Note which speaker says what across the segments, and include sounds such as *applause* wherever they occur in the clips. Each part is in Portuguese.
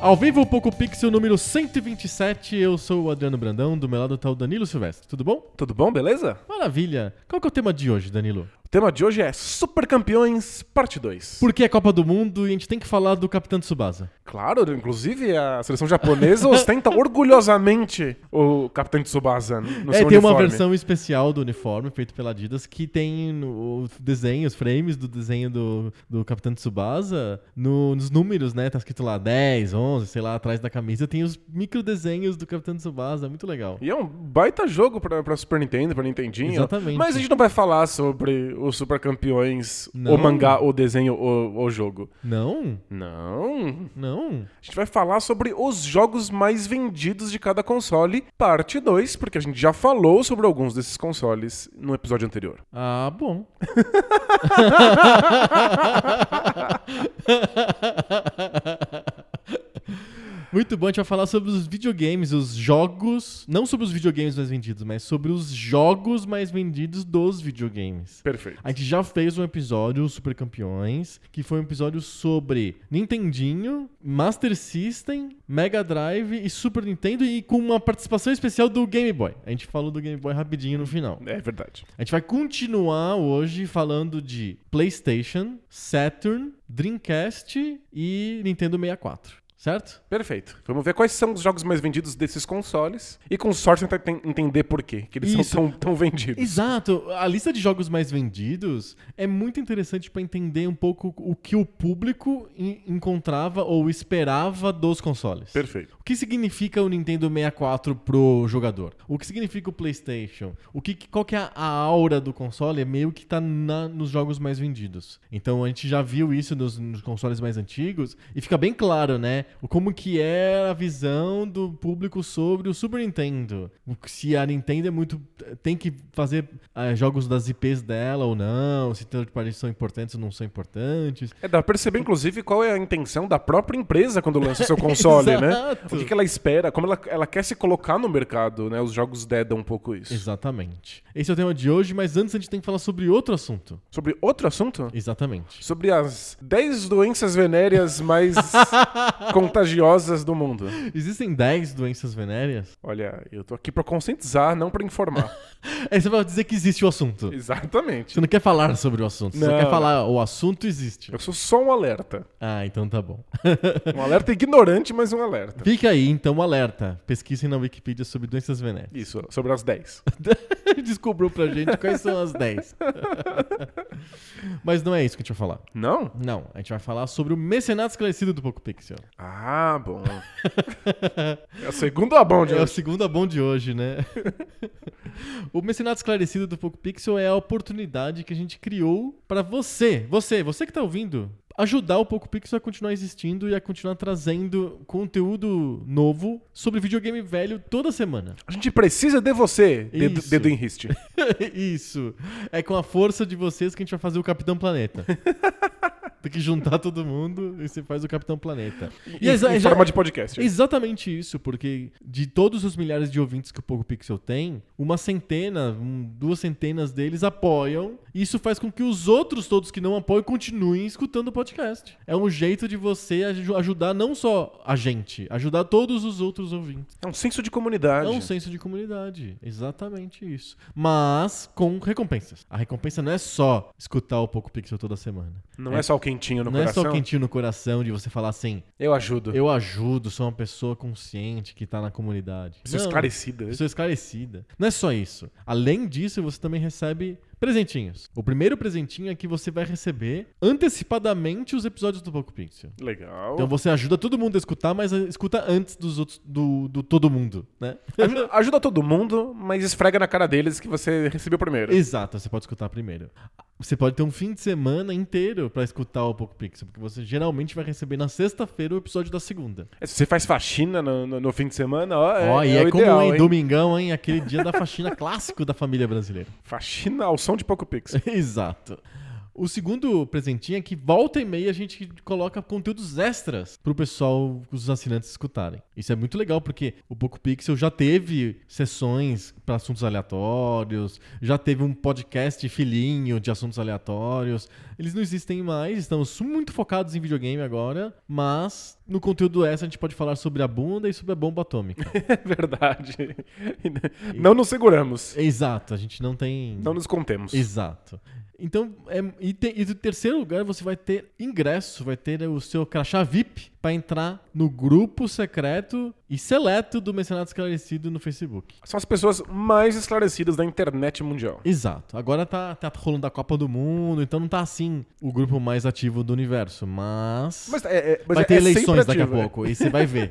Speaker 1: Ao vivo, Poco Pixel número 127, eu sou o Adriano Brandão, do meu lado tá o Danilo Silvestre, tudo bom?
Speaker 2: Tudo bom, beleza?
Speaker 1: Maravilha! Qual que é o tema de hoje, Danilo?
Speaker 2: O tema de hoje é Super Campeões, parte 2.
Speaker 1: Porque é Copa do Mundo e a gente tem que falar do Capitão Tsubasa.
Speaker 2: Claro, inclusive a seleção
Speaker 1: *laughs*
Speaker 2: japonesa ostenta orgulhosamente o Capitão Tsubasa no
Speaker 1: É,
Speaker 2: seu
Speaker 1: tem uma
Speaker 2: uniforme.
Speaker 1: versão especial do uniforme feito pela Adidas que tem no- o desenho, os frames do desenho do, do Capitão Tsubasa no- nos números, né? Tá escrito lá 10, 11, sei lá, atrás da camisa tem os micro desenhos do Capitão Tsubasa, muito legal.
Speaker 2: E é um baita jogo pra, pra Super Nintendo, pra Nintendinho.
Speaker 1: Exatamente.
Speaker 2: Mas a gente não vai falar sobre os Super Campeões,
Speaker 1: Não.
Speaker 2: o mangá, o desenho, o, o jogo.
Speaker 1: Não,
Speaker 2: Não.
Speaker 1: não.
Speaker 2: A gente vai falar sobre os jogos mais vendidos de cada console, parte 2, porque a gente já falou sobre alguns desses consoles no episódio anterior.
Speaker 1: Ah, bom. Muito bom, a gente vai falar sobre os videogames, os jogos. Não sobre os videogames mais vendidos, mas sobre os jogos mais vendidos dos videogames.
Speaker 2: Perfeito.
Speaker 1: A gente já fez um episódio, Super Campeões, que foi um episódio sobre Nintendinho, Master System, Mega Drive e Super Nintendo e com uma participação especial do Game Boy. A gente falou do Game Boy rapidinho no final.
Speaker 2: É verdade.
Speaker 1: A gente vai continuar hoje falando de PlayStation, Saturn, Dreamcast e Nintendo 64, certo?
Speaker 2: Perfeito. Vamos ver quais são os jogos mais vendidos desses consoles. E com sorte tentar enten- entender por quê. Que eles
Speaker 1: Isso.
Speaker 2: são tão, tão vendidos.
Speaker 1: Exato. A lista de jogos mais vendidos é muito interessante para entender um pouco o que o público en- encontrava ou esperava dos consoles.
Speaker 2: Perfeito.
Speaker 1: O que significa o Nintendo 64 pro jogador? O que significa o PlayStation? O que, que- qual que é a- a aura do console? É meio que tá na- nos jogos mais vendidos. Então a gente já viu isso nos, nos consoles mais antigos e fica bem claro, né? O Como que é a visão do público sobre o Super Nintendo? O que- Se a Nintendo é muito tem que fazer ah, jogos das IPs dela ou não? Se third parties são importantes ou não são importantes?
Speaker 2: É, dá pra perceber, inclusive, qual é a intenção da própria empresa quando
Speaker 1: *laughs*
Speaker 2: lança o seu console, né?
Speaker 1: Exato.
Speaker 2: O que, que ela espera, como ela, ela quer se colocar no mercado, né? Os jogos dedam um pouco isso.
Speaker 1: Exatamente. Esse é o tema de hoje, mas antes a gente tem que falar sobre outro assunto.
Speaker 2: Sobre outro assunto?
Speaker 1: Exatamente.
Speaker 2: Sobre as 10 doenças venéreas mais contagiosas do mundo.
Speaker 1: *laughs* Existem 10 doenças venéreas?
Speaker 2: Olha, eu tô aqui pra conscientizar, não pra
Speaker 1: *laughs*
Speaker 2: informar.
Speaker 1: Aí É, você vai dizer que existe o assunto.
Speaker 2: Exatamente.
Speaker 1: Você não quer falar sobre o assunto, você
Speaker 2: Não.
Speaker 1: quer falar o assunto existe.
Speaker 2: Eu sou só um alerta.
Speaker 1: Ah, então tá bom. *laughs*
Speaker 2: Um alerta ignorante, mas um alerta.
Speaker 1: Fica aí, então, um alerta. Pesquisem na Wikipedia sobre doenças venéreas.
Speaker 2: Isso, sobre as 10.
Speaker 1: *laughs* Descobriu pra gente quais são as 10. *laughs* Mas não é isso que a gente vai falar.
Speaker 2: Não?
Speaker 1: Não, a gente vai falar sobre o mecenato esclarecido do Poco Pixel.
Speaker 2: Ah, bom.
Speaker 1: *laughs*
Speaker 2: é o segundo abão de
Speaker 1: É o
Speaker 2: hoje.
Speaker 1: segundo abon de hoje, né? *laughs* o Mecenato Esclarecido do Poco Pixel é a oportunidade que a gente criou para você, você, você que tá ouvindo, ajudar o Poco Pixel a continuar existindo e a continuar trazendo conteúdo novo sobre videogame velho toda
Speaker 2: *laughs*
Speaker 1: semana.
Speaker 2: A gente precisa de você, dedo,
Speaker 1: Isso.
Speaker 2: dedo
Speaker 1: *laughs*
Speaker 2: em riste.
Speaker 1: Isso. É com a força de vocês que a gente vai fazer o Capitão
Speaker 2: *laughs*
Speaker 1: Planeta. Tem que juntar todo mundo e você faz o Capitão Planeta.
Speaker 2: em, em forma de podcast.
Speaker 1: Exatamente isso, porque de todos os milhares de ouvintes que o Poco Pixel tem, uma centena, um- duas centenas deles apoiam. E isso faz com que os outros todos que não apoiam continuem escutando o podcast. É um jeito de você aju- ajudar não só a gente, ajudar todos os outros ouvintes.
Speaker 2: É um senso de comunidade.
Speaker 1: É um senso de comunidade, exatamente isso. Mas com recompensas. A recompensa não é só escutar o Poco Pixel toda semana.
Speaker 2: Não é, só o quentinho no
Speaker 1: não
Speaker 2: coração.
Speaker 1: é só quentinho no coração de você falar assim,
Speaker 2: Eu ajudo.
Speaker 1: eu ajudo, sou uma pessoa consciente que tá na comunidade.
Speaker 2: Sou
Speaker 1: Não,
Speaker 2: esclarecida.
Speaker 1: pessoa esclarecida. Não é só isso. Além disso, você também recebe Presentinhos. O primeiro presentinho é que você vai receber antecipadamente os episódios do Poco Pixel.
Speaker 2: Legal.
Speaker 1: Então você ajuda todo mundo a escutar, mas eh, escuta antes dos outros do, do todo mundo, né?
Speaker 2: Ajuda, ajuda todo mundo, mas esfrega na cara deles que você recebeu
Speaker 1: *laughs*
Speaker 2: primeiro.
Speaker 1: Exato, você pode escutar primeiro. Você pode ter um fim de semana inteiro pra escutar o Poco Pixel, porque você geralmente vai receber na sexta-feira o episódio da segunda.
Speaker 2: É, Se você faz faxina no, no- no fim de semana, ó,
Speaker 1: Ó,
Speaker 2: é,
Speaker 1: e é,
Speaker 2: é, o
Speaker 1: comum,
Speaker 2: ideal,
Speaker 1: hein?
Speaker 2: hein?
Speaker 1: Domingão, hein? Aquele dia da faxina *laughs* clássico da família brasileira. *laughs*
Speaker 2: Faxina ao som de Poco Pix.
Speaker 1: Exato. O segundo presentinho é que volta e meia a gente coloca conteúdos extras pro pessoal, os assinantes escutarem. Isso é muito legal porque o Poco Pixel já teve sessões para assuntos aleatórios, já teve um podcast filhinho de assuntos aleatórios. Eles não existem mais, estamos muito focados em videogame agora, mas no conteúdo extra a gente pode falar sobre a bunda e sobre a bomba atômica.
Speaker 2: É verdade. Não nos seguramos.
Speaker 1: Exato, a gente não tem
Speaker 2: Não nos contemos.
Speaker 1: Exato. Então, é, e, te, e do terceiro lugar, você vai ter ingresso, vai ter o seu crachá VIP pra entrar no grupo secreto e seleto do Mencionado Esclarecido no Facebook.
Speaker 2: São as pessoas mais esclarecidas da internet mundial.
Speaker 1: Exato. Agora tá, tá rolando a Copa do Mundo, então não tá assim o grupo mais ativo do universo, mas.
Speaker 2: Mas, é, é- mas
Speaker 1: vai
Speaker 2: é-
Speaker 1: ter
Speaker 2: é sempre
Speaker 1: eleições daqui a
Speaker 2: ativo, é.
Speaker 1: pouco, e você vai
Speaker 2: *laughs*
Speaker 1: ver.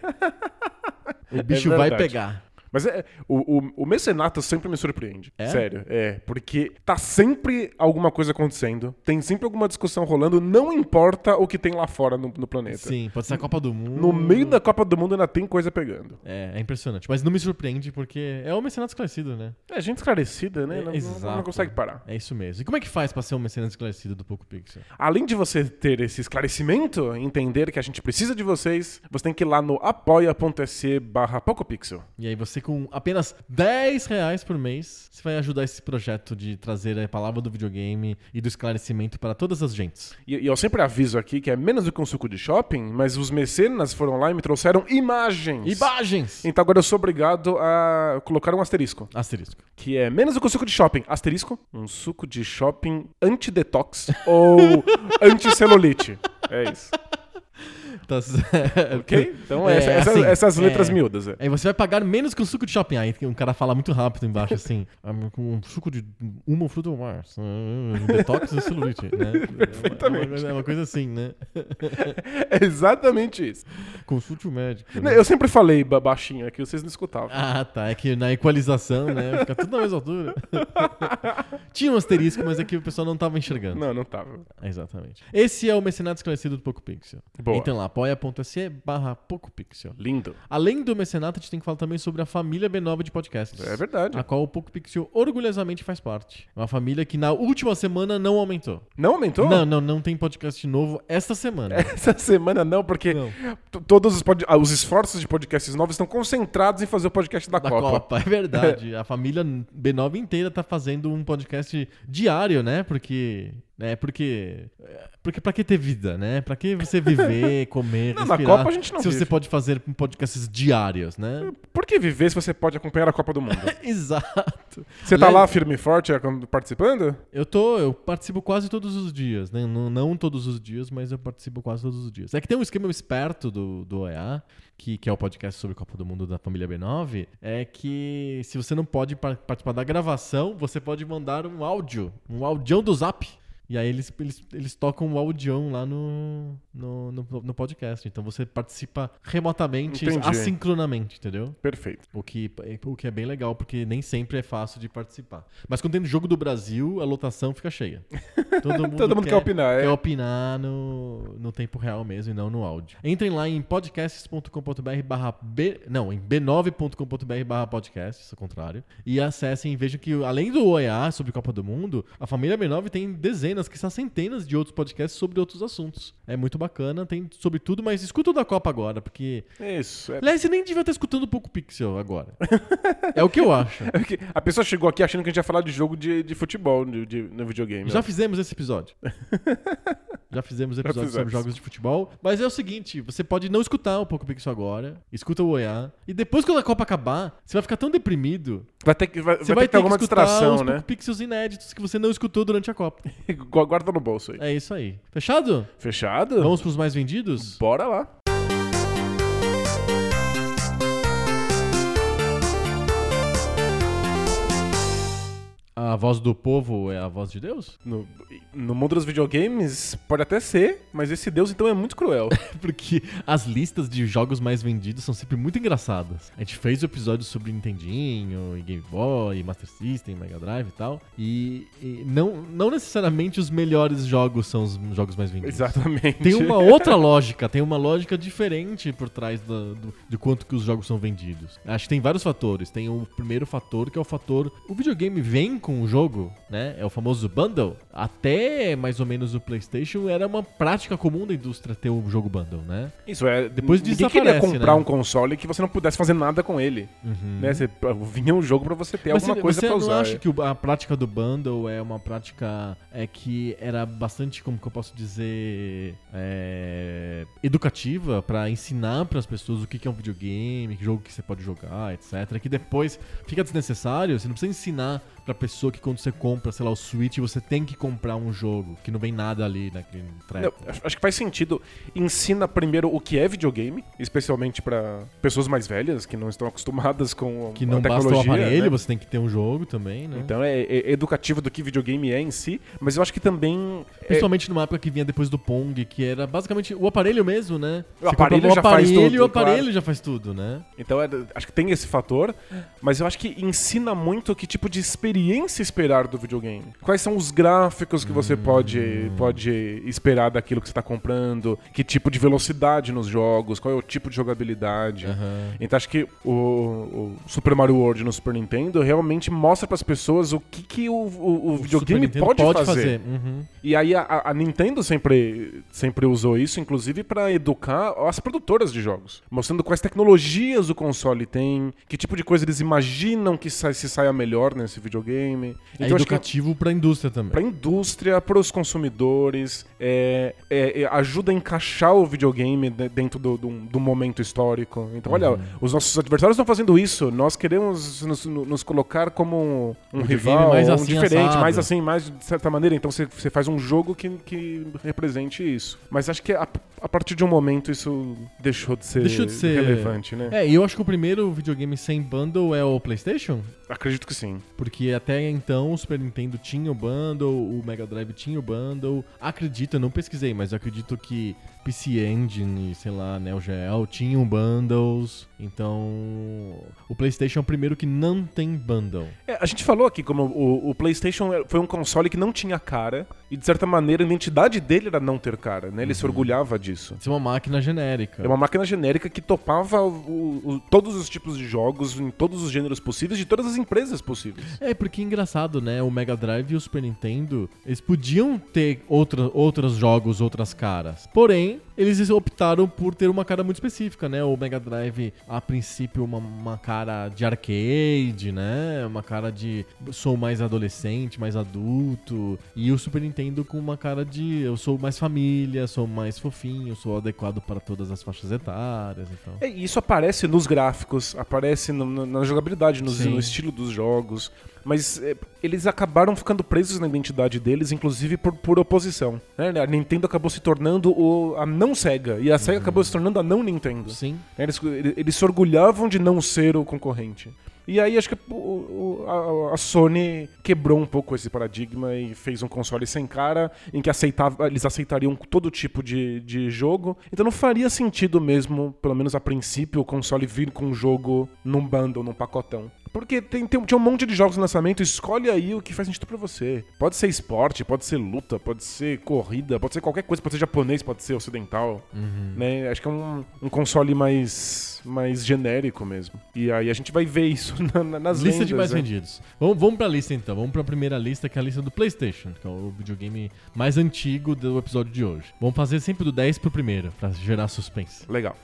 Speaker 1: o bicho vai
Speaker 2: verdade.
Speaker 1: pegar.
Speaker 2: Mas é, o, o, o mecenato sempre me surpreende.
Speaker 1: É?
Speaker 2: Sério, é. Porque tá sempre alguma coisa acontecendo, tem sempre alguma discussão rolando, não importa o que tem lá fora no, no planeta.
Speaker 1: Sim, pode ser a Copa do Mundo.
Speaker 2: É No meio da Copa do Mundo ainda tem coisa pegando.
Speaker 1: É, é impressionante. Mas não me surpreende, porque é o Mencionado Esclarecido, né?
Speaker 2: É, gente esclarecida, né? Não- não- Não,
Speaker 1: Exato.
Speaker 2: consegue parar.
Speaker 1: É isso mesmo. E como é que faz pra ser um mecenas esclarecido do Poco Pixel?
Speaker 2: Além de você ter esse esclarecimento, entender que a gente precisa de vocês, você tem que ir lá no apoia.se barra PocoPixel.
Speaker 1: E aí você com apenas 10 reais por mês, você vai ajudar esse projeto de trazer a palavra do videogame e do esclarecimento para todas as gentes.
Speaker 2: E, e eu sempre aviso aqui que é menos do que um suco de shopping, mas os mecenas foram lá e me trouxeram imagens.
Speaker 1: Imagens!
Speaker 2: Então agora eu sou obrigado a colocar um asterisco,
Speaker 1: Asterisco.
Speaker 2: que é menos do que um suco de shopping. Asterisco, um suco de shopping
Speaker 1: *laughs*
Speaker 2: anti-detox ou anti-celulite. É isso. *laughs*
Speaker 1: Tá certo.
Speaker 2: Ok? Então essa-
Speaker 1: É,
Speaker 2: essa-
Speaker 1: assim,
Speaker 2: essas letras
Speaker 1: é.
Speaker 2: miúdas. É.
Speaker 1: Aí você vai pagar menos que um suco de shopping. Aí um cara fala muito rápido
Speaker 2: *laughs*
Speaker 1: embaixo assim: "Ah, com um suco de uma fruta do mar, um detox e celulite,
Speaker 2: *laughs*
Speaker 1: né? Perfeitamente. É uma, coisa- é uma coisa assim, né?
Speaker 2: É exatamente isso.
Speaker 1: Consulte o médico.
Speaker 2: Não, Eu sempre falei ba- baixinho aqui, vocês não escutavam.
Speaker 1: Ah, tá. É que na equalização, né? Fica tudo na mesma
Speaker 2: *laughs*
Speaker 1: altura. Tinha um asterisco, mas é que o pessoal não tava enxergando.
Speaker 2: Não, não tava.
Speaker 1: Exatamente. Esse é o Mecenato Esclarecido do Poco Pixel.
Speaker 2: Boa.
Speaker 1: Então lá, apoia.se barra Poco Pixel.
Speaker 2: Lindo.
Speaker 1: Além do mecenato, a gente tem que falar também sobre a família B9 de podcasts.
Speaker 2: É verdade.
Speaker 1: A qual o Poco Pixel orgulhosamente faz parte. É Uma família que na última semana não aumentou.
Speaker 2: Não aumentou?
Speaker 1: Não, não, não tem podcast novo esta semana.
Speaker 2: Essa semana não, porque
Speaker 1: Não.
Speaker 2: t- todos os, pod- ah, os esforços de podcasts novos estão concentrados em fazer o podcast da,
Speaker 1: Da Copa.
Speaker 2: Copa.
Speaker 1: é
Speaker 2: *laughs*
Speaker 1: verdade. A família B9 inteira tá fazendo um podcast diário, né? Porque. Né? Porque. Porque pra que ter vida, né? Pra que você
Speaker 2: *laughs*
Speaker 1: viver, comer,
Speaker 2: Não, na
Speaker 1: respirar,
Speaker 2: Copa a gente não
Speaker 1: Se você
Speaker 2: vive.
Speaker 1: pode fazer podcasts diários, né?
Speaker 2: Por que viver se você pode acompanhar a Copa
Speaker 1: *laughs*
Speaker 2: do Mundo?
Speaker 1: Exato.
Speaker 2: Você tá
Speaker 1: Le-
Speaker 2: lá firme e forte é, quando- participando?
Speaker 1: Eu tô, eu participo quase todos os dias, né? Não, não todos os dias, mas eu participo quase todos os dias. É que tem um esquema esperto do, do OEA, que, que é o podcast sobre Copa do Mundo da família B9, é que se você não pode par- participar da gravação, você pode mandar um áudio, um audião do Zap. E aí eles, eles, eles tocam o audião lá no, no, no, no podcast. Então você participa remotamente,
Speaker 2: Entendi.
Speaker 1: assincronamente, entendeu?
Speaker 2: Perfeito.
Speaker 1: O que, o que é bem legal, porque nem sempre é fácil de participar. Mas quando tem no jogo do Brasil, a lotação fica
Speaker 2: *laughs*
Speaker 1: cheia. Todo mundo,
Speaker 2: Todo mundo quer opinar, é.
Speaker 1: Quer opinar no, no tempo real mesmo e não no áudio. Entrem lá em podcasts.com.br barra B... Não, em b9.com.br barra podcasts, ao contrário. E acessem e vejam que, além do OEA sobre Copa do Mundo, a família B9 tem dezenas, que são centenas de outros podcasts sobre outros assuntos. É muito bacana, tem sobre tudo, mas escuta o da Copa agora, porque
Speaker 2: Isso. é-
Speaker 1: Aliás, você nem devia estar escutando Poco Pixel agora. é o que eu acho.
Speaker 2: é que A pessoa chegou aqui achando que a gente ia falar de jogo de, de futebol de- de- no videogame.
Speaker 1: Já fizemos esse episódio. Já fizemos episódios sobre
Speaker 2: fizemos.
Speaker 1: jogos de futebol. Mas é o seguinte: você pode não escutar o Poco Pixel agora, escuta o OEA, e depois quando a Copa acabar, você vai ficar tão deprimido.
Speaker 2: Vai ter que, vai,
Speaker 1: Você
Speaker 2: vai
Speaker 1: vai
Speaker 2: ter que ter alguma
Speaker 1: escutar os
Speaker 2: distração,
Speaker 1: Poco
Speaker 2: né?
Speaker 1: Pixels inéditos que você não escutou durante a Copa.
Speaker 2: *laughs* Guarda no bolso aí.
Speaker 1: É isso aí. Fechado?
Speaker 2: Fechado?
Speaker 1: Vamos pros mais vendidos?
Speaker 2: Bora lá.
Speaker 1: A a voz do povo é a voz de Deus?
Speaker 2: No, no mundo dos videogames, pode até ser, mas esse Deus então é
Speaker 1: *laughs*
Speaker 2: muito cruel.
Speaker 1: Porque as listas de jogos mais vendidos são sempre muito engraçadas. A gente fez o episódio sobre Nintendinho, e Game Boy, e Master System, Mega Drive e tal. E, e não, não necessariamente os melhores jogos são os jogos mais vendidos.
Speaker 2: Exatamente.
Speaker 1: Tem uma outra lógica, tem uma lógica diferente por trás da- do, de quanto que os jogos são vendidos. Acho que tem vários fatores. Tem o primeiro fator, que é o fator... O videogame vem com o jogo, né? É o famoso bundle. Até mais ou menos o Playstation era uma prática comum da indústria ter o jogo bundle, né?
Speaker 2: Isso é.
Speaker 1: Depois
Speaker 2: ninguém queria
Speaker 1: desaparece,
Speaker 2: comprar
Speaker 1: né? Uhum.
Speaker 2: um console que você não pudesse fazer nada com ele. Né? Você, vinha um jogo pra você ter
Speaker 1: Mas
Speaker 2: alguma
Speaker 1: você-
Speaker 2: coisa
Speaker 1: você
Speaker 2: pra
Speaker 1: não
Speaker 2: usar. é.
Speaker 1: acha que o- a prática do bundle é uma prática é que era bastante, como que eu posso dizer, é, educativa pra ensinar pras pessoas o que que é um videogame, que jogo que você pode jogar, etc. Que depois fica desnecessário, você não precisa ensinar pra pessoa que quando você compra, sei lá, o Switch, você tem que comprar um jogo, que não vem nada ali naquele treco.
Speaker 2: Não, acho- acho que faz sentido. Ensina primeiro o que é videogame, especialmente pra pessoas mais velhas que não estão acostumadas com
Speaker 1: Que não
Speaker 2: a
Speaker 1: basta o
Speaker 2: tecnologia.
Speaker 1: aparelho,
Speaker 2: né?
Speaker 1: você tem que ter um jogo também, né?
Speaker 2: Então é, é educativo do que videogame é em si, mas eu acho que também. é-
Speaker 1: Principalmente numa época que vinha depois do Pong, que era basicamente o aparelho mesmo, né?
Speaker 2: O aparelho
Speaker 1: comprava
Speaker 2: já faz
Speaker 1: aparelho,
Speaker 2: tudo,
Speaker 1: O aparelho
Speaker 2: claro.
Speaker 1: já faz tudo, né?
Speaker 2: Então é- acho que tem esse fator, mas eu acho que ensina muito que tipo de experiência esperar do videogame. Quais são os gráficos que você pode, pode esperar daquilo que você está comprando, que tipo de velocidade nos jogos, qual é o tipo de jogabilidade. Então acho que o, o Super Mario World no Super Nintendo realmente mostra para as pessoas o que, que o, o- o videogame
Speaker 1: Super Nintendo
Speaker 2: pode, fazer.
Speaker 1: Uhum.
Speaker 2: E aí a, a Nintendo sempre, sempre usou isso, inclusive pra educar as produtoras de jogos, mostrando quais tecnologias o console tem, que tipo de coisa eles imaginam que sai- se saia melhor nesse videogame.
Speaker 1: É
Speaker 2: Então acho que
Speaker 1: educativo pra indústria também.
Speaker 2: pra indústria, pros consumidores, é, é, é, ajuda a encaixar o videogame de- dentro do, do, do momento histórico. Então,
Speaker 1: Uhum.
Speaker 2: olha, os nossos adversários estão fazendo isso, nós queremos nos, nos colocar como um, um
Speaker 1: videogame
Speaker 2: rival,
Speaker 1: mais
Speaker 2: um
Speaker 1: assim,
Speaker 2: diferente,
Speaker 1: assado.
Speaker 2: mais assim, mais de certa maneira. Então, você, você faz um jogo que, que represente isso. Mas acho que a, a partir de um momento isso deixou de ser,
Speaker 1: Deixou de ser-
Speaker 2: relevante, né?
Speaker 1: É, e eu acho que o primeiro videogame sem bundle é o PlayStation.
Speaker 2: Acredito que sim.
Speaker 1: Porque até então o Super Nintendo tinha o bundle, o Mega Drive tinha o bundle. Acredito, eu não pesquisei, mas eu acredito que PC Engine, e, sei lá, Neo Geo tinham bundles. Então, o PlayStation é o primeiro que não tem bundle.
Speaker 2: É, a gente falou aqui como o, o PlayStation era- foi um console que não tinha cara e, de certa maneira, a identidade dele era não ter cara, né? Ele se orgulhava disso.
Speaker 1: Isso é uma máquina genérica.
Speaker 2: É uma máquina genérica que topava o- o- todos os tipos de jogos, em todos os gêneros possíveis, de todas as empresas possíveis.
Speaker 1: É, porque é engraçado, né? O Mega Drive e o Super Nintendo, eles podiam ter outra, outros jogos, outras caras. Porém, eles optaram por ter uma cara muito específica, né? O Mega Drive, a princípio, uma, uma cara de arcade, né? Uma cara de sou mais adolescente, mais adulto. E o Super Nintendo com uma cara de eu sou mais família, sou mais fofinho, sou adequado para todas as faixas etárias então. e tal.
Speaker 2: É, E isso aparece nos gráficos, aparece no- no- na jogabilidade, nos-
Speaker 1: Sim.
Speaker 2: no estilo dos jogos. Mas é, eles acabaram ficando presos na identidade deles, inclusive por, por oposição. né? A Nintendo acabou se tornando o- a não Sega, e a Sega acabou se tornando a não Nintendo.
Speaker 1: Sim.
Speaker 2: Né, Eles, eles se orgulhavam de não ser o concorrente. E aí acho que o- o- a, a Sony quebrou um pouco esse paradigma e fez um console sem cara, em que aceitava, eles aceitariam todo tipo de, de jogo. Então não faria sentido mesmo, pelo menos a princípio, o console vir com um jogo num bundle, num pacotão. Porque tem, tem, tinha um monte de jogos no lançamento, escolhe aí o que faz sentido pra você. Pode ser esporte, pode ser luta, pode ser corrida, pode ser qualquer coisa, pode ser japonês, pode ser ocidental.
Speaker 1: Uhum.
Speaker 2: Né? Acho que é um, um console mais, mais genérico mesmo. E aí a gente vai ver isso *laughs* na- na- nas
Speaker 1: Lista
Speaker 2: vendas,
Speaker 1: de mais
Speaker 2: né?
Speaker 1: vendidos. Vamos, vamos pra lista então. Vamos pra primeira lista, que é a lista do PlayStation, que é o videogame mais antigo do episódio de hoje. Vamos fazer sempre do 10 pro primeiro, pra gerar suspense.
Speaker 2: Legal.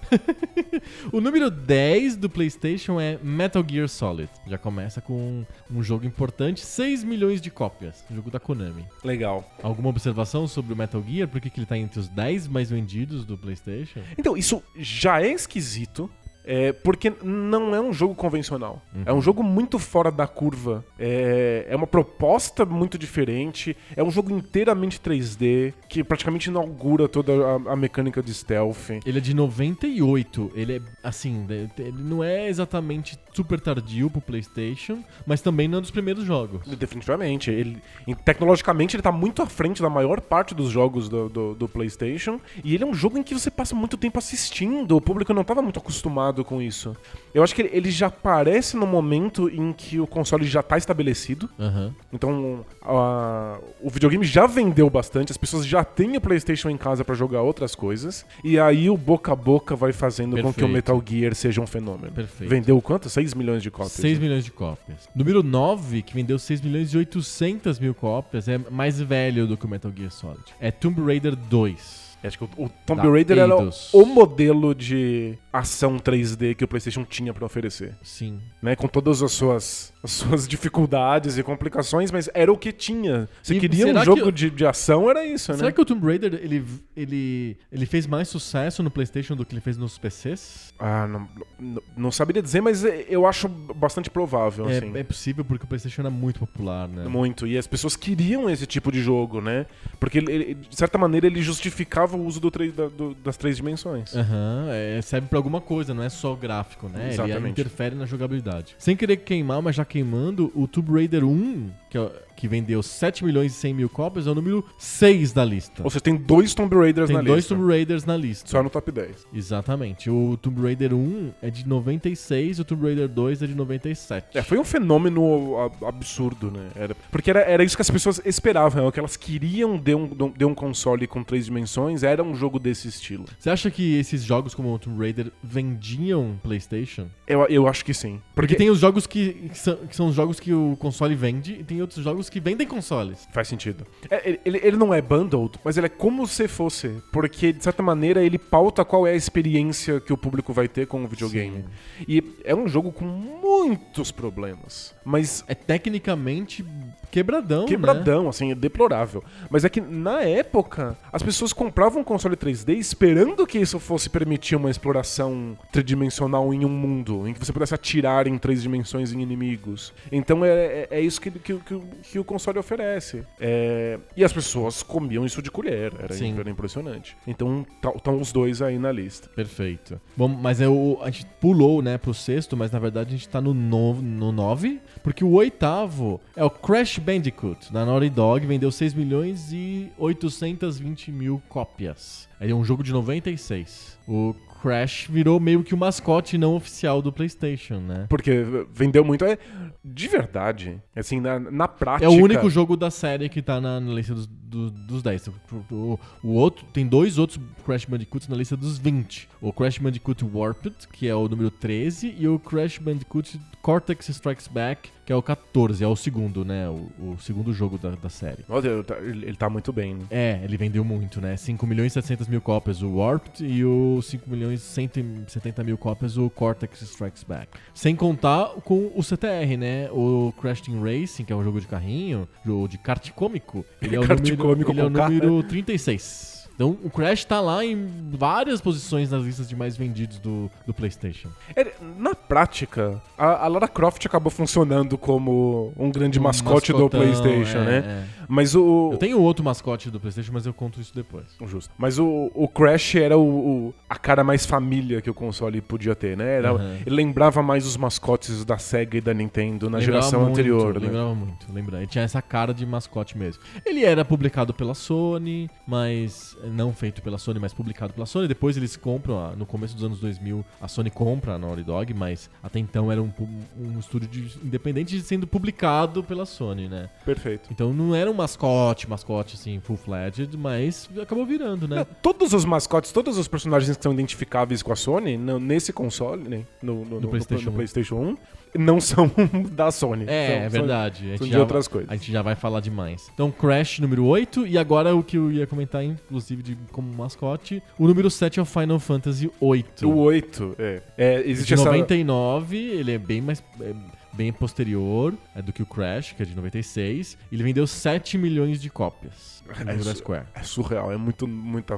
Speaker 1: O número 10 do PlayStation é Metal Gear Solid. Já começa com um, um jogo importante, 6 milhões de cópias. Jogo da Konami.
Speaker 2: Legal.
Speaker 1: Alguma observação sobre o Metal Gear? Por que, que ele tá entre os 10 mais vendidos do PlayStation?
Speaker 2: Então, isso já é esquisito. É, porque não é um jogo convencional. É um jogo muito fora da curva. É, é uma proposta muito diferente. É um jogo inteiramente 3D, que praticamente inaugura toda a, a mecânica de stealth.
Speaker 1: Ele é de 98. Ele é, assim, de- ele não é exatamente super tardio pro PlayStation, mas também não é dos primeiros jogos.
Speaker 2: Definitivamente. Ele, em- tecnologicamente, ele tá muito à frente da maior parte dos jogos do, do, do PlayStation. E ele é um jogo em que você passa muito tempo assistindo. O público não estava muito acostumado com isso. Eu acho que ele, ele já aparece no momento em que o console já tá estabelecido.
Speaker 1: Aham.
Speaker 2: Então, a- o videogame já vendeu bastante, as pessoas já têm o PlayStation em casa pra jogar outras coisas, e aí o boca a boca vai fazendo com que o
Speaker 1: Perfeito.
Speaker 2: Metal Gear seja um fenômeno.
Speaker 1: Perfeito.
Speaker 2: Vendeu quanto? 6 milhões de cópias.
Speaker 1: 6
Speaker 2: né?
Speaker 1: milhões de cópias. Número 9, que vendeu 6 milhões e 800 mil cópias, é mais velho do que o Metal Gear Solid. É Tomb Raider 2.
Speaker 2: Acho que o, o Tomb
Speaker 1: Da
Speaker 2: Raider era o,
Speaker 1: Eidos.
Speaker 2: o modelo de ação 3D que o PlayStation tinha pra oferecer,
Speaker 1: Sim.
Speaker 2: né? Com todas as suas, as suas dificuldades e complicações, mas era o que tinha. Você
Speaker 1: E
Speaker 2: queria
Speaker 1: será
Speaker 2: um
Speaker 1: que
Speaker 2: jogo
Speaker 1: o-
Speaker 2: de, de ação, era isso, né?
Speaker 1: Será que o Tomb Raider ele, ele, ele fez mais sucesso no PlayStation do que ele fez nos PCs?
Speaker 2: Ah, não, não, não saberia dizer, mas eh, eu acho bastante provável, assim.
Speaker 1: É, é possível porque o PlayStation era muito popular, né?
Speaker 2: Muito. E as pessoas queriam esse tipo de jogo, né? Porque, ele- ele- de certa maneira, ele justificava o uso do três- da- do- das três dimensões.
Speaker 1: Aham, é, serve pra alguma coisa, não é só gráfico, né? Ele
Speaker 2: Exatamente.
Speaker 1: interfere na jogabilidade. Sem querer queimar, mas já queimando, o Tomb Raider 1, que, é o- que vendeu 7 milhões e 100 mil cópias, é o número 6 da lista.
Speaker 2: Ou seja, tem dois Tomb Raiders
Speaker 1: Tem
Speaker 2: na
Speaker 1: dois
Speaker 2: lista.
Speaker 1: Tomb Raiders na lista.
Speaker 2: Só no top 10.
Speaker 1: Exatamente. O Tomb Raider 1 é de 96 e o Tomb Raider 2 é de 97.
Speaker 2: É, foi um fenômeno a- absurdo, né? Era, porque era, era isso que as pessoas esperavam, é o que elas queriam de um, de um console com três dimensões, era um jogo desse estilo.
Speaker 1: Você acha que esses jogos como o Tomb Raider vendiam PlayStation?
Speaker 2: Eu, eu acho que sim.
Speaker 1: Porque tem os jogos que, que são, que são os jogos que o console vende e tem outros jogos que vendem consoles.
Speaker 2: Faz sentido. É, ele- ele, ele não é bundled, mas ele é como se fosse. Porque, de certa maneira, ele pauta qual é a experiência que o público vai ter com o videogame. E é um jogo com muitos problemas. Mas
Speaker 1: É tecnicamente quebradão, né?
Speaker 2: quebradão, assim, é deplorável. Mas é que, na época, as pessoas compravam um console 3D esperando que isso fosse permitir uma exploração tridimensional em um mundo, em que você pudesse atirar em três dimensões em inimigos. Então é, é, é isso que, que, que, o- que o console oferece. É, e as pessoas comiam isso de colher, era,
Speaker 1: Sim.
Speaker 2: era impressionante. Então estão os dois aí na lista.
Speaker 1: Perfeito. Bom, mas é o, a gente pulou, né, pro sexto, mas na verdade a gente tá no 9, no nove, porque o oitavo é o Crash Bandicoot, da Naughty Dog, vendeu 6 milhões e 820 mil cópias. Ele é um jogo de 96. O Crash virou meio que o mascote não oficial do PlayStation, né?
Speaker 2: Porque vendeu muito. É, de verdade, assim, na, na prática.
Speaker 1: É o único jogo da série que tá na, na lista dos, do- dos 10. O, o- o outro, tem dois outros Crash Bandicoots na lista dos 20. O Crash Bandicoot Warped, que é o número 13, e o Crash Bandicoot Cortex Strikes Back, que é o 14. É o segundo, né? O, o segundo jogo da, da série.
Speaker 2: Nossa, ele tá- ele ele tá muito bem, né?
Speaker 1: É, ele vendeu muito, né? 5 milhões e 700 mil cópias o Warped e o 5 milhões e 170 mil cópias o Cortex Strikes Back. Sem contar com o CTR, né? O Crash Team Racing, que é um jogo de carrinho, jogo de kart
Speaker 2: *laughs*
Speaker 1: cômico. Ele é o
Speaker 2: Kart
Speaker 1: número,
Speaker 2: cômico
Speaker 1: ele é o
Speaker 2: com K, né?
Speaker 1: número 36. Então o Crash tá lá em várias posições nas listas de mais vendidos do, do PlayStation.
Speaker 2: É, Na prática, a, a Lara Croft acabou funcionando como um grande
Speaker 1: Um
Speaker 2: mascote do
Speaker 1: mascotão,
Speaker 2: PlayStation,
Speaker 1: é,
Speaker 2: né? Mas o.
Speaker 1: Eu tenho outro mascote do PlayStation, mas eu conto isso depois.
Speaker 2: Justo. Mas o, o Crash era o, o- a cara mais família que o console podia ter, né? Era-
Speaker 1: Uhum.
Speaker 2: Ele lembrava mais os mascotes da Sega e da Nintendo na
Speaker 1: Lembrava
Speaker 2: geração
Speaker 1: muito,
Speaker 2: anterior, né?
Speaker 1: Lembrava muito, lembrava. Ele tinha essa cara de mascote mesmo. Ele era publicado pela Sony, mas não feito pela Sony, mas publicado pela Sony. Depois eles compram, ah, no começo dos anos 2000, a Sony compra a Naughty Dog, mas até então era um, pu- um estúdio de- independente sendo publicado pela Sony, né?
Speaker 2: Perfeito.
Speaker 1: Então não era um mascote, mascote assim, full-fledged, mas acabou virando, né?
Speaker 2: Não, Todos os mascotes, todos os personagens que são identificáveis com a Sony, no- nesse console, né? no, no- no- no- no
Speaker 1: PlayStation um.
Speaker 2: PlayStation, 1, não são *laughs* da Sony.
Speaker 1: É,
Speaker 2: São-
Speaker 1: é
Speaker 2: são-
Speaker 1: verdade. A gente
Speaker 2: são então, de
Speaker 1: já-
Speaker 2: outras coisas.
Speaker 1: A gente já vai falar demais. Então, Crash número 8, e agora o que eu ia comentar, inclusive, de, como mascote, o número 7 é o Final Fantasy 8.
Speaker 2: O 8, é. É, existe
Speaker 1: de
Speaker 2: essa.
Speaker 1: 99, ele é bem mais. é, bem posterior é, do que o Crash, que é de 96. Ele vendeu 7 milhões de
Speaker 2: *laughs*
Speaker 1: cópias no
Speaker 2: su-
Speaker 1: Jura Square.
Speaker 2: É surreal, é muito, muita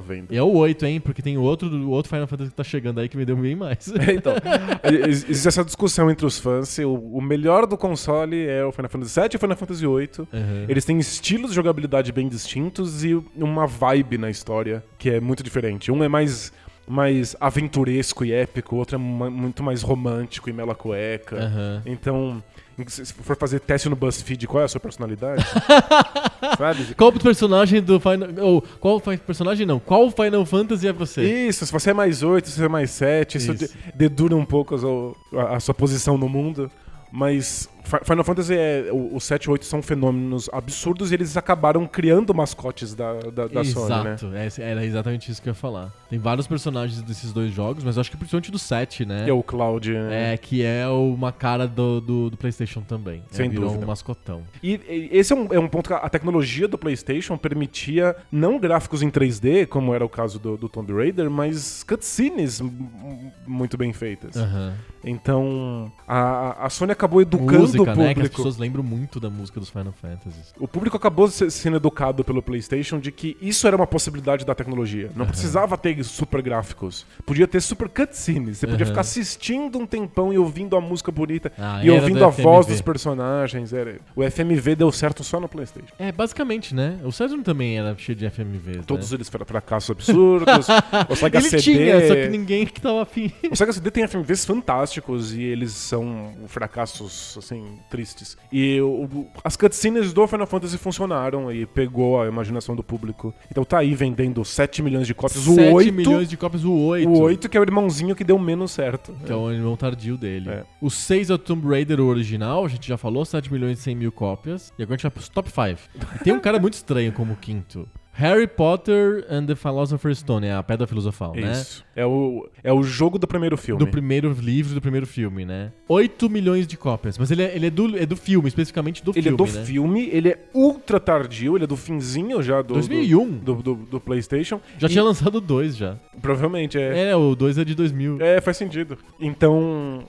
Speaker 1: *laughs*
Speaker 2: venda.
Speaker 1: E é o 8, hein? Porque tem o outro, o outro Final Fantasy que tá chegando aí que vendeu bem
Speaker 2: *laughs*
Speaker 1: mais.
Speaker 2: Então, ex- existe essa discussão entre os fãs se o, o melhor do console é o Final Fantasy VII e o Final Fantasy VIII.
Speaker 1: Uhum.
Speaker 2: Eles têm estilos de jogabilidade bem distintos e uma vibe na história que é muito diferente. Um é mais, mais aventuresco e épico, o outro é ma- muito mais romântico e mela cueca.
Speaker 1: Aham.
Speaker 2: Então, se se for fazer teste no BuzzFeed, qual é a sua personalidade? Sabe?
Speaker 1: Qual personagem do Final. Ou qual fi- personagem não? Qual Final Fantasy é você?
Speaker 2: Isso, se você é mais 8, se você é mais 7, isso,
Speaker 1: Isso.
Speaker 2: de- dedura um pouco a sua, a- a sua posição no mundo. Mas Fi- Final Fantasy, é, o, o 7 e o 8 são fenômenos absurdos e eles acabaram criando mascotes da, da, da Sony, né?
Speaker 1: Exato, é, era exatamente isso que eu ia falar. Tem vários personagens desses dois jogos, mas eu acho que principalmente do 7, né?
Speaker 2: Que é o Cloud. né?
Speaker 1: É, que é uma cara do, do, do PlayStation também.
Speaker 2: Sem
Speaker 1: é, virou
Speaker 2: dúvida.
Speaker 1: um mascotão.
Speaker 2: E, e esse é um, é um ponto que a- a tecnologia do PlayStation permitia não gráficos em 3D, como era o caso do, do Tomb Raider, mas cutscenes m- m- muito bem feitas.
Speaker 1: Aham.
Speaker 2: Então, a, a Sony acabou educando
Speaker 1: Música,
Speaker 2: o público.
Speaker 1: né? Que as pessoas lembram muito da música dos Final Fantasies.
Speaker 2: O público acabou se- sendo educado pelo PlayStation de que isso era uma possibilidade da tecnologia. Não precisava ter super gráficos. Podia ter super cutscenes. Você podia
Speaker 1: Aham.
Speaker 2: ficar assistindo um tempão e ouvindo a música bonita
Speaker 1: Ah,
Speaker 2: e
Speaker 1: era do
Speaker 2: ouvindo a voz
Speaker 1: FMV.
Speaker 2: dos personagens. Era- O FMV deu certo só no PlayStation.
Speaker 1: É, basicamente, né? O Saturn também era cheio de FMVs.
Speaker 2: Todos
Speaker 1: né?
Speaker 2: eles fra- fracassos
Speaker 1: *laughs*
Speaker 2: absurdos. o Sega
Speaker 1: Ele
Speaker 2: CD.
Speaker 1: tinha, só que ninguém *laughs* que tava afim.
Speaker 2: O Sega CD tem FMVs fantásticos e eles são fracassos, assim, tristes. E o- o- as cutscenes do Final Fantasy funcionaram e pegou a imaginação do público. Então tá aí vendendo 7 milhões de cópias. O
Speaker 1: 7
Speaker 2: 8,
Speaker 1: milhões de cópias, o 8.
Speaker 2: o 8 que é o irmãozinho que deu menos certo.
Speaker 1: Que é o irmão tardio dele.
Speaker 2: É.
Speaker 1: O 6 é o Tomb Raider o original, a gente já falou, 7 milhões e 100 mil cópias. E agora a gente vai pros top 5. E tem um cara muito estranho como quinto. Harry Potter and the Philosopher's Stone, é a Pedra Filosofal, né?
Speaker 2: Isso. É o, é o jogo do primeiro filme.
Speaker 1: Do primeiro livro, do primeiro filme, né? 8 milhões de cópias. Mas ele é, ele é, do, é do filme, especificamente do
Speaker 2: ele
Speaker 1: filme,
Speaker 2: é do
Speaker 1: né?
Speaker 2: filme, ele é ultra tardio, ele é do finzinho já do...
Speaker 1: 2001.
Speaker 2: Do, do, do PlayStation.
Speaker 1: Já
Speaker 2: E-
Speaker 1: tinha lançado dois já.
Speaker 2: Provavelmente, é.
Speaker 1: É, o 2 é de 2000.
Speaker 2: É, faz sentido. Então,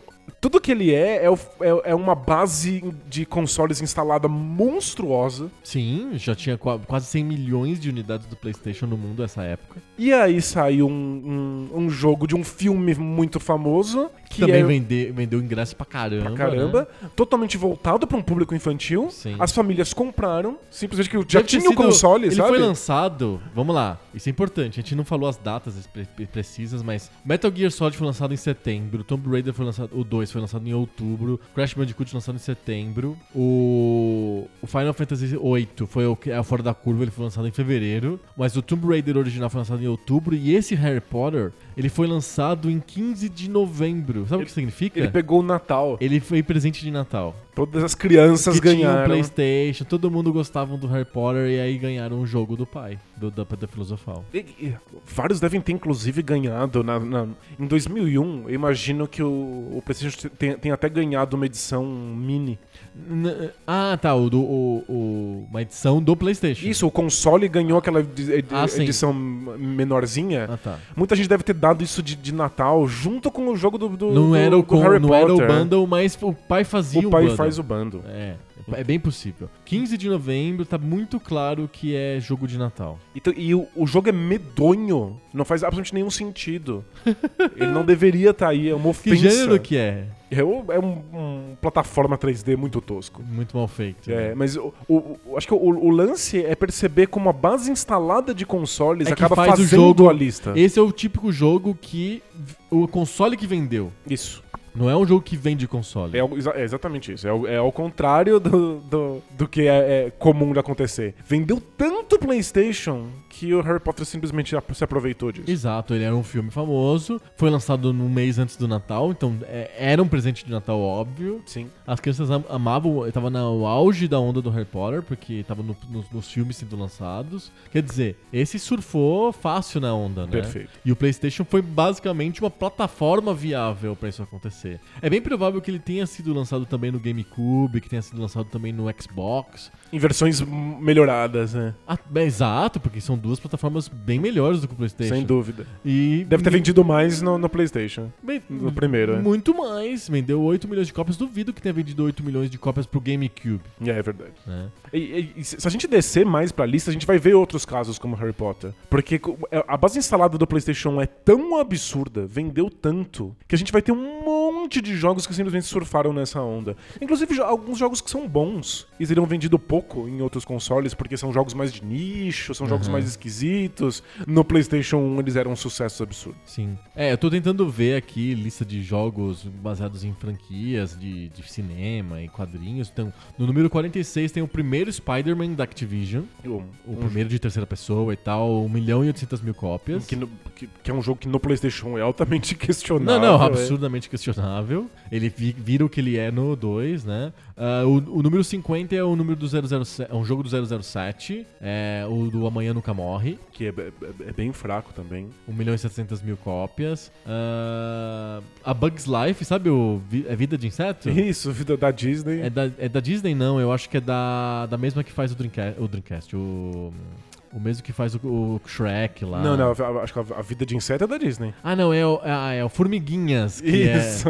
Speaker 2: tudo que ele é é, o- é- é uma base de consoles instalada monstruosa.
Speaker 1: Sim, já tinha qua- quase 100 milhões de unidades do PlayStation no mundo nessa época.
Speaker 2: E aí saiu um, um, um jogo de um filme muito famoso. Que
Speaker 1: Também
Speaker 2: é
Speaker 1: vende- vendeu ingresso pra caramba.
Speaker 2: pra
Speaker 1: né?
Speaker 2: caramba. Totalmente voltado pra um público infantil.
Speaker 1: Sim.
Speaker 2: As famílias compraram. Simplesmente que já
Speaker 1: Deve ter
Speaker 2: tinha o
Speaker 1: sido-
Speaker 2: console,
Speaker 1: ele
Speaker 2: sabe?
Speaker 1: foi lançado, vamos lá, isso é importante, a gente não falou as datas pre- pre- precisas, mas Metal Gear Solid foi lançado em setembro, Tomb Raider foi lançado, o 2 foi lançado em outubro, Crash Bandicoot foi lançado em setembro, o, o Final Fantasy VIII foi o que é o fora da curva, ele foi lançado em fevereiro, mas o Tomb Raider original foi lançado em outubro e esse Harry Potter, ele foi lançado em 15 de novembro. Sabe o que significa?
Speaker 2: Ele pegou o Natal.
Speaker 1: é. Ele foi presente de Natal
Speaker 2: Todas as crianças
Speaker 1: que tinha um o
Speaker 2: ganharam.
Speaker 1: Playstation, todo mundo gostava um do Harry Potter e aí ganharam o jogo do pai, do, da Pedra Filosofal.
Speaker 2: E- e Vários devem ter, inclusive, ganhado. Na, na- em 2001, eu imagino que o, o PlayStation tem, tem até ganhado uma edição mini.
Speaker 1: N- ah, tá, o, do, o, o- uma edição do Playstation.
Speaker 2: Isso, o console ganhou aquela edi- edi-
Speaker 1: Ah, sim.
Speaker 2: edição menorzinha.
Speaker 1: Ah, tá.
Speaker 2: Muita gente deve ter dado isso de, de Natal junto com o jogo do, do,
Speaker 1: Não
Speaker 2: do-
Speaker 1: era o,
Speaker 2: do
Speaker 1: com,
Speaker 2: Harry
Speaker 1: não
Speaker 2: Potter.
Speaker 1: era o bundle, mas o pai fazia
Speaker 2: O pai
Speaker 1: bundle.
Speaker 2: faz o bando.
Speaker 1: É, é bem possível. 15 de novembro, tá muito claro que é jogo de Natal.
Speaker 2: Então, e o, o jogo é medonho. Não faz absolutamente
Speaker 1: *laughs*
Speaker 2: nenhum sentido. Ele não deveria estar aí, é uma
Speaker 1: Que
Speaker 2: ofensa.
Speaker 1: gênero que é?
Speaker 2: É, um, é um- um plataforma 3D muito tosco.
Speaker 1: Muito mal feito. né?
Speaker 2: É, mas o, o- o- acho que o, o lance é perceber como a base instalada de consoles
Speaker 1: É que
Speaker 2: acaba
Speaker 1: faz o
Speaker 2: fazendo
Speaker 1: jogo-
Speaker 2: a lista.
Speaker 1: Esse é o típico jogo que v- o console que vendeu.
Speaker 2: Isso.
Speaker 1: Não é um jogo que vende console.
Speaker 2: É, algo- exa- é exatamente isso. É, ao- é ao contrário do, do, do que é, é comum de acontecer. Vendeu tanto PlayStation que o Harry Potter simplesmente ap- se aproveitou disso.
Speaker 1: Exato, ele era um filme famoso, foi lançado num mês antes do Natal, então é, era um presente de Natal óbvio.
Speaker 2: Sim.
Speaker 1: As crianças am- amavam, tava no auge da onda do Harry Potter, porque tava no- nos- nos filmes sendo lançados. Quer dizer, esse surfou fácil na onda, né?
Speaker 2: Perfeito.
Speaker 1: E o PlayStation foi basicamente uma plataforma viável pra isso acontecer. É bem provável que ele tenha sido lançado também no GameCube, que tenha sido lançado também no Xbox.
Speaker 2: Em versões m- melhoradas, né?
Speaker 1: Ah, é exato, porque são duas plataformas bem melhores do que o PlayStation.
Speaker 2: Sem dúvida.
Speaker 1: E
Speaker 2: Deve ter vendido mais no, no PlayStation.
Speaker 1: bem-
Speaker 2: No primeiro, é.
Speaker 1: Muito mais. Vendeu 8 milhões de cópias. Duvido que tenha vendido 8 milhões de cópias pro GameCube.
Speaker 2: É, é verdade.
Speaker 1: Né?
Speaker 2: E- e- e se se a gente descer mais pra lista, a gente vai ver outros casos como Harry Potter. Porque co- é- a base instalada do PlayStation é tão absurda, vendeu tanto, que a gente vai ter um monte de jogos que simplesmente surfaram nessa onda. Inclusive, jo- alguns jogos que são bons e seriam vendido pouco em outros consoles, porque são jogos mais de nicho, são
Speaker 1: Uhum.
Speaker 2: jogos mais esquisitos. No PlayStation 1 eles eram um sucesso absurdo.
Speaker 1: Sim. É, eu tô tentando ver aqui lista de jogos baseados em franquias de, de cinema e quadrinhos. Então, no número 46 tem o primeiro Spider-Man da Activision.
Speaker 2: Eu amo.
Speaker 1: O primeiro de terceira pessoa e tal. 1 milhão e 800 mil cópias.
Speaker 2: Que, no- que- que é um jogo que no PlayStation é altamente *laughs*
Speaker 1: Não,
Speaker 2: questionável.
Speaker 1: não,
Speaker 2: é.
Speaker 1: absurdamente questionável. Ele vi- vira o que ele é no 2, né? Ah, o, o número 50 é o número do 007, é um jogo do 007, é o do Amanhã Nunca Morre,
Speaker 2: Que é, é- é bem fraco também.
Speaker 1: 1 milhão e 700 mil cópias. Ah, a Bugs Life, sabe o vi- é Vida de Inseto?
Speaker 2: Isso, vida da Disney.
Speaker 1: É da, é da Disney, não, eu acho que é da, da mesma que faz o Dreamcast, o, Dreamcast, o, o mesmo que faz o, o Shrek lá.
Speaker 2: Não, não, a- a- acho que a, a vida de inseto é da Disney.
Speaker 1: Ah, não, é o, ah, é o Formiguinhas. que é- *laughs*
Speaker 2: Isso.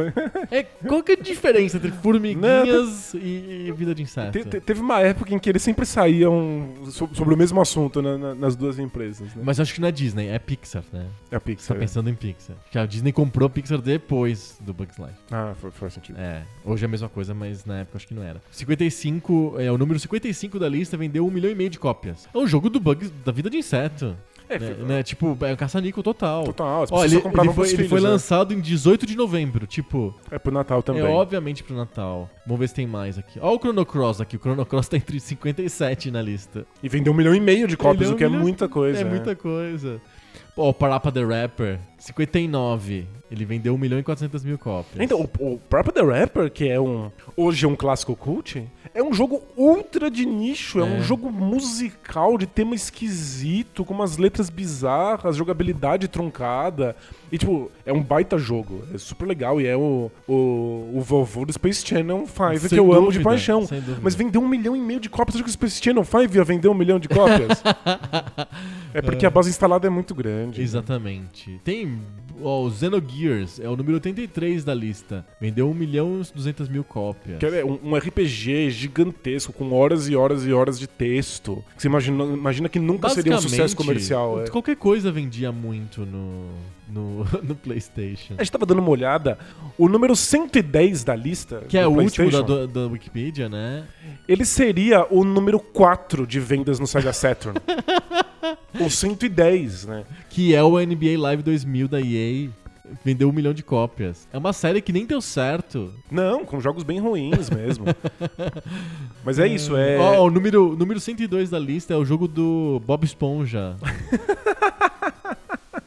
Speaker 1: É, qual que é a diferença entre formiguinhas e, e vida de inseto?
Speaker 2: Te- te- teve uma época em que eles sempre saíam so- sobre o mesmo assunto na- na- nas duas empresas, né?
Speaker 1: Mas eu acho que não é Disney, é Pixar, né?
Speaker 2: É
Speaker 1: Você
Speaker 2: a
Speaker 1: tá
Speaker 2: Pixar. é.
Speaker 1: pensando em Pixar. Porque a Disney comprou a Pixar depois do Bugs Life.
Speaker 2: Ah, fa- faz sentido.
Speaker 1: É, hoje é a mesma coisa, mas na época eu acho que não era. 55, é, o número 55 da lista vendeu um milhão e meio de cópias. É um jogo do Bugs, da vida de inseto.
Speaker 2: É,
Speaker 1: né?
Speaker 2: foi-
Speaker 1: Né? Tipo, é um caça-níquel total.
Speaker 2: Total, as
Speaker 1: Ó,
Speaker 2: pessoas
Speaker 1: ele,
Speaker 2: só compravam
Speaker 1: ele foi,
Speaker 2: pros
Speaker 1: ele foi
Speaker 2: filhos, né?
Speaker 1: lançado em 18 de novembro. Tipo,
Speaker 2: É pro Natal também.
Speaker 1: É obviamente pro Natal. Vamos ver se tem mais aqui. Ó o Chrono Cross aqui. O Chrono Cross tá entre 57 na lista.
Speaker 2: E vendeu um milhão e meio de cópias,
Speaker 1: Milhão,
Speaker 2: o que é
Speaker 1: milhão.
Speaker 2: muita coisa.
Speaker 1: é muita coisa. Ó, o Parappa the Rapper, 59. Ele vendeu 1 milhão e 400 mil cópias.
Speaker 2: Então, o, o próprio The Rapper, que é um. Hoje é um clássico cult, é um jogo ultra de nicho, é,
Speaker 1: É.
Speaker 2: um jogo musical de tema esquisito, com umas letras bizarras, jogabilidade truncada. E, tipo, é um baita jogo. É super legal e é o, o, o vovô do Space Channel 5, que
Speaker 1: Sem
Speaker 2: eu amo
Speaker 1: dúvida,
Speaker 2: de paixão.
Speaker 1: sem dúvida.
Speaker 2: Mas vendeu um milhão e meio de cópias. Acho que o Space Channel 5 ia vender um milhão
Speaker 1: *laughs*
Speaker 2: de cópias. é porque a base instalada é muito grande.
Speaker 1: Exatamente. Tem ó, o Xenogears, é o número 83 da lista. Vendeu 1 milhão e 200 mil cópias.
Speaker 2: Que é um, um RPG gigantesco, com horas e horas e horas de texto. Que você imagina, imagina que nunca seria um sucesso
Speaker 1: Basicamente,
Speaker 2: comercial. É.
Speaker 1: Qualquer coisa vendia muito no, no, *laughs* no PlayStation.
Speaker 2: A gente tava dando uma olhada, o número 110 da lista.
Speaker 1: Que é
Speaker 2: do
Speaker 1: o último da,
Speaker 2: PlayStation,
Speaker 1: da da Wikipedia, né?
Speaker 2: Ele seria o número 4 de vendas no
Speaker 1: *laughs*
Speaker 2: Sega Saturn. o 110, né?
Speaker 1: que é o NBA Live 2000 da EA. Vendeu um milhão de cópias. É uma série que nem deu certo.
Speaker 2: Não, com jogos bem ruins mesmo. Mas é isso,
Speaker 1: *laughs*
Speaker 2: é.
Speaker 1: Ó, o número, número 102 da lista é o jogo do Bob Esponja.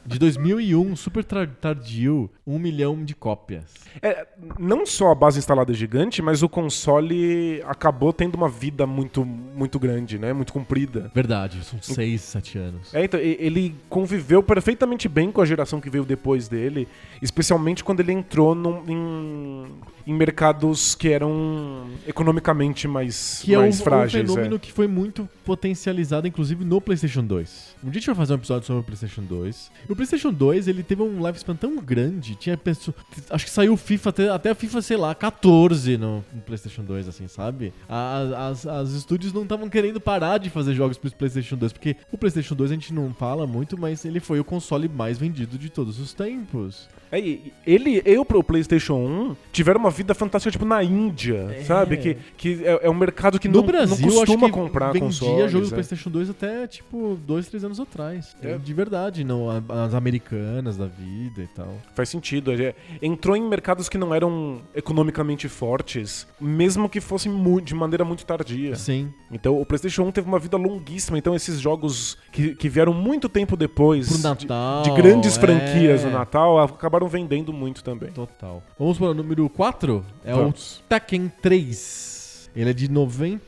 Speaker 1: De 2001, super tra- tardio, um milhão de cópias.
Speaker 2: É, não só a base instalada é gigante, mas o console acabou tendo uma vida muito, muito grande, né? Muito comprida.
Speaker 1: Verdade, são 6, 7 anos.
Speaker 2: É, então, e- ele conviveu perfeitamente bem com a geração que veio depois dele, especialmente quando ele entrou num- em, em mercados que eram economicamente mais,
Speaker 1: Que é um,
Speaker 2: mais
Speaker 1: um
Speaker 2: frágeis.
Speaker 1: fenômeno que foi muito potencializado, inclusive, no PlayStation 2. Um dia a gente vai fazer um episódio sobre o PlayStation 2. E o PlayStation 2, ele teve um lifespan tão grande, tinha pessoa, acho que saiu o FIFA, até, até a FIFA, sei lá, 14 no, no PlayStation 2, assim, sabe? A- As, as estúdios não estavam querendo parar de fazer jogos pro PlayStation 2, porque o PlayStation 2 a gente não fala muito, mas ele foi o console mais vendido de todos os tempos.
Speaker 2: É, e- ele eu pro PlayStation 1 tiveram uma vida fantástica, tipo, na Índia, sabe? Que, que é, é um mercado que
Speaker 1: É. no
Speaker 2: não,
Speaker 1: Brasil,
Speaker 2: não
Speaker 1: acho
Speaker 2: costuma
Speaker 1: que
Speaker 2: comprar
Speaker 1: vendia
Speaker 2: consoles.
Speaker 1: jogo do
Speaker 2: é.
Speaker 1: PlayStation 2 até tipo 2, 3 anos atrás.
Speaker 2: É.
Speaker 1: De verdade, não a- as americanas da vida e tal.
Speaker 2: Faz sentido. ele é- entrou em mercados que não eram economicamente fortes, mesmo que fossem mu- de maneira muito tardia.
Speaker 1: Sim.
Speaker 2: Então o PlayStation 1 teve uma vida longuíssima. Então esses jogos que, que vieram muito tempo depois
Speaker 1: Pro
Speaker 2: de-
Speaker 1: Natal,
Speaker 2: de, grandes
Speaker 1: é.
Speaker 2: franquias no Natal acabaram vendendo muito também. Então,
Speaker 1: Total. Vamos para o número 4, é
Speaker 2: Vamos.
Speaker 1: o Tekken 3. Ele é de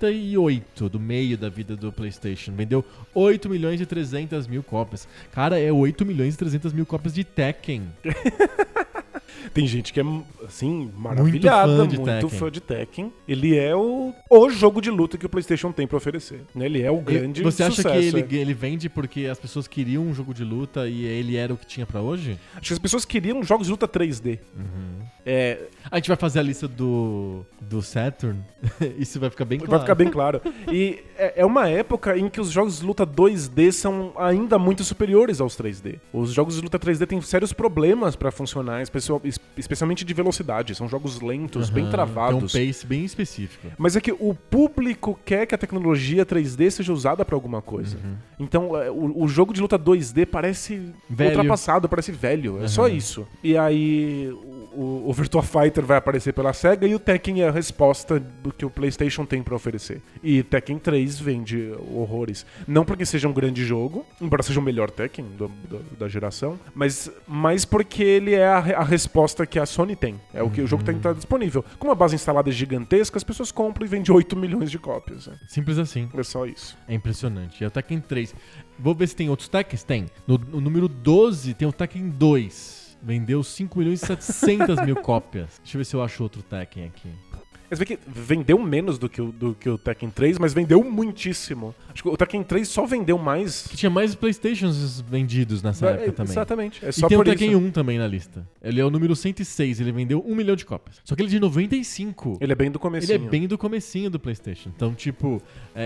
Speaker 1: 98, do meio da vida do PlayStation. Vendeu 8 milhões e 300 mil cópias. Cara, é 8 milhões e 300 mil cópias de Tekken.
Speaker 2: Tem gente que é, assim, maravilhada,
Speaker 1: fã
Speaker 2: muito,
Speaker 1: de
Speaker 2: fã, de
Speaker 1: Tekken.
Speaker 2: Tekken. Ele é o, o jogo de luta que o PlayStation tem pra oferecer. né? Ele é o grande
Speaker 1: Você acha
Speaker 2: sucesso.
Speaker 1: que ele,
Speaker 2: é.
Speaker 1: ele vende porque as pessoas queriam um jogo de luta e ele era o que tinha pra hoje?
Speaker 2: é. Acho que as pessoas queriam jogos de luta 3D.
Speaker 1: Uhum.
Speaker 2: É,
Speaker 1: A gente vai fazer a lista do, do Saturn. *laughs* Isso vai ficar bem claro.
Speaker 2: Vai ficar bem claro. E é é uma época em que os jogos de luta 2D são ainda muito superiores aos 3D. Os jogos de luta 3D têm sérios problemas pra funcionar, especial- es- especialmente de velocidade. São jogos lentos, bem
Speaker 1: Aham,
Speaker 2: travados.
Speaker 1: Ah, Tem um pace bem específico.
Speaker 2: Mas é que o público quer que a tecnologia 3D seja usada pra alguma coisa.
Speaker 1: Uhum.
Speaker 2: Então, é, o, o jogo de luta 2D parece
Speaker 1: Velho.
Speaker 2: ultrapassado, parece velho. É só isso. E aí, o, o Virtua Fighter vai aparecer pela SEGA e o Tekken é a resposta do que o PlayStation tem pra oferecer. E Tekken 3 vende horrores. Não porque seja um grande jogo, embora seja o melhor Tekken do- do- da geração, mas, mas porque ele é a, re- a resposta que a Sony tem. É o que o jogo tem que estar disponível. Com uma base instalada gigantesca, as pessoas compram e vendem 8 milhões de cópias. né?
Speaker 1: Simples assim.
Speaker 2: É só isso.
Speaker 1: É impressionante. E é o Tekken 3. Vou ver se tem outros Tekkens? Tem. No, no número 12 tem o Tekken 2. Vendeu 5 milhões e 700
Speaker 2: *laughs*
Speaker 1: mil cópias. Deixa eu ver se eu acho outro Tekken aqui.
Speaker 2: Mas vê que vendeu menos do que, o, do que o Tekken 3, mas vendeu muitíssimo. Acho que o Tekken 3 só vendeu mais.
Speaker 1: Que tinha mais Playstations vendidos nessa
Speaker 2: É,
Speaker 1: época também.
Speaker 2: Exatamente. É
Speaker 1: E
Speaker 2: só
Speaker 1: tem o
Speaker 2: por
Speaker 1: Tekken
Speaker 2: isso.
Speaker 1: 1 também na lista. Ele é o número 106, ele vendeu 1 milhão de cópias. Só que ele é de 95.
Speaker 2: Ele é bem do
Speaker 1: Ele
Speaker 2: comecinho.
Speaker 1: é bem do comecinho do PlayStation. Então, tipo,
Speaker 2: *laughs*
Speaker 1: *laughs*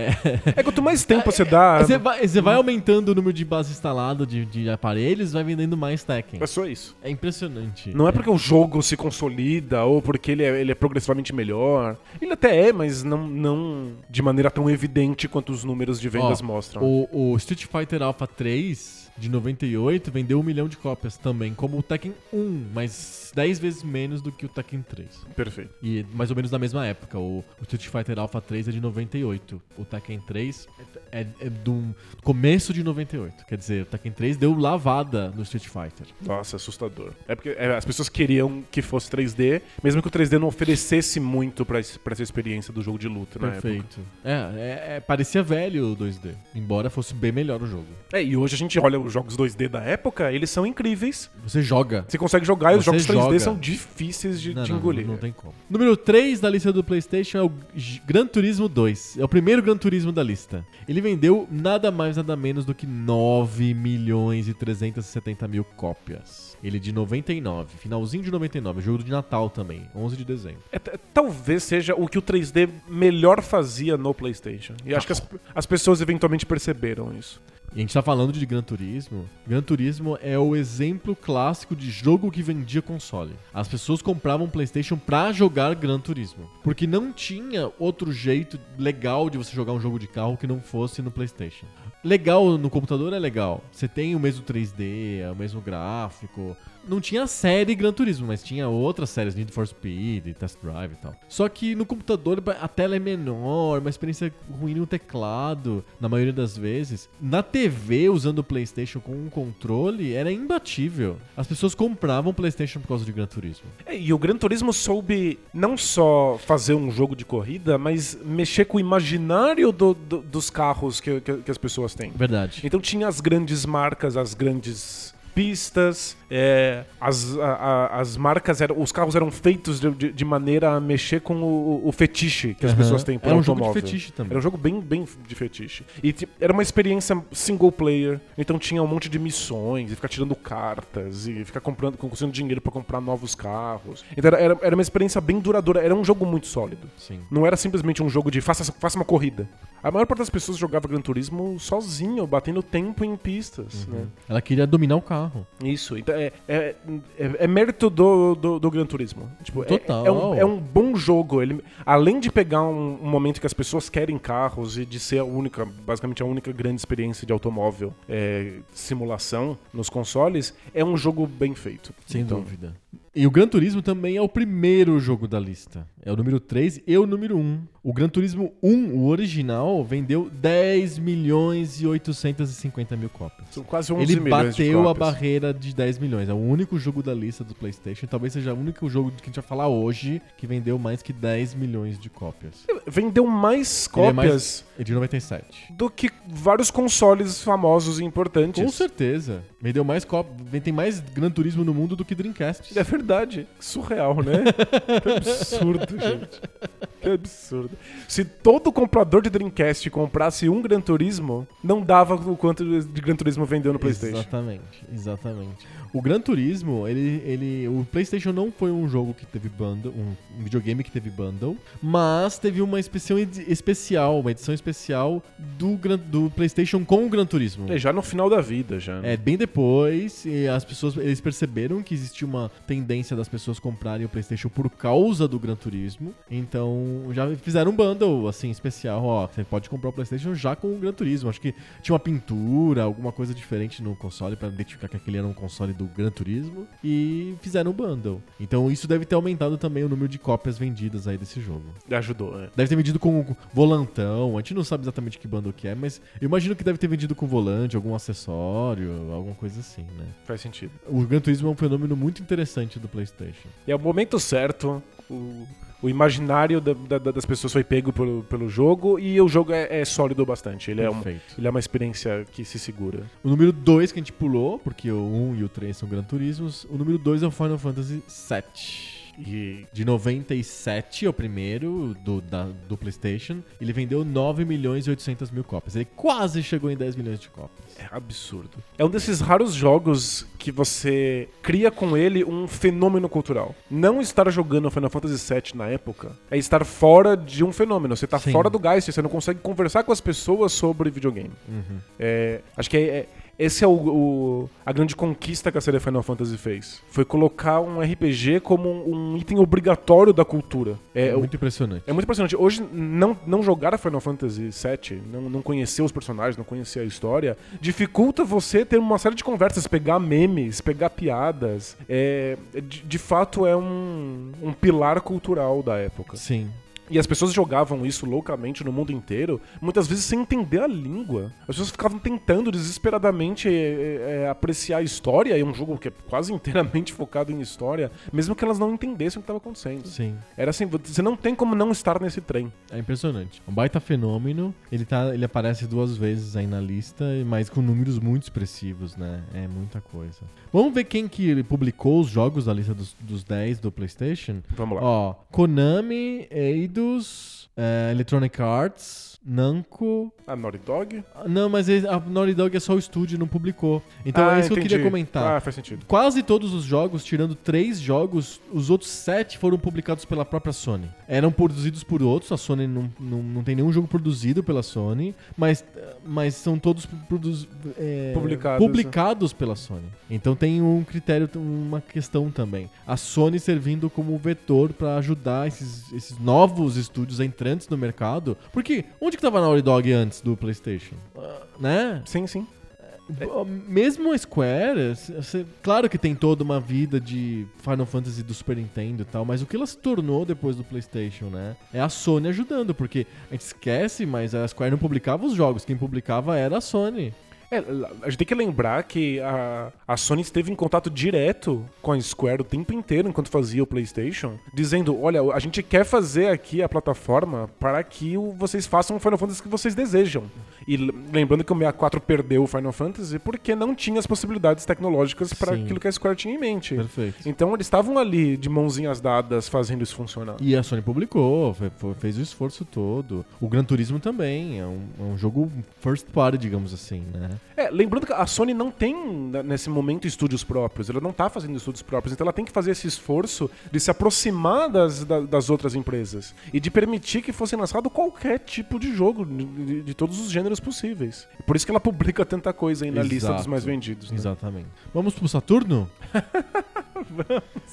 Speaker 2: É quanto mais tempo você dá.
Speaker 1: você vai, você
Speaker 2: Hum.
Speaker 1: vai aumentando o número de base instalada de, de aparelhos, vai vendendo mais Tekken.
Speaker 2: É só isso.
Speaker 1: É impressionante.
Speaker 2: Não é porque o jogo se consolida ou porque ele é, ele é progressivamente melhor. Ele até é, mas não, não de maneira tão evidente quanto os números de vendas
Speaker 1: Ó,
Speaker 2: mostram.
Speaker 1: O, o Street Fighter Alpha 3 de 98 vendeu 1 milhão de cópias também, como o Tekken 1, mas 10 vezes menos do que o Tekken 3.
Speaker 2: Perfeito.
Speaker 1: E mais ou menos na mesma época. O, o Street Fighter Alpha 3 é de 98. O Tekken 3 é, é, é do começo de 98. Quer dizer, o Tekken 3 deu lavada no Street Fighter.
Speaker 2: Nossa, assustador. É porque é, as pessoas queriam que fosse 3D, mesmo que o 3D não oferecesse muito pra, esse- pra essa experiência do jogo de luta na época.
Speaker 1: Perfeito. É, é- é, parecia velho o 2D. Embora fosse bem melhor o jogo.
Speaker 2: É, e hoje a gente olha os jogos 2D da época, eles são incríveis.
Speaker 1: Você joga.
Speaker 2: Você consegue jogar e os
Speaker 1: Você
Speaker 2: jogos 3D
Speaker 1: joga.
Speaker 2: são difíceis de,
Speaker 1: Não,
Speaker 2: de
Speaker 1: não,
Speaker 2: engolir.
Speaker 1: não tem como. Número 3 da lista do PlayStation é o G- Gran Turismo 2. É o primeiro Gran Turismo da lista. Ele vendeu nada mais, nada menos do que 9 milhões e 370 mil cópias. Ele é de 99, finalzinho de 99, jogo de Natal também, 11 de dezembro.
Speaker 2: É, t- talvez seja o que o 3D melhor fazia no PlayStation. E acho que as, as pessoas eventualmente perceberam isso.
Speaker 1: E a gente tá falando de Gran Turismo. Gran Turismo é o exemplo clássico de jogo que vendia console. As pessoas compravam PlayStation pra jogar Gran Turismo, porque não tinha outro jeito legal de você jogar um jogo de carro que não fosse no PlayStation. Legal no computador é legal. Você tem o mesmo 3D, é o mesmo gráfico. Não tinha a série Gran Turismo, mas tinha outras séries, Need for Speed, Test Drive e tal. Só que no computador a tela é menor, uma experiência ruim no teclado, na maioria das vezes. Na TV, usando o PlayStation com um controle, era imbatível. As pessoas compravam o PlayStation por causa de Gran Turismo.
Speaker 2: É, E o Gran Turismo soube não só fazer um jogo de corrida, mas mexer com o imaginário do- do- dos carros que- que- que as pessoas têm.
Speaker 1: É Verdade.
Speaker 2: Então tinha as grandes marcas, as grandes pistas, é, as, a- a- as marcas eram, os carros eram feitos de, de- de maneira a mexer com o, o fetiche que as
Speaker 1: Aham.
Speaker 2: pessoas têm por
Speaker 1: Era um jogo de
Speaker 2: automóvel.
Speaker 1: fetiche também.
Speaker 2: Era um jogo bem, bem de fetiche. E ti- era uma experiência single player, então tinha um monte de missões, e ficar tirando cartas, e ficar comprando, conseguindo dinheiro pra comprar novos carros. Então era, era, era uma experiência bem duradoura, era um jogo muito sólido.
Speaker 1: Sim.
Speaker 2: Não era simplesmente um jogo de faça, faça uma corrida. A maior parte das pessoas jogava Gran Turismo sozinho, batendo tempo em pistas. Né?
Speaker 1: Ela queria dominar o carro.
Speaker 2: Isso. Então é, é, é- é mérito do, do, do Gran Turismo. Tipo, é-
Speaker 1: Total.
Speaker 2: É, um, é um bom jogo. Ele, além de pegar um, um momento que as pessoas querem carros e de ser a única, basicamente a única grande experiência de automóvel é, simulação nos consoles, é um jogo bem feito.
Speaker 1: Sem
Speaker 2: Então,
Speaker 1: dúvida. E o Gran Turismo também é o primeiro jogo da lista. É o número 3 e o número 1. O Gran Turismo 1, o original, vendeu 10 milhões e 850 mil cópias.
Speaker 2: São quase 11
Speaker 1: Ele
Speaker 2: milhões de
Speaker 1: bateu a
Speaker 2: cópias.
Speaker 1: barreira de 10 milhões. É o único jogo da lista do PlayStation. Talvez seja o único jogo que a gente vai falar hoje que vendeu mais que 10 milhões de cópias.
Speaker 2: Vendeu mais
Speaker 1: Ele é
Speaker 2: cópias
Speaker 1: mais- Ele de 97.
Speaker 2: do que vários consoles famosos e importantes.
Speaker 1: Com certeza. Vendeu mais cópias. Tem mais Gran Turismo no mundo do que
Speaker 2: *laughs*
Speaker 1: Dreamcast.
Speaker 2: É verdade. Surreal,
Speaker 1: *laughs*
Speaker 2: né? que absurdo, gente. Que absurdo. Se todo comprador de Dreamcast comprasse um Gran Turismo, não dava o quanto de Gran Turismo vendeu no PlayStation.
Speaker 1: Exatamente, exatamente. O Gran Turismo, ele, ele, o PlayStation não foi um jogo que teve bundle, um um videogame que teve bundle, mas teve uma especial, especial, uma edição especial do, Gran- do PlayStation com o Gran Turismo.
Speaker 2: É, já no final da vida, já. né?
Speaker 1: É, bem depois, e as pessoas, eles perceberam que existia uma tendência das pessoas comprarem o PlayStation por causa do Gran Turismo. Então, já fizeram um bundle assim especial, ó, você pode comprar o PlayStation já com o Gran Turismo. Acho que tinha uma pintura, alguma coisa diferente no console pra identificar que aquele era um console do Gran Turismo e fizeram um bundle. Então, isso deve ter aumentado também o número de cópias vendidas aí desse jogo.
Speaker 2: Ajudou, né?
Speaker 1: Deve ter vendido com volantão. A gente não sabe exatamente que bando que é, mas eu imagino que deve ter vendido com volante, algum acessório, alguma coisa assim, né?
Speaker 2: Faz sentido.
Speaker 1: O Gran Turismo é um fenômeno muito interessante do PlayStation.
Speaker 2: E é o momento certo, o, o imaginário da- da- da- das pessoas foi pego pelo, pelo jogo e o jogo é, é sólido bastante. Ele é, um,
Speaker 1: Perfeito.
Speaker 2: ele é uma experiência que se segura.
Speaker 1: O número 2 que a gente pulou, porque o 1 um e o 3 são Gran Turismos, o número 2 é o Final Fantasy VII.
Speaker 2: E
Speaker 1: De 97, é o primeiro do, da- do PlayStation, ele vendeu 9 milhões e 800 mil cópias. Ele quase chegou em 10 milhões de cópias.
Speaker 2: É absurdo. É um desses raros jogos que você cria com ele um fenômeno cultural. Não estar jogando Final Fantasy VII na época é estar fora de um fenômeno. Você tá
Speaker 1: Sim.
Speaker 2: fora do gás, você não consegue conversar com as pessoas sobre videogame.
Speaker 1: Uhum.
Speaker 2: É, acho que é, é- esse é o, o- a grande conquista que a série Final Fantasy fez. Foi colocar um RPG como um, um item obrigatório da cultura.
Speaker 1: É,
Speaker 2: É, o-
Speaker 1: muito impressionante.
Speaker 2: é muito impressionante. Hoje, não, não jogar Final Fantasy VII, não, não conhecer os personagens, não conhecer a história, dificulta você ter uma série de conversas, pegar memes, pegar piadas. É, de, de fato, é um, um pilar cultural da época.
Speaker 1: Sim.
Speaker 2: E as pessoas jogavam isso loucamente no mundo inteiro, muitas vezes sem entender a língua. As pessoas ficavam tentando desesperadamente é, é, é, apreciar a história, e é um jogo que é quase *laughs* inteiramente focado em história, mesmo que elas não entendessem o que estava acontecendo.
Speaker 1: Sim.
Speaker 2: Era assim, você não tem como não estar nesse trem.
Speaker 1: É impressionante. Um baita fenômeno. Ele, tá, ele aparece duas vezes aí na lista, mas com números muito expressivos, né? É muita coisa. Vamos ver quem que ele publicou os jogos da lista dos, dos 10 do PlayStation?
Speaker 2: Vamos lá.
Speaker 1: Ó, Konami, Eidos, eh, Electronic Arts, Namco...
Speaker 2: A Naughty Dog.
Speaker 1: Ah, Não, mas ele- a Naughty Dog é só o estúdio, não publicou. Então é isso que eu queria comentar.
Speaker 2: Ah, faz sentido.
Speaker 1: Quase todos os jogos, tirando três jogos, os outros sete foram publicados pela própria Sony. Eram produzidos por outros, a Sony não, não, não tem nenhum jogo produzido pela Sony, mas, mas são todos produz, é,
Speaker 2: Publicados,
Speaker 1: publicados pela Sony. Então tem um critério, uma questão também. A Sony servindo como vetor para ajudar esses, esses novos estúdios entrantes no mercado. Porque onde que tava a Naughty Dog antes do PlayStation? Ah, Né?
Speaker 2: Sim, sim.
Speaker 1: Pô, Mesmo a Square, c- c- claro que tem toda uma vida de Final Fantasy do Super Nintendo e tal, mas o que ela se tornou depois do PlayStation, né? É a Sony ajudando, porque a gente esquece, mas a Square não publicava os jogos, quem publicava era a Sony.
Speaker 2: É, a gente tem que lembrar que a, a Sony esteve em contato direto com a Square o tempo inteiro enquanto fazia o PlayStation, dizendo: olha, a gente quer fazer aqui a plataforma para que o- vocês façam o Final Fantasy que vocês desejam. E l- lembrando que o 64 perdeu o Final Fantasy porque não tinha as possibilidades tecnológicas para
Speaker 1: Sim.
Speaker 2: aquilo que a Square tinha em mente.
Speaker 1: Perfeito.
Speaker 2: Então eles estavam ali de mãozinhas dadas fazendo isso funcionar.
Speaker 1: E a Sony publicou, fe- fo- fez o esforço todo. O Gran Turismo também, é um, é um jogo first party, digamos assim, né?
Speaker 2: É, lembrando que a Sony não tem, n- nesse momento, estúdios próprios. Ela não tá fazendo estúdios próprios. Então ela tem que fazer esse esforço de se aproximar das, da- das outras empresas. E de permitir que fosse lançado qualquer tipo de jogo, de, de- de todos os gêneros possíveis. Por isso que ela publica tanta coisa aí na lista dos
Speaker 1: Exato.
Speaker 2: mais vendidos. Né?
Speaker 1: Exatamente. Vamos pro Saturno?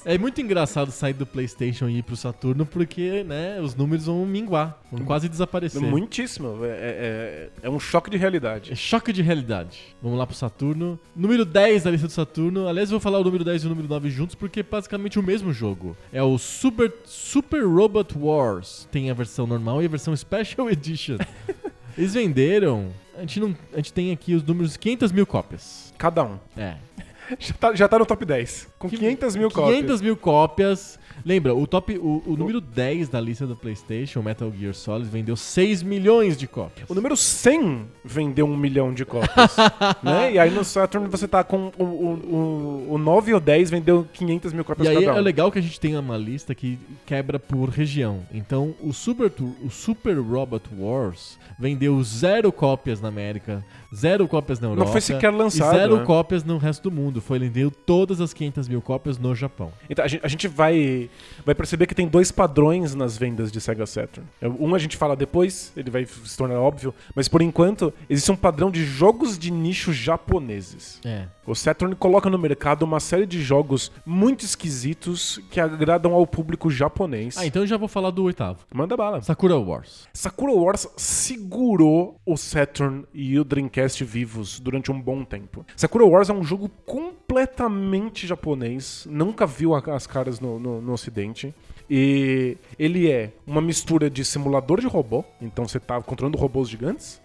Speaker 1: É muito engraçado sair do PlayStation e ir pro Saturno, porque, né, os números vão minguar, vão quase desaparecer.
Speaker 2: Muitíssimo. É, é- é um choque de
Speaker 1: É
Speaker 2: realidade.
Speaker 1: choque de realidade. Vamos lá pro Saturno. Número 10 da lista do Saturno. Aliás, eu vou falar o número 10 e o número 9 juntos porque é basicamente o mesmo jogo. É o Super, Super Robot Wars. Tem a versão normal e a versão Special *laughs* Edition. Eles venderam. A gente, não, a gente tem aqui os números 500 mil cópias.
Speaker 2: Cada um.
Speaker 1: É.
Speaker 2: *laughs* Já tá, já tá no top 10. Com 500 mil cópias.
Speaker 1: 500 mil cópias. Lembra, o top, o, o número 10 da lista do PlayStation, Metal Gear Solid, vendeu 6 milhões de cópias.
Speaker 2: O número 100 vendeu um milhão de
Speaker 1: *laughs*
Speaker 2: cópias. né? E aí no Saturn você tá com o, o, o, o 9 ou 10 vendeu 500 mil
Speaker 1: E
Speaker 2: cópias
Speaker 1: aí
Speaker 2: cada um.
Speaker 1: é legal que a gente tem uma lista que quebra por região. Então, o Super, Tu- o Super Robot Wars vendeu zero cópias na América, zero cópias na Europa.
Speaker 2: foi sequer lançado,
Speaker 1: E zero
Speaker 2: né?
Speaker 1: cópias no resto do mundo. Foi, ele vendeu todas as 500 mil cópias no Japão.
Speaker 2: Então a gente, a gente vai, vai perceber que tem dois padrões nas vendas de Sega Saturn. É, Um a gente fala depois, ele vai se tornar óbvio, mas por enquanto existe um padrão de jogos de nicho japoneses.
Speaker 1: É.
Speaker 2: O Saturn coloca no mercado uma série de jogos muito esquisitos que agradam ao público japonês.
Speaker 1: Ah, então eu já vou falar do oitavo.
Speaker 2: Manda bala.
Speaker 1: Sakura Wars.
Speaker 2: Sakura Wars segurou o Saturn e o Dreamcast vivos durante um bom tempo. Sakura Wars é um jogo completamente japonês, nunca viu a- as caras no, no- no ocidente. E ele é uma mistura de simulador de robô, então você tá controlando robôs gigantes,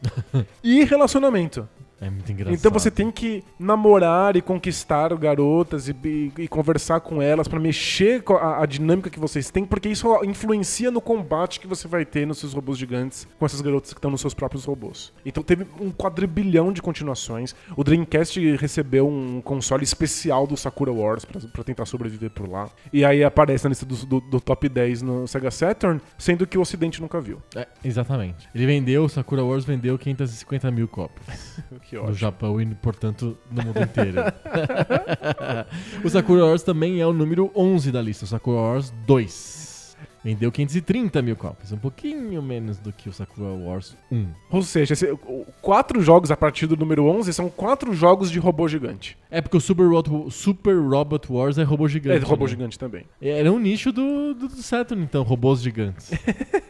Speaker 2: e relacionamento.
Speaker 1: É muito engraçado.
Speaker 2: Então você tem que namorar e conquistar garotas e, e- e conversar com elas pra mexer com a, a dinâmica que vocês têm, porque isso influencia no combate que você vai ter nos seus robôs gigantes com essas garotas que estão nos seus próprios robôs. Então teve um quadrilhão de continuações. O Dreamcast recebeu um console especial do Sakura Wars pra pra tentar sobreviver por lá. E aí aparece na lista do, do- do top 10 no Sega Saturn, sendo que o Ocidente nunca viu.
Speaker 1: É, exatamente. Ele vendeu, Sakura Wars vendeu 550 mil cópias.
Speaker 2: Que
Speaker 1: no Japão e, portanto, no mundo inteiro. *laughs* o Sakura Wars também é o número 11 da lista, o Sakura Wars 2. Vendeu 530 mil cópias, um pouquinho menos do que o Sakura um. Wars 1.
Speaker 2: Ou seja, esse- o- quatro jogos a partir do número 11 são quatro jogos de robô gigante.
Speaker 1: É porque o Super, Robot- Super Robot Wars é robô gigante.
Speaker 2: é, robô
Speaker 1: né?
Speaker 2: gigante também.
Speaker 1: Era um nicho do, do do Saturn, então, robôs
Speaker 2: *laughs*
Speaker 1: gigantes.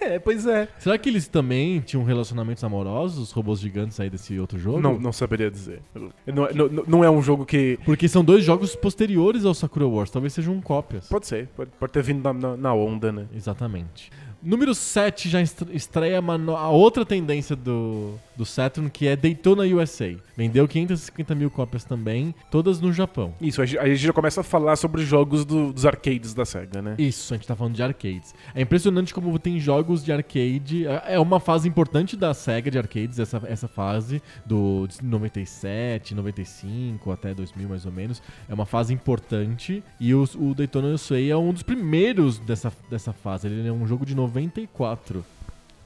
Speaker 2: É, pois é.
Speaker 1: Será que eles também tinham relacionamentos amorosos, os robôs gigantes aí desse outro jogo?
Speaker 2: Não, não saberia dizer. Não, é- não- não é um jogo que...
Speaker 1: Porque são dois jogos posteriores ao Sakura Wars, talvez sejam um cópias.
Speaker 2: Pode ser, pode, pode ter vindo na, na- na onda, né?
Speaker 1: Exatamente. Número 7 já estre- estreia uma no- a outra tendência do, do Saturn, que é Daytona USA. Vendeu 550 mil cópias também, todas no Japão.
Speaker 2: Isso, aí a gente já começa a falar sobre jogos do- dos arcades da SEGA, né?
Speaker 1: Isso, a gente tá falando de arcades. É impressionante como tem jogos de arcade. é- É uma fase importante da SEGA de arcades, essa, essa fase do de 97, 95 até 2000 mais ou menos. É uma fase importante. E os- o Daytona USA é um dos primeiros dessa, dessa fase. Ele é um jogo de 94.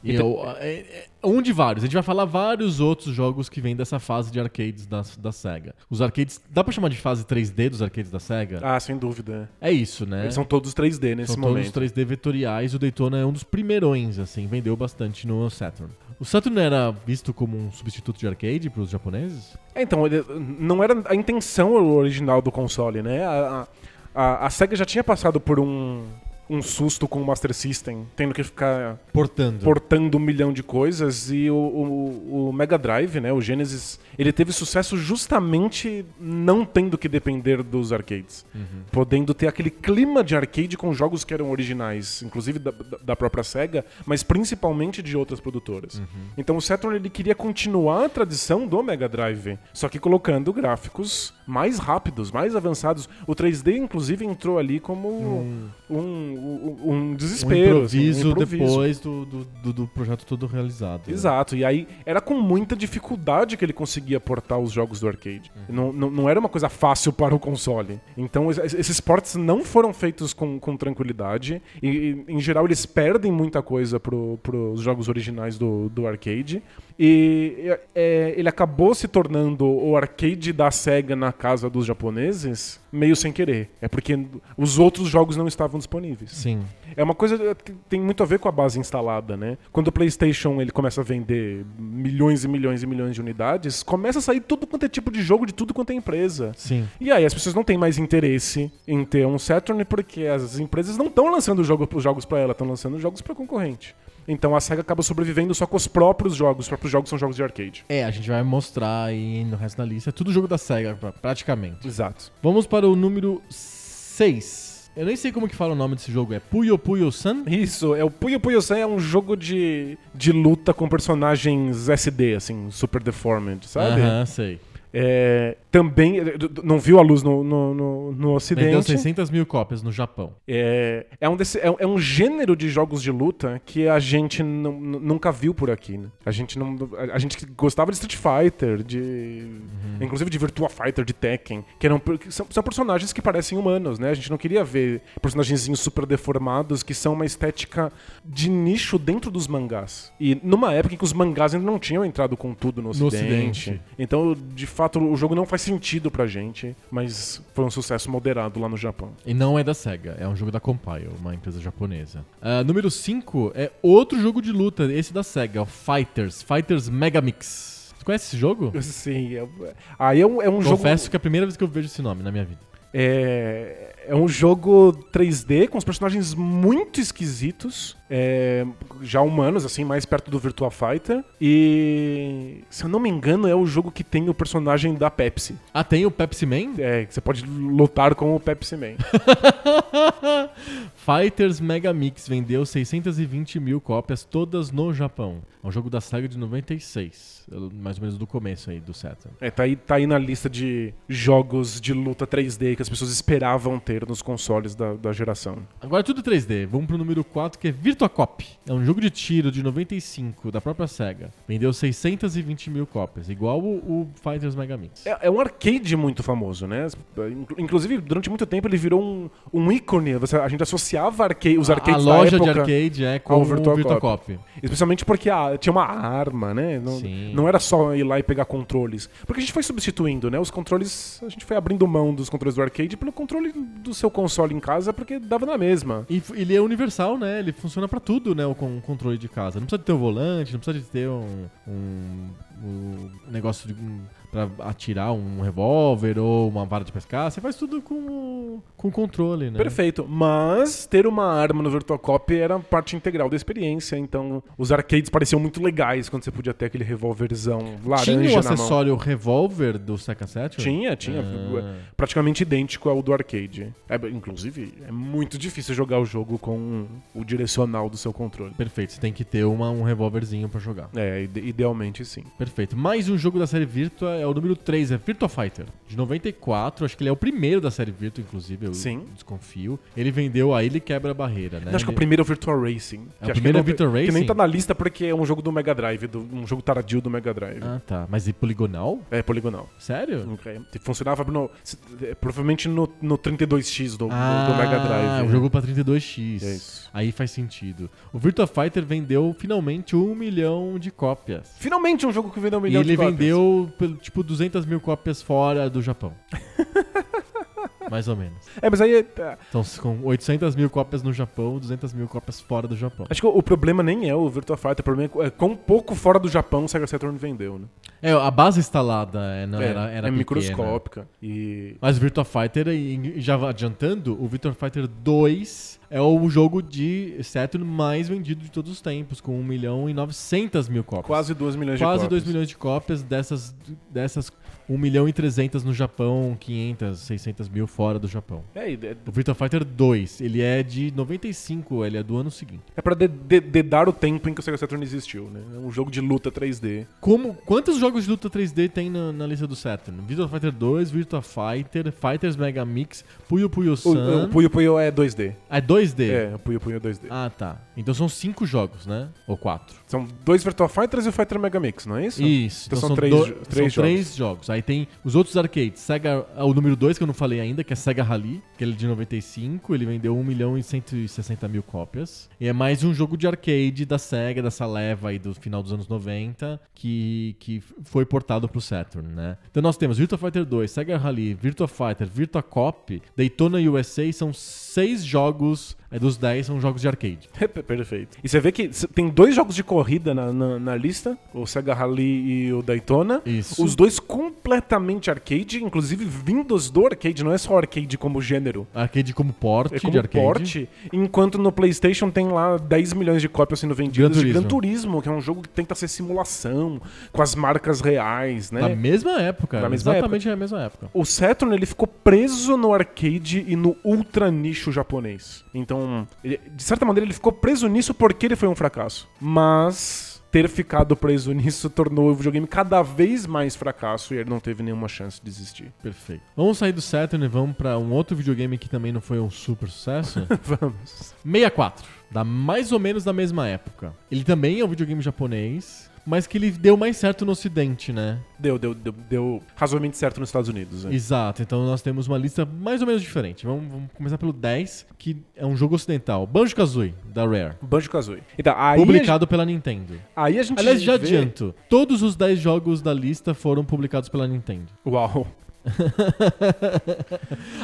Speaker 1: E
Speaker 2: Então-
Speaker 1: eu- é, é- é um de vários. A gente vai falar vários outros jogos que vêm dessa fase de arcades da, da SEGA. Os arcades. Dá pra chamar de fase 3D dos arcades da SEGA?
Speaker 2: Ah, sem dúvida.
Speaker 1: É isso, né?
Speaker 2: Eles são todos 3D nesse
Speaker 1: São
Speaker 2: momento.
Speaker 1: todos 3D vetoriais. O Daytona é um dos primeirões, assim, vendeu bastante no Saturn. O Saturn era visto como um substituto de arcade para os japoneses?
Speaker 2: É, então, ele- não era a intenção original do console, né? A, a- a- a SEGA já tinha passado por um, um susto com o Master System, tendo que ficar
Speaker 1: Portando.
Speaker 2: portando um milhão de coisas e o, o- o Mega Drive, né, o Genesis, ele teve sucesso justamente não tendo que depender dos arcades,
Speaker 1: Uhum.
Speaker 2: podendo ter aquele clima de arcade com jogos que eram originais, inclusive da, da- da própria Sega, mas principalmente de outras produtoras.
Speaker 1: Uhum.
Speaker 2: Então o Saturn ele queria continuar a tradição do Mega Drive, só que colocando gráficos mais rápidos, mais avançados. O 3D inclusive entrou ali como um, um, um
Speaker 1: Hum. um
Speaker 2: desespero, assim,
Speaker 1: improviso, depois do, do, do- do projeto todo realizado. né?
Speaker 2: Exato, e aí era com muita dificuldade que ele conseguia portar os jogos do arcade.
Speaker 1: Uhum.
Speaker 2: Não, não, não era uma coisa fácil para o console. Então es- es- esses ports não foram feitos com, com tranquilidade. E, e, em geral eles perdem muita coisa pro, pros jogos originais do, do arcade. E é, ele acabou se tornando o arcade da SEGA na casa dos japoneses meio sem querer. É porque os outros jogos não estavam disponíveis. deles.
Speaker 1: Sim.
Speaker 2: É uma coisa que tem muito a ver com a base instalada, né? Quando o PlayStation ele começa a vender milhões e milhões e milhões de unidades, começa a sair tudo quanto é tipo de jogo de tudo quanto é empresa.
Speaker 1: Sim.
Speaker 2: E aí as pessoas não têm mais interesse em ter um Saturn porque as empresas não estão lançando jogo, os jogos para ela, estão lançando jogos para concorrente. Então a SEGA acaba sobrevivendo só com os próprios jogos. Os próprios jogos são jogos de arcade.
Speaker 1: É, a gente vai mostrar aí no resto da lista. É tudo jogo da SEGA, pra- praticamente.
Speaker 2: Exato.
Speaker 1: Vamos para o número 6. Eu nem sei como que fala o nome desse jogo. É Puyo Puyo San?
Speaker 2: Isso, é o Puyo Puyo Sen é um jogo de, de luta com personagens SD, assim, super deformed, sabe?
Speaker 1: Aham, sei.
Speaker 2: É, também, d- d- não viu a luz no, no, no, no
Speaker 1: Vendeu
Speaker 2: ocidente.
Speaker 1: 600 mil cópias no Japão.
Speaker 2: É, é, um desse- é um- é um gênero de jogos de luta que a gente nu- nu- nunca viu por aqui, né? A gente, não, a, a gente que gostava de Street Fighter, de. Inclusive de Virtua Fighter, de Tekken, que eram. per- que são, são personagens que parecem humanos, né? A gente não queria ver personagenzinhos super deformados que são uma estética de nicho dentro dos mangás. E numa época em que os mangás ainda não tinham entrado com tudo no ocidente.
Speaker 1: Ocidente.
Speaker 2: Então, de fato, o jogo não faz sentido pra gente, mas foi um sucesso moderado lá no Japão.
Speaker 1: E não é da SEGA, é um jogo da Compile, uma empresa japonesa. Ah, número 5 é outro jogo de luta, esse da SEGA, o Fighters, Fighters Megamix. Você conhece esse jogo?
Speaker 2: Sim, é, aí é um, é um jogo.
Speaker 1: Confesso que é a primeira vez que eu vejo esse nome na minha vida.
Speaker 2: É, é um jogo 3D com os personagens muito esquisitos, é, já humanos, assim, mais perto do Virtua Fighter. E se eu não me engano, é o jogo que tem o personagem da Pepsi.
Speaker 1: Ah, tem o Pepsi Man?
Speaker 2: É, que você pode lutar com o Pepsi Man.
Speaker 1: *laughs* Fighters Mega Mix vendeu 620 mil cópias, todas no Japão. É um jogo da saga de 96, mais ou menos do começo aí do Saturn.
Speaker 2: É, tá aí, tá aí na lista de jogos de luta 3D que as pessoas esperavam ter nos consoles da, da geração.
Speaker 1: Agora tudo 3D, vamos pro número 4 que é Virtua Cop. É um jogo de tiro de 95 da própria SEGA. Vendeu 620 mil cópias, igual o, o Fighters Mega Mix.
Speaker 2: É, é um arcade muito famoso, né? Inclu- Inclusive, durante muito tempo ele virou um, um ícone. Você- a gente associava arca- os
Speaker 1: A-
Speaker 2: arcades
Speaker 1: Ah, a loja
Speaker 2: da época,
Speaker 1: de arcade é com
Speaker 2: ao
Speaker 1: o
Speaker 2: Virtua
Speaker 1: Virtua,
Speaker 2: Cop.
Speaker 1: Cop.
Speaker 2: Especialmente porque a- tinha uma arma, né? Não,
Speaker 1: Sim.
Speaker 2: não era só ir lá e pegar controles. Porque a gente foi substituindo, né? Os controles. A gente foi abrindo mão dos controles do arcade pelo controle do seu console em casa, porque dava na mesma.
Speaker 1: E f- ele é universal, né? Ele funciona pra tudo, né? O con- o controle de casa. Não precisa de ter um volante, não precisa de ter um, um, um negócio de, um, pra atirar um revólver ou uma vara de pescar. Você faz tudo com o- com o controle, né?
Speaker 2: Perfeito, mas ter uma arma no Virtua Cop era parte integral da experiência, então os arcades pareciam muito legais quando você podia ter aquele revólverzão laranja
Speaker 1: Tinha o
Speaker 2: na mão.
Speaker 1: acessório revólver do Sega Saturn?
Speaker 2: Tinha, tinha.
Speaker 1: Ah.
Speaker 2: Praticamente idêntico ao do arcade. É, b- inclusive, é muito difícil jogar o jogo com o direcional do seu controle.
Speaker 1: Perfeito, você tem que ter uma, um revólverzinho pra jogar.
Speaker 2: É, ide- idealmente sim.
Speaker 1: Perfeito. Mais um jogo da série Virtua é o número 3, é Virtua Fighter. De 94, acho que ele é o primeiro da série Virtua, inclusive, eu
Speaker 2: Sim.
Speaker 1: desconfio. Ele vendeu aí ele quebra a barreira, né?
Speaker 2: Acho que o
Speaker 1: Ele-
Speaker 2: primeiro é o Virtual
Speaker 1: É,
Speaker 2: Racing. que
Speaker 1: o
Speaker 2: acho que
Speaker 1: primeiro é
Speaker 2: não-
Speaker 1: Virtua
Speaker 2: Que nem
Speaker 1: Racing?
Speaker 2: tá na lista porque é um jogo do Mega Drive, do- um jogo tardio do Mega Drive.
Speaker 1: Ah, tá. Mas e poligonal?
Speaker 2: É poligonal.
Speaker 1: Sério?
Speaker 2: É, Funcionava no- se- é, provavelmente no, no 32X do, do- do Mega Drive. né?
Speaker 1: Ah, um jogo pra 32X.
Speaker 2: É isso.
Speaker 1: Aí faz sentido. O Virtua Fighter vendeu finalmente um milhão de cópias.
Speaker 2: Finalmente um jogo que vendeu um
Speaker 1: E
Speaker 2: milhão de
Speaker 1: ele
Speaker 2: cópias.
Speaker 1: vendeu, pelo, tipo, 200 mil cópias fora do
Speaker 2: *laughs*
Speaker 1: Japão. Mais ou menos.
Speaker 2: É, mas aí é,
Speaker 1: Então, com 800 mil cópias no Japão, 200 mil cópias fora do Japão.
Speaker 2: Acho que o problema nem é o Virtua Fighter, o problema é quão pouco fora do Japão o Sega Saturn vendeu, né?
Speaker 1: É, a base instalada é, não, era, era
Speaker 2: é
Speaker 1: pequena.
Speaker 2: microscópica. E.
Speaker 1: Mas o Virtua Fighter, e- e já adiantando, o Virtua Fighter 2 é o jogo de Saturn mais vendido de todos os tempos, com 1 milhão e 900 mil cópias.
Speaker 2: Quase 2 milhões
Speaker 1: Quase
Speaker 2: de cópias.
Speaker 1: 2 milhões de cópias, dessas, dessas 1 milhão e 300 no Japão, 500, 600 mil fora do Japão.
Speaker 2: É, e é,
Speaker 1: O Virtua Fighter 2, ele é de 95, ele é do ano seguinte.
Speaker 2: é pra de- de- dedar o tempo em que o Sega Saturn existiu, né? É um jogo de luta 3D.
Speaker 1: Como, quantos jogos de luta 3D tem na, na lista do Saturn? Virtua Fighter 2, Virtua Fighter, Fighters Mega Mix, Puyo Puyo
Speaker 2: O,
Speaker 1: Sun.
Speaker 2: o Puyo Puyo é 2D.
Speaker 1: Ah, É 2D?
Speaker 2: É, o Puyo Puyo é 2D.
Speaker 1: Ah, tá. Então são cinco jogos, né? Ou quatro.
Speaker 2: São dois Virtua Fighters e o Fighter Mega Mix, não é isso?
Speaker 1: Isso.
Speaker 2: Então, são, três,
Speaker 1: do-
Speaker 2: jo-
Speaker 1: são
Speaker 2: três jogos.
Speaker 1: três jogos. Aí tem os outros arcades. Sega, ah, o número 2 que eu não falei ainda, que é Sega Rally, que ele é de 95, ele vendeu 1 milhão e 160 mil cópias. E é mais um jogo de arcade da Sega, dessa leva aí do final dos anos 90, que, que foi portado pro Saturn, né? Então nós temos Virtua Fighter 2, Sega Rally, Virtua Fighter, Virtua Cop, Daytona USA, são seis jogos é, dos 10 são jogos de arcade.
Speaker 2: Perfeito. E você vê que c- tem dois jogos de corrida na, na- na lista, o Sega Rally e o Daytona.
Speaker 1: Isso.
Speaker 2: Os dois completamente arcade, inclusive vindos do arcade, não é só arcade como gênero.
Speaker 1: Arcade como porte
Speaker 2: É como
Speaker 1: de arcade.
Speaker 2: porte, enquanto no PlayStation tem lá 10 milhões de cópias sendo vendidas
Speaker 1: Gran
Speaker 2: de Gran
Speaker 1: Turismo.
Speaker 2: Turismo, que é um jogo que tenta ser simulação, com as marcas reais, né?
Speaker 1: Na mesma época.
Speaker 2: Na mesma
Speaker 1: exatamente na mesma época.
Speaker 2: O Saturn ele ficou preso no arcade e no ultra nicho japonês. Então, ele- de certa maneira, ele ficou preso nisso porque ele foi um fracasso. Mas ter ficado preso *laughs* nisso tornou o videogame cada vez mais fracasso e ele não teve nenhuma chance de existir.
Speaker 1: Perfeito. Vamos sair do Saturn e vamos pra um outro videogame que também não foi um super sucesso.
Speaker 2: *laughs* Vamos.
Speaker 1: 64, da mais ou menos da mesma época. Ele também é um videogame japonês, mas que ele deu mais certo no ocidente, né?
Speaker 2: Deu, deu, deu, deu razoavelmente certo nos Estados Unidos. né?
Speaker 1: Exato, então nós temos uma lista mais ou menos diferente. Vamos, vamos começar pelo 10, que é um jogo ocidental. Banjo-Kazooie, da Rare.
Speaker 2: Banjo-Kazooie. Então, aí a,
Speaker 1: publicado pela Nintendo.
Speaker 2: aí a gente
Speaker 1: Aliás, já
Speaker 2: vê-
Speaker 1: adianto, todos os 10 jogos da lista foram publicados pela Nintendo.
Speaker 2: Uau.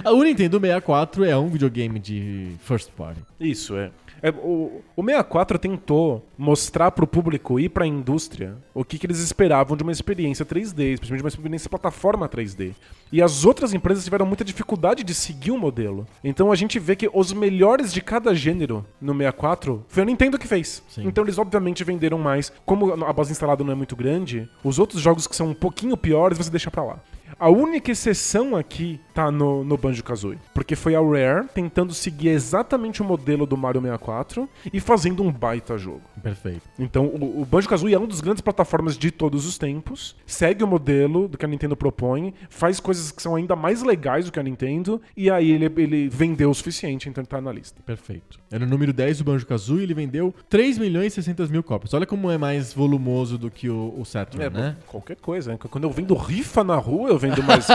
Speaker 1: Ah, O Nintendo 64 é um videogame de first party.
Speaker 2: Isso, é. É, o, o 64 tentou mostrar pro público e pra indústria o que, que eles esperavam de uma experiência 3D, especialmente de uma experiência plataforma 3D. E as outras empresas tiveram muita dificuldade de seguir o modelo. Então a gente vê que os melhores de cada gênero no 64 foi a Nintendo que fez.
Speaker 1: Sim.
Speaker 2: Então eles obviamente venderam mais. Como a base instalada não é muito grande, os outros jogos que são um pouquinho piores você deixa pra lá. A única exceção aqui tá no, no Banjo-Kazooie, porque foi a Rare tentando seguir exatamente o modelo do Mario 64 e fazendo um baita jogo.
Speaker 1: Perfeito.
Speaker 2: Então, o, o Banjo-Kazooie é um dos grandes plataformas de todos os tempos, segue o modelo do que a Nintendo propõe, faz coisas que são ainda mais legais do que a Nintendo, e aí ele, ele vendeu o suficiente, então ele tá na lista.
Speaker 1: Perfeito. Era o número 10 do Banjo-Kazooie e ele vendeu 3 milhões e 600 mil cópias. Olha como é mais volumoso do que o, o Saturn,
Speaker 2: É,
Speaker 1: né?
Speaker 2: qualquer coisa. né? Quando eu vendo rifa na rua, eu vendo mais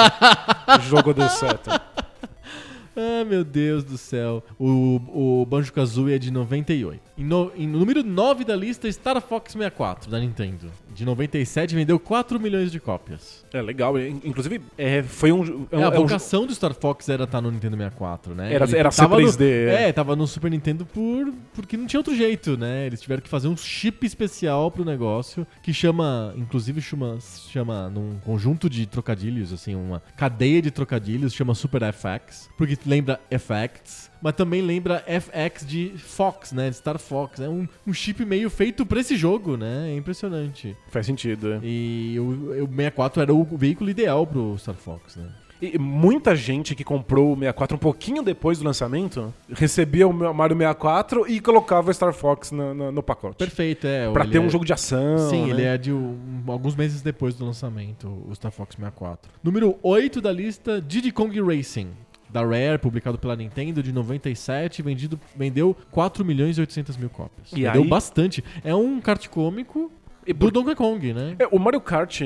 Speaker 2: *laughs* jogo do Saturn.
Speaker 1: Ah, meu Deus do céu. O, o Banjo-Kazooie é de 98. Em, no, em número 9 da lista, Star Fox 64, da Nintendo. De 97, vendeu 4 milhões de cópias.
Speaker 2: É legal. e- Inclusive, é, foi um. jo- É, um-
Speaker 1: É, a
Speaker 2: é um jo-
Speaker 1: vocação do Star Fox era estar no Nintendo 64, né?
Speaker 2: Era-
Speaker 1: Ele
Speaker 2: era ser
Speaker 1: tava no-
Speaker 2: 3D, é.
Speaker 1: é. tava no Super Nintendo por porque não tinha outro jeito, né? Eles tiveram que fazer um chip especial pro negócio que chama, inclusive chama, chama num conjunto de trocadilhos, assim, uma cadeia de trocadilhos, chama Super FX, porque lembra FX, mas também lembra FX de Fox, né? De Star Fox. É um, um chip meio feito pra esse jogo, né? É impressionante.
Speaker 2: Faz sentido. é.
Speaker 1: E o, o 64 era o veículo ideal pro Star Fox, né?
Speaker 2: E muita gente que comprou o 64 um pouquinho depois do lançamento recebia o meu- Mario 64 e colocava o Star Fox na- na- no pacote.
Speaker 1: Perfeito, é.
Speaker 2: Pra
Speaker 1: ele
Speaker 2: ter um
Speaker 1: é-
Speaker 2: jogo de ação.
Speaker 1: Sim,
Speaker 2: né?
Speaker 1: ele é de um- alguns meses depois do lançamento, o Star Fox 64. Número 8 da lista, Diddy Kong Racing, da Rare, publicado pela Nintendo de 97, vendido, vendeu 4 milhões e 800 mil cópias.
Speaker 2: E
Speaker 1: vendeu
Speaker 2: aí-
Speaker 1: bastante. É um kart cômico
Speaker 2: E
Speaker 1: do
Speaker 2: por-
Speaker 1: Donkey Kong, né?
Speaker 2: É, O Mario Kart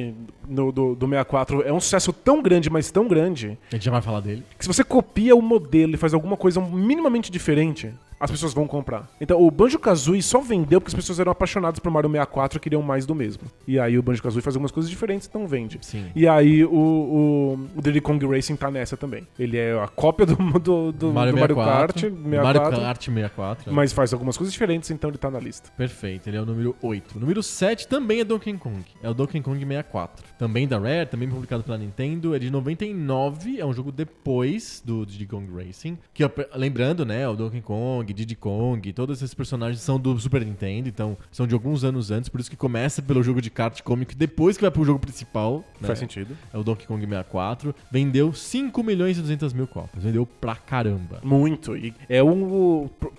Speaker 2: no- do, do 64 é um sucesso tão grande, mas tão grande,
Speaker 1: A gente já vai falar dele.
Speaker 2: que se você copia o modelo e faz alguma coisa minimamente diferente, as pessoas vão comprar. Então, o Banjo-Kazooie só vendeu porque as pessoas eram apaixonadas por Mario 64 e queriam mais do mesmo. E aí o Banjo-Kazooie faz algumas coisas diferentes, então vende.
Speaker 1: Sim.
Speaker 2: E aí o, o, o Diddy Kong Racing tá nessa também. Ele é a cópia do, do, do- do Mario Kart, 64,
Speaker 1: Mario Kart 64. é.
Speaker 2: mas faz algumas coisas diferentes, então ele tá na lista.
Speaker 1: Perfeito, ele é o número 8. O número 7 também é Donkey Kong. É o Donkey Kong 64. Também da Rare, também publicado pela Nintendo. É de 99, é um jogo depois do Diddy Kong Racing. Que, ó, pe- lembrando, né, o Donkey Kong, Diddy Kong, todos esses personagens são do Super Nintendo, então são de alguns anos antes. Por isso que começa pelo jogo de kart cômico e depois que vai pro jogo principal. né?
Speaker 2: Faz sentido.
Speaker 1: É o Donkey Kong 64. Vendeu 5 milhões e 200 mil cópias. Vendeu pra caramba.
Speaker 2: Muito. E é um. o- pro-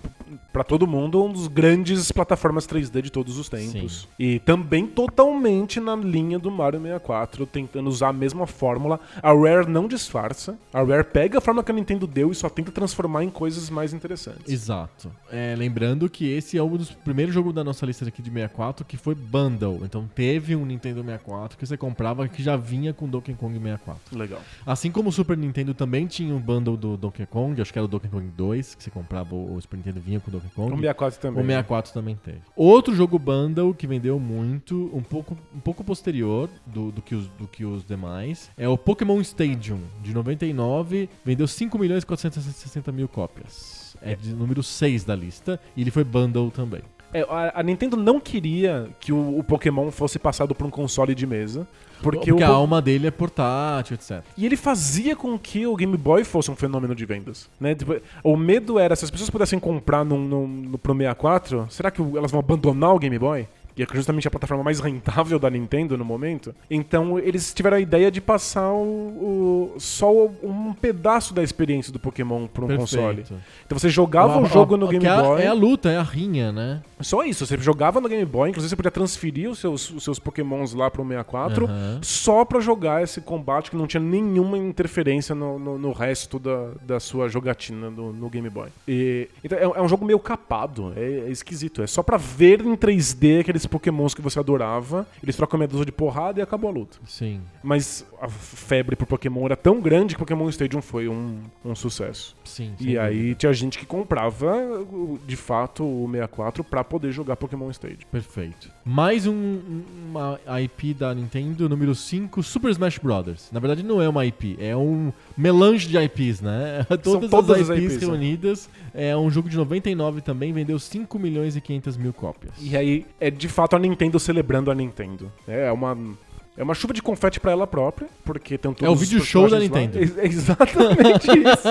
Speaker 2: Pra todo mundo, um dos grandes plataformas 3D de todos os tempos.
Speaker 1: Sim.
Speaker 2: E também totalmente na linha do Mario 64, tentando usar a mesma fórmula. A Rare não disfarça. A Rare pega a fórmula que a Nintendo deu e só tenta transformar em coisas mais interessantes.
Speaker 1: Exato. É, lembrando que esse é um dos primeiros jogos da nossa lista aqui de 64 que foi bundle. Então teve um Nintendo 64 que você comprava que já vinha com Donkey Kong 64.
Speaker 2: Legal.
Speaker 1: Assim como o Super Nintendo também tinha um bundle do Donkey Kong, acho que era o Donkey Kong 2, que você comprava o o Super Nintendo vinha com o Donkey Donkey Kong.
Speaker 2: O 64 também.
Speaker 1: O 64 também teve. Outro jogo bundle que vendeu muito, um pouco, um pouco posterior do, do que os, do que os demais, é o Pokémon Stadium, de 99, vendeu 5 milhões e 460 mil cópias. É de número 6 da lista, e ele foi bundle também.
Speaker 2: É, a, a Nintendo não queria que o, o Pokémon fosse passado pra um console de mesa. Porque,
Speaker 1: Porque,
Speaker 2: o,
Speaker 1: a
Speaker 2: Po-
Speaker 1: alma dele é portátil, etc.
Speaker 2: E ele fazia com que o Game Boy fosse um fenômeno de vendas. Né? Tipo, o medo era, se as pessoas pudessem comprar num, num, no, pro 64, será que o- elas vão abandonar o Game Boy? Que é justamente a plataforma mais rentável da Nintendo no momento. Então eles tiveram a ideia de passar o, o- só o- um pedaço da experiência do Pokémon para um
Speaker 1: Perfeito.
Speaker 2: console. Então você jogava o jogo no
Speaker 1: que
Speaker 2: Game
Speaker 1: é a-
Speaker 2: Boy.
Speaker 1: É a luta, é a rinha, né?
Speaker 2: Só isso, você jogava no Game Boy, inclusive você podia transferir os seus, os seus pokémons lá pro 64
Speaker 1: Aham.
Speaker 2: só pra jogar esse combate que não tinha nenhuma interferência no, no- no resto da, da sua jogatina no, no Game Boy. E- então, é, um- é um jogo meio capado, é, é esquisito. É só pra ver em 3D aqueles pokémons que você adorava, eles trocam meia dúzia de porrada e acabou a luta.
Speaker 1: Sim.
Speaker 2: Mas a febre por Pokémon era tão grande que Pokémon Stadium foi um, um sucesso.
Speaker 1: Sim. sem
Speaker 2: E
Speaker 1: dúvida.
Speaker 2: aí tinha gente que comprava, o- de fato, o 64 pra poder jogar Pokémon Stage.
Speaker 1: Perfeito. Mais um- um- uma IP da Nintendo, número 5, Super Smash Brothers. Na verdade, não é uma IP, é um melange de IPs, né? *laughs* Todas,
Speaker 2: todas
Speaker 1: as
Speaker 2: as
Speaker 1: IPs,
Speaker 2: IPs, né?
Speaker 1: reunidas. É um jogo de 99 também, vendeu 5 milhões e 500 mil cópias.
Speaker 2: E aí é de fato a Nintendo celebrando a Nintendo. É uma é uma chuva de confete pra ela própria, porque tem todos
Speaker 1: É o
Speaker 2: os
Speaker 1: vídeo show da
Speaker 2: personagens lá.
Speaker 1: Nintendo. *laughs*
Speaker 2: É exatamente isso.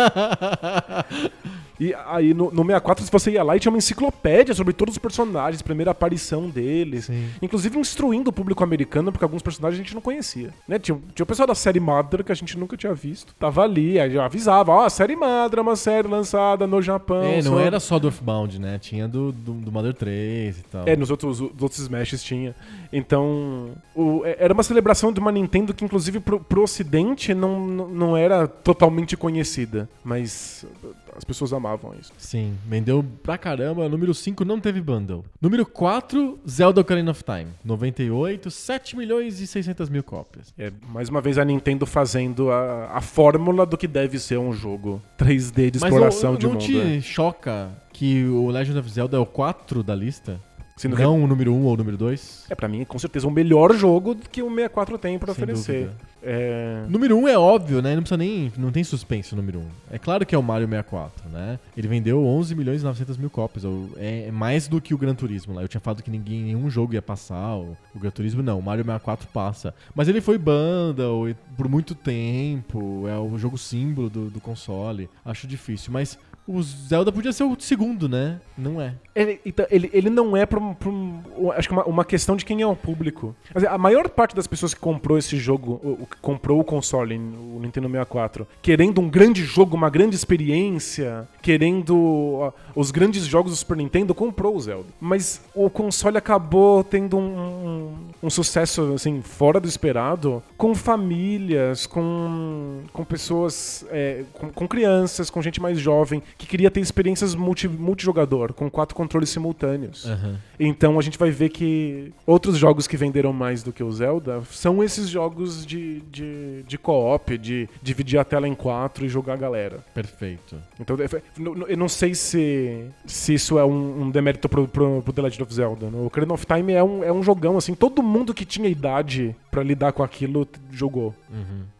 Speaker 2: E aí no, no 64 se você ia lá e tinha uma enciclopédia sobre todos os personagens, primeira aparição deles,
Speaker 1: Sim.
Speaker 2: inclusive instruindo o público americano porque alguns personagens a gente não conhecia, né? Tinha, tinha o pessoal da série Madra que a gente nunca tinha visto, tava ali, aí já avisava, ó, a série Madra é uma série lançada no Japão.
Speaker 1: É, não
Speaker 2: só-
Speaker 1: era só do Earthbound, né? Tinha do, do, do Mother 3 e tal.
Speaker 2: É, nos outros, os outros Smashes tinha. Então, o- é- era uma celebração de uma Nintendo que, inclusive, pro, pro ocidente não, não, não era totalmente conhecida. Mas uh, as pessoas amavam isso.
Speaker 1: Sim, vendeu pra caramba. Número 5 não teve bundle. Número 4, Zelda Ocarina of Time. 98, 7 milhões e 600 mil cópias.
Speaker 2: É, mais uma vez, a Nintendo fazendo a, a fórmula do que deve ser um jogo 3D de exploração
Speaker 1: não,
Speaker 2: de
Speaker 1: não
Speaker 2: mundo.
Speaker 1: te
Speaker 2: é.
Speaker 1: choca que o Legend of Zelda é o 4 da lista?
Speaker 2: Sendo que-
Speaker 1: não o número 1 ou o número 2?
Speaker 2: É, pra mim, com certeza, o melhor jogo que o 64 tem pra
Speaker 1: Sem
Speaker 2: oferecer.
Speaker 1: dúvida.
Speaker 2: É...
Speaker 1: Número 1 é óbvio, né? Não precisa nem... Não tem suspense o número 1. É claro que é o Mario 64, né? Ele vendeu 11 milhões e 900 mil cópias. ou- É é mais do que o Gran Turismo lá. Eu tinha falado que ninguém, nenhum jogo ia passar. O, o Gran Turismo não. O Mario 64 passa. Mas ele foi bundle e por muito tempo. É o jogo símbolo do, do console. Acho difícil. Mas o Zelda podia ser o segundo, né? Não é.
Speaker 2: Ele, então, ele, ele não é pra um. pra um- eu acho que uma, uma questão de quem é o público. Quer dizer, a maior parte das pessoas que comprou esse jogo, o, o que comprou o console, o Nintendo 64, querendo um grande jogo, uma grande experiência, querendo ó, os grandes jogos do Super Nintendo, comprou o Zelda. Mas o console acabou tendo um, um sucesso, assim, fora do esperado, com famílias, com, com pessoas, é, com, com crianças, com gente mais jovem, que queria ter experiências multi, multijogador, com quatro controles simultâneos.
Speaker 1: É.
Speaker 2: Então a gente vai ver que outros jogos que venderam mais do que o Zelda são esses jogos de, de, de co-op, de dividir a tela em quatro e jogar a galera.
Speaker 1: Perfeito.
Speaker 2: Então, é, foi- n- n- eu não sei se, se isso é um, um demérito pro, pro, pro The Legend of Zelda. né? O Ocarina of Time é um, é um jogão, assim, todo mundo que tinha idade pra lidar com aquilo t- jogou.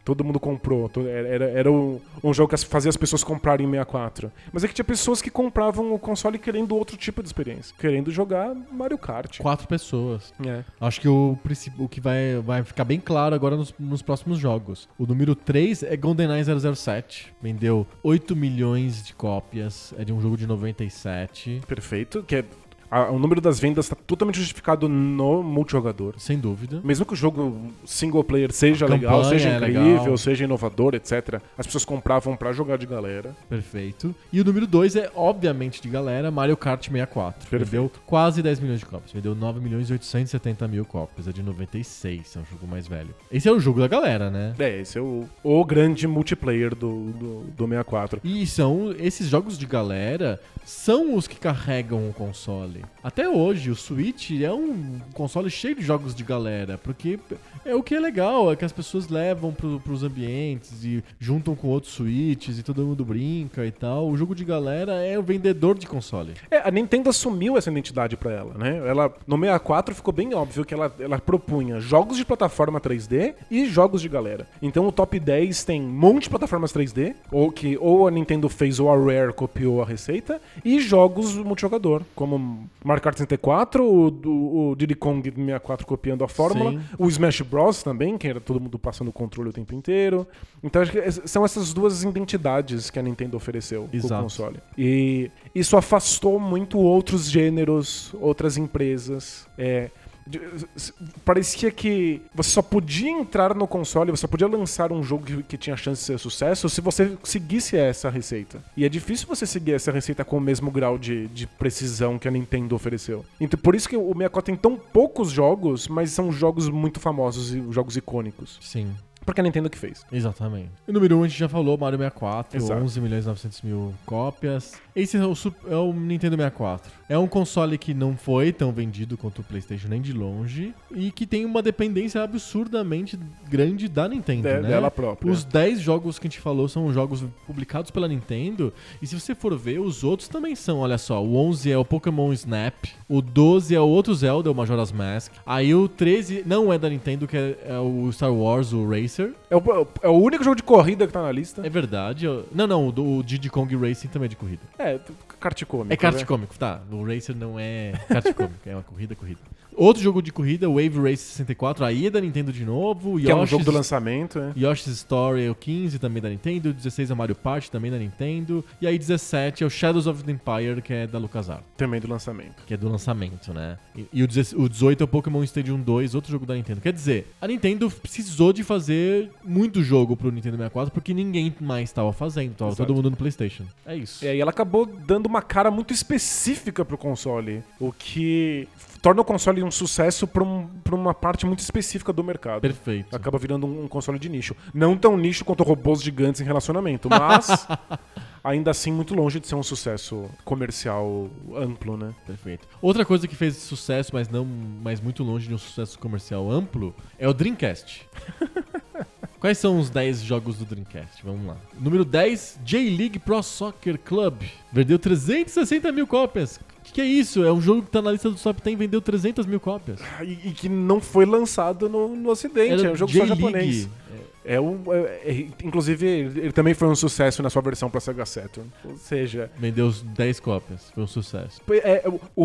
Speaker 2: Todo mundo comprou. to- era- Era, era um, um jogo que as- fazia as pessoas comprarem 64. Mas é que tinha pessoas que compravam o console querendo outro tipo de experiência. Querendo jogar Mario Kart.
Speaker 1: Tipo, Quatro pessoas.
Speaker 2: É.
Speaker 1: Acho que o, princi- o que vai, vai ficar bem claro agora nos, nos próximos jogos. O número 3 é GoldenEye 007. Vendeu 8 milhões de cópias. É de um jogo de 97.
Speaker 2: Perfeito. Que é, a- o número das vendas está totalmente justificado no multijogador.
Speaker 1: Sem dúvida.
Speaker 2: Mesmo que o jogo single player seja
Speaker 1: A
Speaker 2: legal,
Speaker 1: campanha
Speaker 2: seja
Speaker 1: é
Speaker 2: incrível,
Speaker 1: legal.
Speaker 2: seja inovador, etc., as pessoas compravam pra jogar de galera.
Speaker 1: Perfeito. E o número 2 é, obviamente, de galera, Mario Kart 64.
Speaker 2: Perfeito.
Speaker 1: Vendeu quase 10 milhões de cópias. Vendeu 9 milhões e 870 mil cópias. É de 96. É um jogo mais velho. Esse é o jogo da galera, né?
Speaker 2: É, esse é o, o grande multiplayer do, do, do 64.
Speaker 1: E são esses jogos de galera são os que carregam o console. console. Até hoje, o Switch é um console cheio de jogos de galera, porque é o que é legal, é que as pessoas levam pro, pros ambientes e juntam com outros Switches e todo mundo brinca e tal. O jogo de galera é o vendedor de console.
Speaker 2: É, a Nintendo assumiu essa identidade pra ela, né? Ela, no 64 ficou bem óbvio que ela, ela propunha jogos de plataforma 3D e jogos de galera. Então o top 10 tem um monte de plataformas 3D, ou que ou a Nintendo fez ou a Rare copiou a receita, e jogos multijogador, como Mario Kart 64, o, o, o Diddy Kong 64 copiando a fórmula,
Speaker 1: Sim.
Speaker 2: o Smash Bros também, que era todo mundo passando o controle o tempo inteiro. Então acho que es- são essas duas identidades que a Nintendo ofereceu com
Speaker 1: Exato.
Speaker 2: o console. E isso afastou muito outros gêneros, outras empresas. É, de- s- Parecia que você só podia entrar no console, você só podia lançar um jogo que, que tinha chance de ser sucesso se você seguisse essa receita. E é difícil você seguir essa receita com o mesmo grau de, de precisão que a Nintendo ofereceu. Então, por isso que o 64 tem tão poucos jogos, mas são jogos muito famosos e jogos icônicos.
Speaker 1: Sim.
Speaker 2: Porque é a Nintendo que fez.
Speaker 1: Exatamente. E número 1 um, a gente já falou, Mario 64,
Speaker 2: Exato.
Speaker 1: 11 milhões e 900 mil cópias. Esse é o, su- é o Nintendo 64. É um console que não foi tão vendido quanto o PlayStation nem de longe e que tem uma dependência absurdamente grande da Nintendo,
Speaker 2: De-
Speaker 1: né?
Speaker 2: dela própria.
Speaker 1: Os 10 jogos que a gente falou são jogos publicados pela Nintendo e se você for ver, os outros também são. Olha só, o 11 é o Pokémon Snap, o 12 é o outro Zelda, o Majora's Mask. Aí o 13 não é da Nintendo, que é- é o Star Wars, o Racer.
Speaker 2: É o, é o único jogo de corrida que tá na lista.
Speaker 1: É verdade. eu- Não, não, o, do, o Diddy Kong Racing também é de corrida.
Speaker 2: É, kart cômico.
Speaker 1: É kart
Speaker 2: né?
Speaker 1: cômico, tá. O Racer não é kart cômico, é uma corrida, corrida. Outro jogo de corrida, Wave Race 64, aí é da Nintendo de novo.
Speaker 2: Que é um
Speaker 1: Yoshi's-
Speaker 2: jogo do lançamento, né?
Speaker 1: Yoshi's Story é o 15 também da Nintendo, 16 é o Mario Party também da Nintendo, e aí 17 é o Shadows of the Empire, que é da LucasArts,
Speaker 2: Também do lançamento.
Speaker 1: que é do lançamento, né? E, e o 16 o 18 é o Pokémon Stadium 2, outro jogo da Nintendo. Quer dizer, a Nintendo precisou de fazer muito jogo pro Nintendo 64 porque ninguém mais tava fazendo, tava
Speaker 2: Exato.
Speaker 1: todo mundo no PlayStation. É isso.
Speaker 2: É, e ela acabou dando uma cara muito específica pro console, o que f- torna o console um sucesso pra, um- pra uma parte muito específica do mercado.
Speaker 1: Perfeito.
Speaker 2: Acaba virando um, um console de nicho. Não tão nicho quanto robôs gigantes em *laughs* relacionamento, mas ainda assim muito longe de ser um sucesso comercial amplo, né?
Speaker 1: Perfeito. Outra coisa que fez sucesso, mas não, mas muito longe de um sucesso comercial amplo, é o
Speaker 2: *laughs*
Speaker 1: Dreamcast. Quais são os 10 jogos do Dreamcast? Vamos lá. Número 10, J-League Pro Soccer Club. Vendeu 360 mil cópias. O que, que é isso? É um jogo que tá na lista do top 10 e vendeu 300 mil cópias.
Speaker 2: E, e que não foi lançado no, no ocidente, é um jogo só
Speaker 1: J-League.
Speaker 2: japonês. É um, é- é- inclusive, ele ele também foi um sucesso na sua versão pra Sega Saturn. Ou seja,
Speaker 1: Vendeu 10 cópias. Foi um sucesso.
Speaker 2: É, o,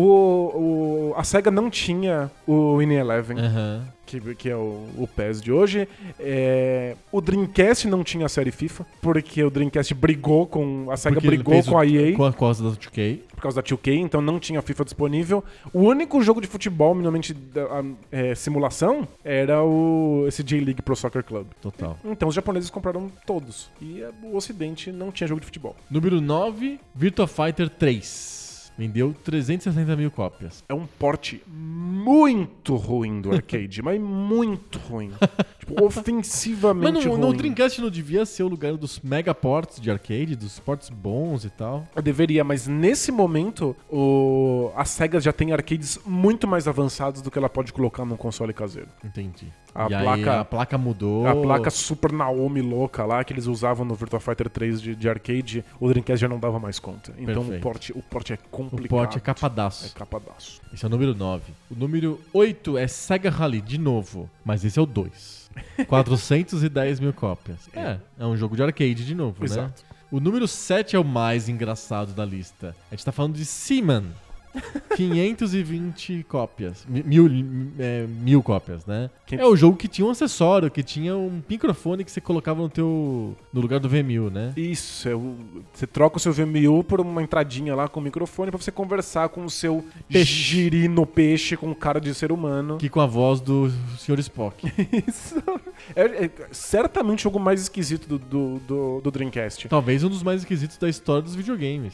Speaker 2: o- a SEGA não tinha o In Eleven,
Speaker 1: Aham.
Speaker 2: que, que é o, o PES de hoje. É, o Dreamcast não tinha a série FIFA, porque o Dreamcast brigou com. A SEGA
Speaker 1: Porque ele
Speaker 2: brigou
Speaker 1: fez o-
Speaker 2: com a EA
Speaker 1: Com a causa da 2K.
Speaker 2: por causa da 2K, então não tinha FIFA disponível. O único jogo de futebol, minimamente da- a- é, simulação, era o, esse J-League Pro Soccer Club.
Speaker 1: Total.
Speaker 2: Então os japoneses compraram todos. E é, o Ocidente não tinha jogo de futebol.
Speaker 1: Número 9, Virtua Fighter 3. Vendeu 360 mil cópias.
Speaker 2: é um porte muito ruim do arcade, mas muito
Speaker 1: *laughs*
Speaker 2: ruim. Tipo,
Speaker 1: Mas
Speaker 2: ofensivamente
Speaker 1: não,
Speaker 2: ruim.
Speaker 1: não, o Dreamcast não devia ser o lugar dos mega ports de arcade, dos ports bons e tal.
Speaker 2: Eu deveria, mas nesse momento o... a SEGA já tem arcades muito mais avançados do que ela pode colocar num console caseiro.
Speaker 1: Entendi.
Speaker 2: A
Speaker 1: e aí
Speaker 2: placa-
Speaker 1: a placa mudou.
Speaker 2: A placa é Super Naomi louca lá que eles usavam no Virtua Fighter 3 de, de arcade, o Dreamcast já não dava mais conta. Então o
Speaker 1: Perfeito.
Speaker 2: porte, o porte é complicado.
Speaker 1: O porte é
Speaker 2: É
Speaker 1: capadaço.
Speaker 2: capadaço.
Speaker 1: Esse é o número 9. O número 8 é Sega Rally, de novo. Mas esse é o 2. 410 mil cópias. É, é um jogo de arcade de novo,
Speaker 2: Exato.
Speaker 1: né? O número 7 é o mais engraçado da lista. A gente tá falando de Seaman. 520 cópias. Mi- Mil, mi- é, mil cópias, né?
Speaker 2: Quinhentos-
Speaker 1: É o jogo que tinha um acessório, que tinha um microfone que você colocava no teu. no lugar do V1000, né?
Speaker 2: Isso, é o- você troca o seu VMU por uma entradinha lá com o microfone pra você conversar com o seu
Speaker 1: Peixe.
Speaker 2: girino peixe com cara de ser humano.
Speaker 1: *laughs* Que com a voz do Sr. Spock.
Speaker 2: Isso. É, é certamente o jogo mais esquisito do, do, do, do Dreamcast.
Speaker 1: Talvez um dos mais esquisitos da história dos videogames.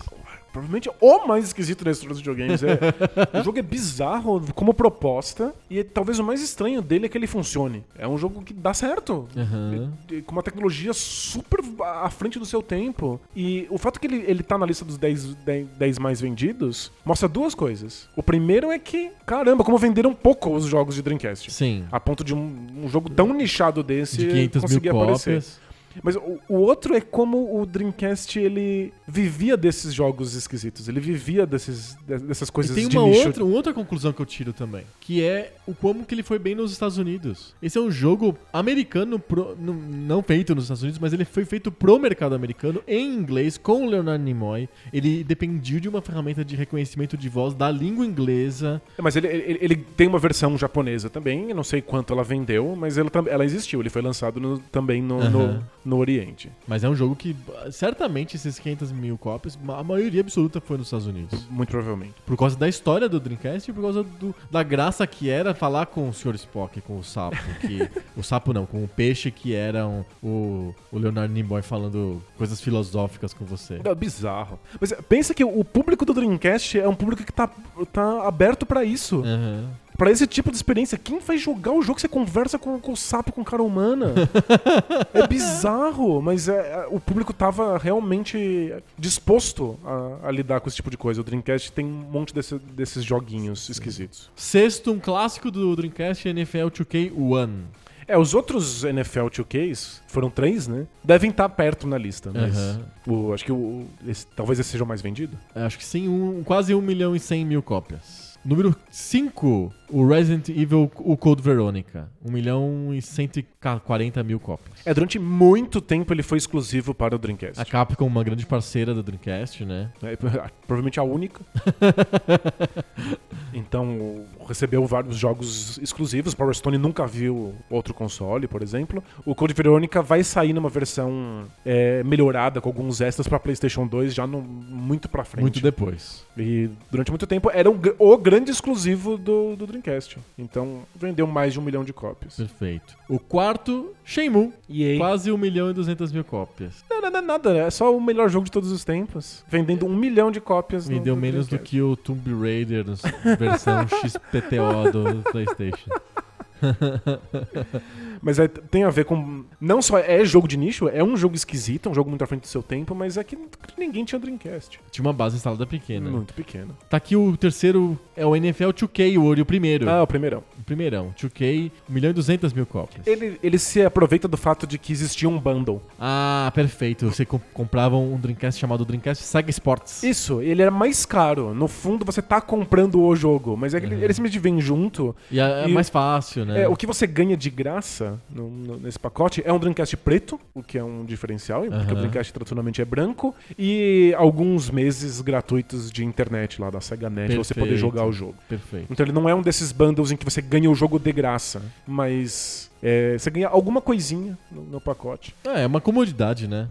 Speaker 2: Provavelmente o mais esquisito da história dos videogames. É, o jogo é bizarro como proposta e é- talvez o mais estranho dele é que ele funcione. É um jogo que dá certo.
Speaker 1: Aham.
Speaker 2: E- e com uma tecnologia super à frente do seu tempo. E o fato que ele, ele tá na lista dos 10, 10, 10 mais vendidos mostra duas coisas. O primeiro é que, caramba, como venderam pouco os jogos de Dreamcast.
Speaker 1: Sim.
Speaker 2: A ponto de um, um jogo tão nichado desse
Speaker 1: De 500 mil
Speaker 2: conseguir aparecer.
Speaker 1: cópias.
Speaker 2: Mas o, o outro é como o Dreamcast ele vivia desses jogos esquisitos. Ele vivia desses, de- dessas
Speaker 1: E
Speaker 2: coisas
Speaker 1: tem
Speaker 2: de
Speaker 1: uma
Speaker 2: nicho.
Speaker 1: outra, uma outra conclusão que eu tiro também, que é o como que ele foi bem nos Estados Unidos. Esse é um jogo americano, pro- não- não feito nos Estados Unidos, mas ele foi feito pro mercado americano, em inglês, com o Leonard Nimoy. Ele dependiu de uma ferramenta de reconhecimento de voz da língua inglesa.
Speaker 2: É, Mas ele, ele, ele tem uma versão japonesa também, eu não sei quanto ela vendeu, mas ela, tam- ela existiu, ele foi lançado no- também no, no,
Speaker 1: Aham.
Speaker 2: no Oriente.
Speaker 1: Mas é um jogo que, certamente, esses 500 mil cópias, a maioria absoluta foi nos Estados Unidos.
Speaker 2: Muito provavelmente.
Speaker 1: Por causa da história do Dreamcast e por causa do- da graça que era falar com o Sr. Spock, com o sapo. Que, o sapo não, com o peixe que era um- o, o Leonardo Nimoy falando coisas filosóficas com você.
Speaker 2: É bizarro. Mas pensa que o público do Dreamcast é um público que tá, tá aberto pra
Speaker 1: É.
Speaker 2: isso.
Speaker 1: Aham.
Speaker 2: Pra esse tipo de experiência, quem vai jogar o jogo que você conversa com, com o sapo com cara humana? é bizarro, mas é- é- o público tava realmente disposto a, a lidar com esse tipo de coisa. O Dreamcast tem um monte desse- desses joguinhos esquisitos.
Speaker 1: Sexto, um clássico do Dreamcast, NFL 2K One.
Speaker 2: É, os outros NFL 2Ks, foram três, né? Devem estar perto na lista, mas
Speaker 1: Aham.
Speaker 2: o- acho que o, esse- talvez esse seja o mais vendido.
Speaker 1: É, Acho que sim, um, quase 1 milhão e 100 mil cópias. Número 5, o Resident Evil, o Code Veronica. 1 milhão e 140 mil cópias.
Speaker 2: É, durante muito tempo ele foi exclusivo para o
Speaker 1: A
Speaker 2: Dreamcast.
Speaker 1: Capcom, uma grande parceira do Dreamcast, né?
Speaker 2: É, *laughs* provavelmente
Speaker 1: *laughs*
Speaker 2: a única. então, recebeu vários jogos exclusivos. Power Stone nunca viu outro console, por exemplo. O Code Verônica vai sair numa versão é, melhorada, com alguns extras para PlayStation 2, já no- muito pra frente.
Speaker 1: Muito depois.
Speaker 2: E durante muito tempo era um gr- o grande exclusivo do, do Dreamcast. Então, vendeu mais de um milhão de cópias.
Speaker 1: Perfeito. O quarto, Shenmue.
Speaker 2: E aí?
Speaker 1: Quase 1 milhão e 200 mil cópias.
Speaker 2: Não, não, não, nada. É só o melhor jogo de todos os tempos. Vendendo um milhão de cópias. no-
Speaker 1: Vendeu
Speaker 2: no
Speaker 1: menos do
Speaker 2: Dreamcast.
Speaker 1: que o Tomb Raider na versão
Speaker 2: *laughs*
Speaker 1: XPTO do PlayStation.
Speaker 2: Mas é- tem a ver com. Não só é jogo de nicho, é um jogo esquisito, é um jogo muito à frente do seu tempo, mas é que ninguém tinha Dreamcast.
Speaker 1: Tinha uma base instalada pequena.
Speaker 2: Muito pequeno.
Speaker 1: Tá aqui o terceiro, é o NFL 2K World, o primeiro.
Speaker 2: Ah, o primeirão.
Speaker 1: O primeirão. 2K, 1 milhão e 200 mil cópias.
Speaker 2: Ele, ele se aproveita do fato de que existia um bundle.
Speaker 1: Ah, perfeito. Você com- comprava um Dreamcast chamado Dreamcast Sega Sports.
Speaker 2: Isso, ele era mais caro. No fundo, você tá comprando o jogo, mas é que ele, ele simplesmente vem junto.
Speaker 1: E é, é
Speaker 2: E-
Speaker 1: mais fácil, né?
Speaker 2: É, o que você ganha de graça no- no- nesse pacote é um Dreamcast preto, o que é um diferencial, porque
Speaker 1: Aham.
Speaker 2: o Dreamcast tradicionalmente é branco, e alguns meses gratuitos de internet lá da SegaNet pra você poder
Speaker 1: Perfeito.
Speaker 2: jogar o jogo.
Speaker 1: Perfeito.
Speaker 2: Então ele não é um desses bundles em que você ganha o jogo de graça, mas é, você ganha alguma coisinha no, no pacote.
Speaker 1: É, é uma comodidade, né?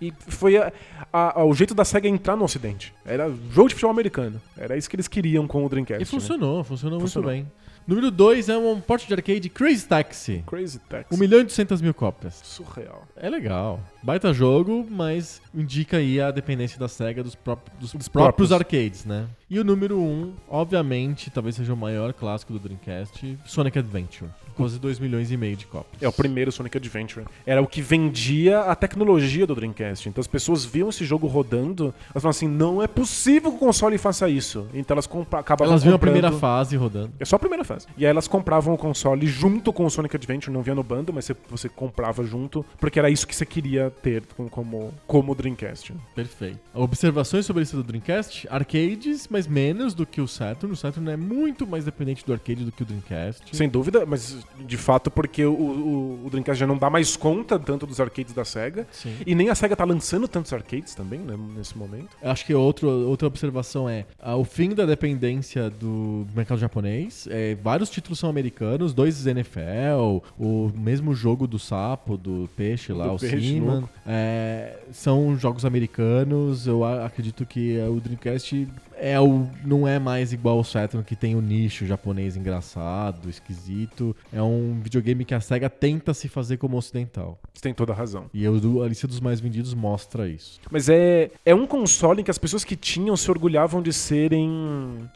Speaker 2: E foi a- a- a- o jeito da SEGA entrar no ocidente. Era jogo de futebol americano. Era isso que eles queriam com o Dreamcast. né?
Speaker 1: E funcionou, funcionou,
Speaker 2: Funcionou.
Speaker 1: muito bem. Número 2 é um porte de arcade Crazy Taxi.
Speaker 2: Né? Crazy Tax.
Speaker 1: 1 milhão e 200 mil cópias.
Speaker 2: Surreal.
Speaker 1: É legal. Baita jogo, mas indica aí a dependência da SEGA dos, pró- dos próprios,
Speaker 2: próprios.
Speaker 1: arcades, né? E o número 1, um, obviamente, talvez seja o maior clássico do Dreamcast, Sonic Adventure. Quase 2 milhões e meio de cópias.
Speaker 2: É o primeiro Sonic Adventure. Era o que vendia a tecnologia do Dreamcast. Então as pessoas viam esse jogo rodando, elas falavam assim: não é possível que o console faça isso. Então elas compa- acabavam
Speaker 1: Elas viram a
Speaker 2: comprando-
Speaker 1: primeira fase rodando.
Speaker 2: É só a primeira fase. E aí elas compravam o console junto com o Sonic Adventure, não via no bando, mas você, você comprava junto, porque era isso que você queria ter com- como, como Dreamcast.
Speaker 1: Perfeito. Observações sobre isso do Dreamcast? Arcades, mas menos do que o Saturn. O Saturn é muito mais dependente do arcade do que o Dreamcast.
Speaker 2: Sem dúvida, mas de fato porque o, o- o Dreamcast já não dá mais conta tanto dos arcades da SEGA.
Speaker 1: Sim.
Speaker 2: E nem a SEGA tá lançando tantos arcades também, né, nesse momento.
Speaker 1: Eu Acho que outro, outra observação é ah, o fim da dependência do mercado japonês. É, vários títulos são americanos, dois NFL, o mesmo jogo do sapo, do peixe lá,
Speaker 2: Do
Speaker 1: o
Speaker 2: peixe
Speaker 1: Seaman.
Speaker 2: louco.
Speaker 1: É, são jogos americanos. Eu a- acredito que é, o Dreamcast é o, não é mais igual ao Saturn, que tem o nicho japonês engraçado, esquisito. É é um videogame que a SEGA tenta se fazer como ocidental.
Speaker 2: Você tem toda a razão.
Speaker 1: E o do- a lista dos mais vendidos mostra isso.
Speaker 2: Mas é, é um console em que as pessoas que tinham se orgulhavam de serem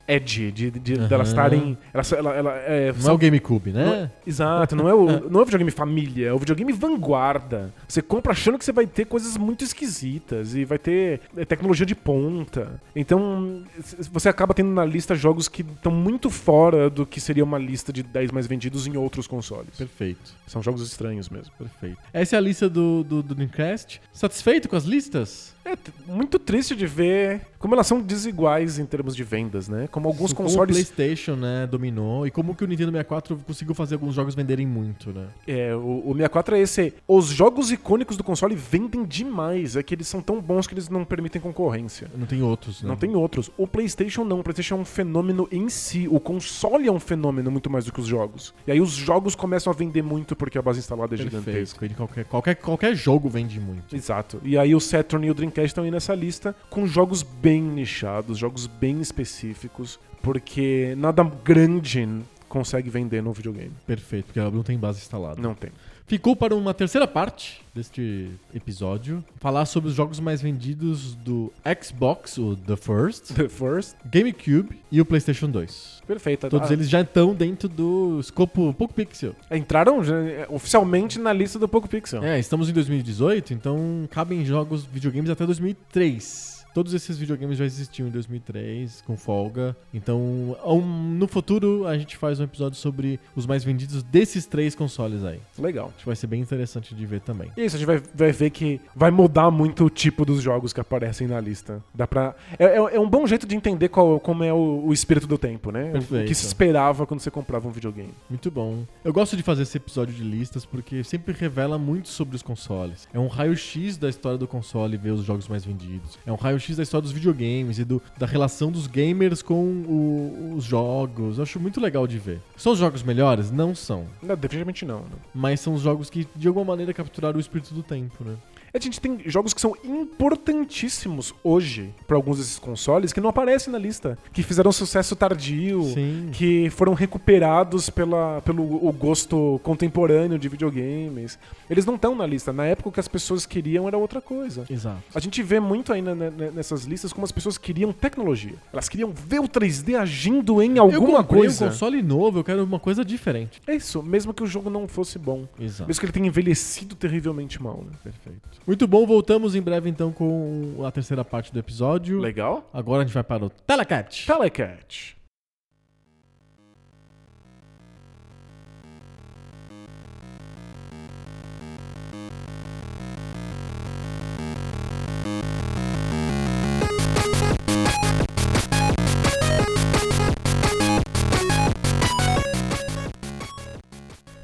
Speaker 2: edgy, de, de, de elas estarem. Elas, ela, ela, é,
Speaker 1: Não
Speaker 2: são-
Speaker 1: é o GameCube, né?
Speaker 2: não é- exato, não é, o, não é o videogame família, é o videogame vanguarda. Você compra achando que você vai ter coisas muito esquisitas e vai ter é, tecnologia de ponta. Então, c- você acaba tendo na lista jogos que estão muito fora do que seria uma lista de 10 mais vendidos em outros consoles.
Speaker 1: Perfeito,
Speaker 2: São jogos estranhos mesmo.
Speaker 1: perfeito. Essa é a lista do, do, do Dreamcast. Satisfeito com as listas?
Speaker 2: É t- muito triste de ver como elas são desiguais em termos de vendas, né? Como alguns
Speaker 1: Como
Speaker 2: consoles.
Speaker 1: o PlayStation, né, dominou. E como que o Nintendo 64 conseguiu fazer alguns jogos venderem muito, né?
Speaker 2: É, o, o 64 é esse. Os jogos icônicos do console vendem demais. É que eles são tão bons que eles não permitem concorrência.
Speaker 1: Não tem outros, né?
Speaker 2: Não tem outros. O PlayStation não. O PlayStation é um fenômeno em si. O console é um fenômeno muito mais do que os jogos. E aí os jogos começam a vender muito porque a base instalada é gigantesca.
Speaker 1: Perfeito. Ele- Qualquer, qualquer, qualquer jogo vende muito.
Speaker 2: Exato. E aí o Saturn e o Dreamcast estão aí nessa lista com jogos bem nichados, jogos bem específicos, porque nada grande consegue vender no videogame.
Speaker 1: Perfeito, porque ela não tem base instalada.
Speaker 2: Não tem.
Speaker 1: Ficou para uma terceira parte deste episódio falar sobre os jogos mais vendidos do Xbox, o The First,
Speaker 2: The First,
Speaker 1: GameCube e o PlayStation 2.
Speaker 2: perfeita.
Speaker 1: Todos
Speaker 2: Ah,
Speaker 1: eles já estão dentro do escopo Poco Pixel.
Speaker 2: entraram já, oficialmente na lista do Poco Pixel.
Speaker 1: É, estamos em 2018, então cabem jogos videogames até 2003. Todos esses videogames já existiam em 2003, com folga. Então, a um- no futuro, a gente faz um episódio sobre os mais vendidos desses três consoles aí.
Speaker 2: Legal.
Speaker 1: Acho que vai ser bem interessante de ver também.
Speaker 2: E isso, a gente vai, vai ver que vai mudar muito o tipo dos jogos que aparecem na lista. Dá pra. É, é- é um bom jeito de entender qual, como é o, o espírito do tempo, né? O- O que
Speaker 1: Perfeito.
Speaker 2: se esperava quando você comprava um videogame.
Speaker 1: Muito bom. Eu gosto de fazer esse episódio de listas porque sempre revela muito sobre os consoles. É um raio-x da história do console ver os jogos mais vendidos. É um raio-x da história dos videogames e do- da relação dos gamers com o- os jogos. Eu acho muito legal de ver. São os jogos melhores? Não são.
Speaker 2: Não, definitivamente não. né?
Speaker 1: Mas são os jogos que, de alguma maneira, capturaram o espírito do tempo, né?
Speaker 2: A É, gente tem jogos que são importantíssimos hoje pra alguns desses consoles que não aparecem na lista, que fizeram sucesso tardio,
Speaker 1: Sim.
Speaker 2: que foram recuperados pela, pelo o gosto contemporâneo de videogames. Eles não estão na lista. Na época o que as pessoas queriam era outra coisa.
Speaker 1: Exato.
Speaker 2: A gente vê muito aí na- na- nessas listas como as pessoas queriam tecnologia. Elas queriam ver o 3D agindo em alguma
Speaker 1: eu comprei
Speaker 2: coisa.
Speaker 1: um console novo, eu quero uma coisa diferente.
Speaker 2: É isso, mesmo que o jogo não fosse bom.
Speaker 1: Exato.
Speaker 2: Mesmo que ele tenha envelhecido terrivelmente mal. Né?
Speaker 1: Tá. Perfeito. Muito bom, voltamos em breve então com a terceira parte do episódio.
Speaker 2: Legal.
Speaker 1: Agora a gente vai para o Telecat.
Speaker 2: Telecat.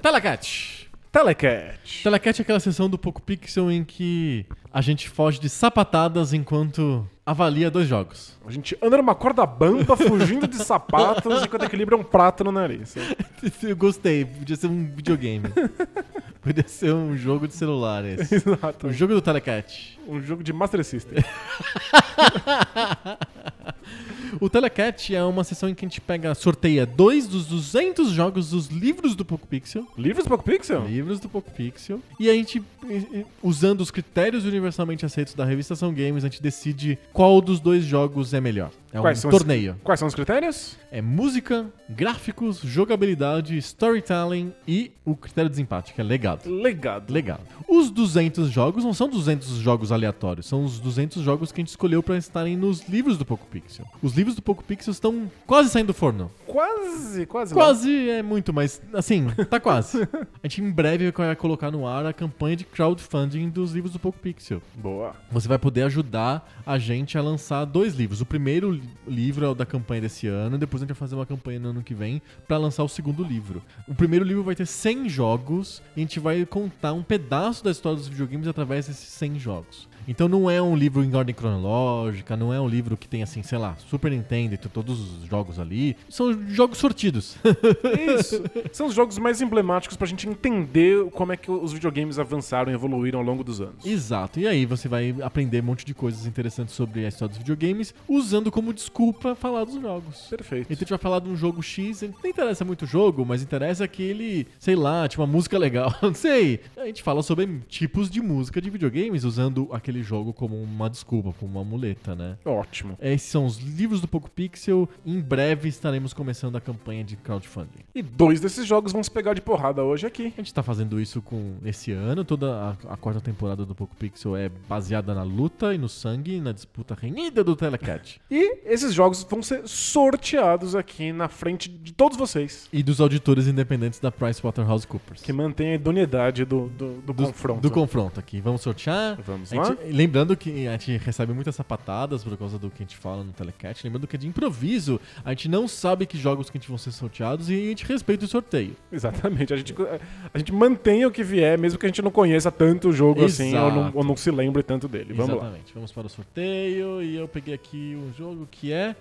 Speaker 1: Telecat.
Speaker 2: Telecat.
Speaker 1: Telecat é aquela sessão do Poco Pixel em que a gente foge de sapatadas enquanto avalia dois jogos.
Speaker 2: A gente anda numa corda bamba, fugindo de
Speaker 1: *laughs*
Speaker 2: sapatos, enquanto equilibra um prato no nariz.
Speaker 1: *laughs* Eu gostei, podia ser um videogame. *laughs* podia ser um jogo de celular *laughs* esse.
Speaker 2: Exato.
Speaker 1: O jogo do Telecat.
Speaker 2: Um jogo de Master System.
Speaker 1: O Telecat é uma sessão em que a gente pega, sorteia dois dos 200 jogos dos livros do Poco Pixel.
Speaker 2: Livros Poco Pixel?
Speaker 1: Livros do Poco Pixel. E a gente, e- e- usando os critérios universalmente aceitos da revista São Games, a gente decide qual dos dois jogos é melhor. É
Speaker 2: Quais
Speaker 1: um
Speaker 2: são os-
Speaker 1: torneio.
Speaker 2: Quais são os critérios?
Speaker 1: É música, gráficos, jogabilidade, storytelling e o critério de desempate, que é legado.
Speaker 2: Legado.
Speaker 1: Legado. Os 200 jogos não são 200 jogos aleatórios, são os 200 jogos que a gente escolheu pra estarem nos livros do Poco Pixel. Os livros do Poco Pixel estão quase saindo do forno.
Speaker 2: Quase, quase. lá.
Speaker 1: Quase é muito, mas assim, tá quase. A gente em breve vai colocar no ar a campanha de crowdfunding dos livros do Poco Pixel.
Speaker 2: Boa.
Speaker 1: Você vai poder ajudar a gente a lançar dois livros. O primeiro li- livro é o da campanha desse ano, depois a gente vai fazer uma campanha no ano que vem pra lançar o segundo livro. O primeiro livro vai ter 100 jogos e a gente vai contar um pedaço da história dos videogames através desses 100 jogos. Então não é um livro em ordem cronológica, não é um livro que tem assim, sei lá, Super Nintendo e tem todos os jogos ali. São jogos sortidos. *laughs*
Speaker 2: Isso. São os jogos mais emblemáticos pra gente entender como é que os videogames avançaram e evoluíram ao longo dos anos.
Speaker 1: Exato. E aí você vai aprender um monte de coisas interessantes sobre a história dos videogames, usando como desculpa falar dos jogos.
Speaker 2: Perfeito.
Speaker 1: Então a gente vai falar de um jogo X, não interessa muito o jogo, mas interessa que ele, sei lá, tinha uma música legal, *laughs* não sei. A gente fala sobre tipos de música de videogames, usando aquele jogo como uma desculpa, como uma muleta, né?
Speaker 2: Ótimo.
Speaker 1: Esses são os livros do Poco Pixel. Em breve estaremos começando a campanha de crowdfunding.
Speaker 2: E dois desses jogos vão se pegar de porrada hoje aqui.
Speaker 1: A gente tá fazendo isso com esse ano. Toda a, a quarta temporada do Poco Pixel é baseada na luta e no sangue, e na disputa renhida do Telecat.
Speaker 2: E esses jogos vão ser sorteados aqui na frente de todos vocês.
Speaker 1: *laughs* E dos auditores independentes da PricewaterhouseCoopers.
Speaker 2: Que mantém a idoneidade do, do, do
Speaker 1: do,
Speaker 2: confronto.
Speaker 1: do confronto aqui. Vamos sortear.
Speaker 2: Vamos
Speaker 1: A gente-
Speaker 2: lá?
Speaker 1: lembrando que a gente recebe muitas sapatadas por causa do que a gente fala no Telecat. Lembrando que é de improviso. A gente não sabe que jogos que a gente vão ser sorteados e a gente respeita o sorteio.
Speaker 2: Exatamente. A gente, a gente mantém o que vier, mesmo que a gente não conheça tanto o jogo assim, ou não,
Speaker 1: Exato.
Speaker 2: ou não se lembre tanto dele. Vamos lá.
Speaker 1: Exatamente. Vamos para o sorteio e eu peguei aqui um jogo que é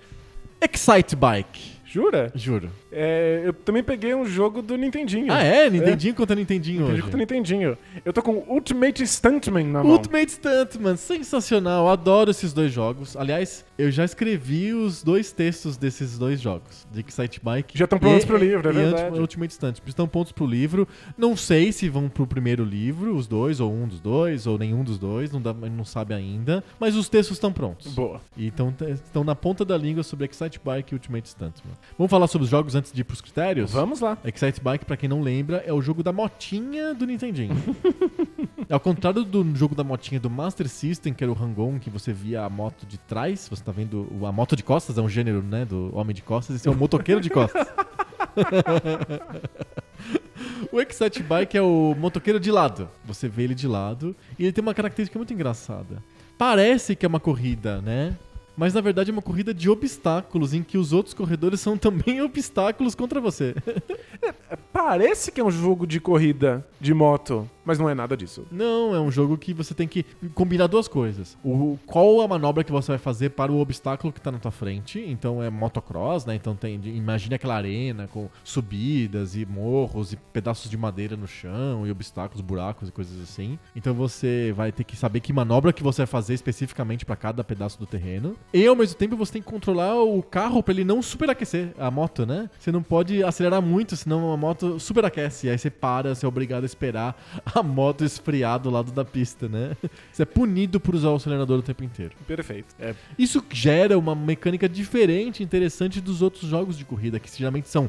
Speaker 1: Excite Bike.
Speaker 2: Jura?
Speaker 1: Juro.
Speaker 2: É, eu também peguei um jogo do Nintendinho.
Speaker 1: Ah, é? Nintendinho contra Nintendinho
Speaker 2: Peguei
Speaker 1: hoje.
Speaker 2: jogo do Nintendinho. Eu tô com Ultimate Stuntman na mão.
Speaker 1: Ultimate Stuntman, sensacional, adoro esses dois jogos. Aliás, eu já escrevi os dois textos desses dois jogos, de Excite Bike.
Speaker 2: Já estão prontos
Speaker 1: e-
Speaker 2: pro livro, é
Speaker 1: e
Speaker 2: verdade.
Speaker 1: Ultimate- Ultimate Stuntman. Estão prontos pro livro. Não sei se vão pro primeiro livro, os dois, ou um dos dois, ou nenhum dos dois, não, dá, não sabe ainda. Mas os textos estão prontos.
Speaker 2: Boa.
Speaker 1: E Então t- estão na ponta da língua sobre Excite Bike e Ultimate Stuntman. Vamos falar sobre os jogos antes de ir pros critérios?
Speaker 2: Vamos lá.
Speaker 1: Excite É Bike, pra quem não lembra, é o jogo da motinha do Nintendinho. Ao contrário do jogo da motinha do Master System, que era o Hang-On, que você via a moto de trás, você tá vendo o- a moto de costas, é um gênero, né, do homem de costas, esse é o motoqueiro de costas. O Excite Bike é o motoqueiro de lado. Você vê ele de lado e ele tem uma característica muito engraçada. Parece que é uma corrida, né? Mas na verdade é uma corrida de obstáculos em que os outros corredores são também *laughs* obstáculos contra você.
Speaker 2: Parece que é um jogo de corrida de moto, mas não é nada disso.
Speaker 1: Não, é um jogo que você tem que combinar duas coisas. O, qual a manobra que você vai fazer para o obstáculo que tá na tua frente. Então é motocross, né? Então tem. Imagina aquela arena com subidas e morros e pedaços de madeira no chão e obstáculos, buracos e coisas assim. Então você vai ter que saber que manobra que você vai fazer especificamente para cada pedaço do terreno. E ao mesmo tempo você tem que controlar o carro para ele não superaquecer a moto, né? Você não pode acelerar muito, senão a moto superaquece. E aí você para, você é obrigado a esperar a moto esfriar do lado da pista, né? Você é punido por usar o acelerador o tempo inteiro.
Speaker 2: Perfeito. É,
Speaker 1: Isso gera uma mecânica diferente, interessante dos outros jogos de corrida, que geralmente são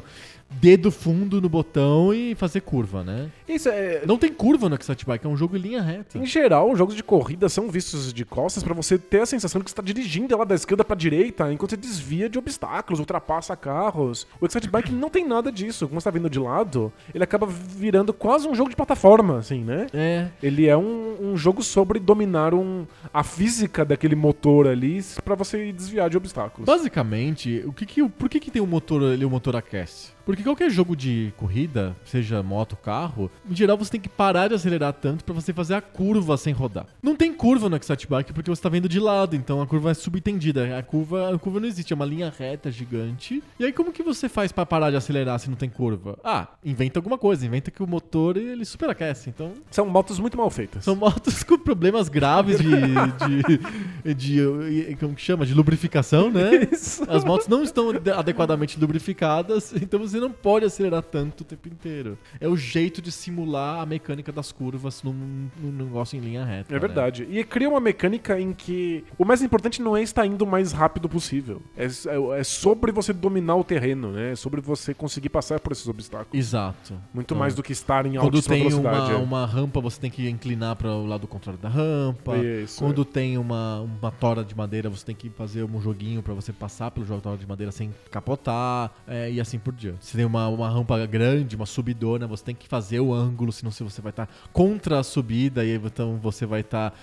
Speaker 1: dedo fundo no botão e fazer curva, né?
Speaker 2: isso é.
Speaker 1: Não tem curva no Excite Bike, é um jogo em linha reta.
Speaker 2: Em geral, jogos de corrida são vistos de costas pra você ter a sensação de que você tá dirigindo ela da esquerda pra direita, enquanto você desvia de obstáculos, ultrapassa carros. O Excite Bike não tem nada disso. Como você tá vindo de lado, ele acaba virando quase um jogo de plataforma, assim, né?
Speaker 1: É,
Speaker 2: Ele é um, um jogo sobre dominar um, a física daquele motor ali pra você desviar de obstáculos.
Speaker 1: Basicamente, o que que, o- por que, que tem o motor ali, o motor aquece? Porque qualquer jogo de corrida, seja moto, carro, em geral você tem que parar de acelerar tanto pra você fazer a curva sem rodar. Não tem curva no Excite Bike porque você tá vendo de lado, então a curva é subentendida. A curva, a curva não existe, é uma linha reta gigante. E aí como que você faz pra parar de acelerar se não tem curva? Ah, inventa alguma coisa, inventa que o motor ele superaquece, então
Speaker 2: São motos muito mal feitas.
Speaker 1: são motos com problemas graves de. de, de- como que chama? De lubrificação, né?
Speaker 2: Isso.
Speaker 1: As motos não estão ade- adequadamente lubrificadas, então você não pode acelerar tanto o tempo inteiro. É o jeito de simular a mecânica das curvas num, num negócio em linha reta. né?
Speaker 2: É verdade. E cria uma mecânica em que o mais importante não é estar indo o mais rápido possível. É, é- é sobre você dominar o terreno, né? É sobre você conseguir passar por esses obstáculos.
Speaker 1: Né? Exato.
Speaker 2: Muito
Speaker 1: Então,
Speaker 2: mais do que estar em
Speaker 1: Quando
Speaker 2: altíssima
Speaker 1: tem
Speaker 2: velocidade.
Speaker 1: uma,
Speaker 2: é.
Speaker 1: uma rampa, você tem que inclinar para o lado contrário da rampa.
Speaker 2: Isso,
Speaker 1: Quando tem uma, uma tora de madeira, você tem que fazer um joguinho para você passar pelo jogo da tora de madeira sem capotar é, e assim por diante. Se tem uma, uma rampa grande, uma subidona, você tem que fazer o ângulo, senão se você vai estar contra a subida e aí, então você vai estar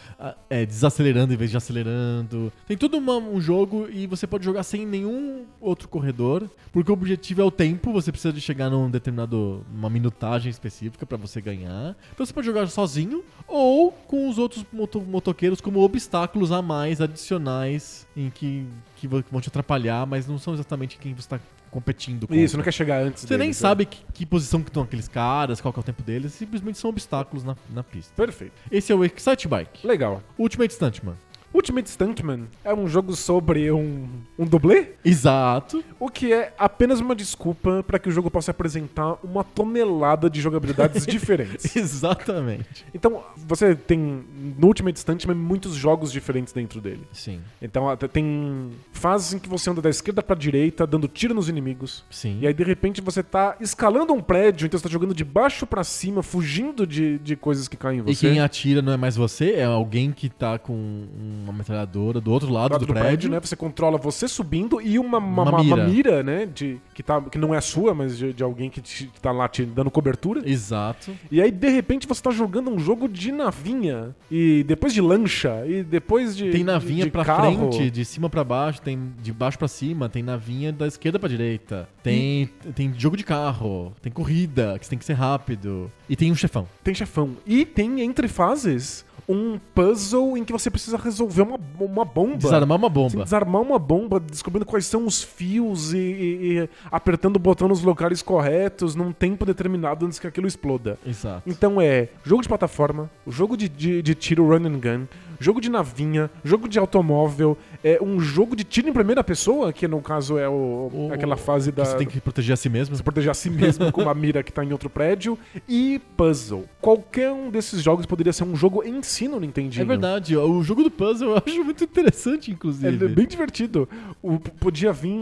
Speaker 1: desacelerando em vez de acelerando. Tem todo uma- um jogo e você pode jogar sem nenhum outro corredor, porque o objetivo é o tempo, você precisa de chegar num determinado uma minutagem específica para você ganhar. Então você pode jogar sozinho ou com os outros moto- motoqueiros como obstáculos a mais adicionais em que, que vão que vão te atrapalhar, mas não são exatamente quem você está competindo com.
Speaker 2: Isso, é. não quer chegar antes né?
Speaker 1: Você nem
Speaker 2: deles,
Speaker 1: sabe que, que posição que estão aqueles caras, qual que é o tempo deles, simplesmente são obstáculos na, na pista.
Speaker 2: é. Perfeito.
Speaker 1: Esse é o Excite Bike.
Speaker 2: Legal.
Speaker 1: Ultimate Stuntman.
Speaker 2: Ultimate Stuntman é um jogo sobre um, um dublê? *laughs*
Speaker 1: Exato.
Speaker 2: O que é apenas uma desculpa para que o jogo possa apresentar uma tonelada de
Speaker 1: *laughs*
Speaker 2: jogabilidades diferentes.
Speaker 1: Exatamente.
Speaker 2: Então, você tem no Ultimate Stuntman muitos jogos diferentes dentro dele.
Speaker 1: Sim.
Speaker 2: Então, até tem fases em que você anda da esquerda pra direita, dando tiro nos inimigos.
Speaker 1: Sim.
Speaker 2: E aí, de repente, você tá escalando um prédio, então você tá jogando de baixo pra cima, fugindo de, de coisas que caem em
Speaker 1: E
Speaker 2: você.
Speaker 1: quem atira não é mais você, é alguém que tá com uma metralhadora do outro lado,
Speaker 2: Do lado
Speaker 1: do, prédio.
Speaker 2: né? Você controla você subindo e uma,
Speaker 1: Uma
Speaker 2: uma, uma- uma
Speaker 1: mira.
Speaker 2: mira, né? De, que, tá, que não é sua, mas de, de alguém que te, tá lá te dando cobertura.
Speaker 1: Exato.
Speaker 2: E aí, de repente, você tá jogando um jogo de navinha. E depois de lancha. E depois de.
Speaker 1: Tem navinha
Speaker 2: de
Speaker 1: pra
Speaker 2: carro.
Speaker 1: frente, de cima pra baixo, tem de baixo pra cima, tem navinha da esquerda pra direita. Tem, tem jogo de carro, tem corrida, que você tem que ser rápido. E tem um chefão.
Speaker 2: Tem chefão. E tem, entre fases, um puzzle em que você precisa resolver uma, uma bomba.
Speaker 1: Desarmar uma
Speaker 2: Você tem que
Speaker 1: bomba.
Speaker 2: desarmar uma bomba, descobrindo quais são os fios e, e- e apertando o botão nos locais corretos, num tempo determinado antes que aquilo exploda.
Speaker 1: Exato.
Speaker 2: Então é jogo de plataforma, jogo de, de, de tiro run and gun, jogo de navinha, jogo de automóvel, é um jogo de tiro em primeira pessoa, que no caso é o,
Speaker 1: O-
Speaker 2: aquela fase da.
Speaker 1: Você tem que proteger a si mesmo.
Speaker 2: se proteger a si mesmo com uma mira que tá em outro prédio e puzzle. Qualquer um desses jogos poderia ser um jogo em si no Nintendinho.
Speaker 1: É verdade, ó, o jogo do puzzle eu *laughs* acho muito interessante,
Speaker 2: É
Speaker 1: inclusive.
Speaker 2: bem divertido. O, p- podia vir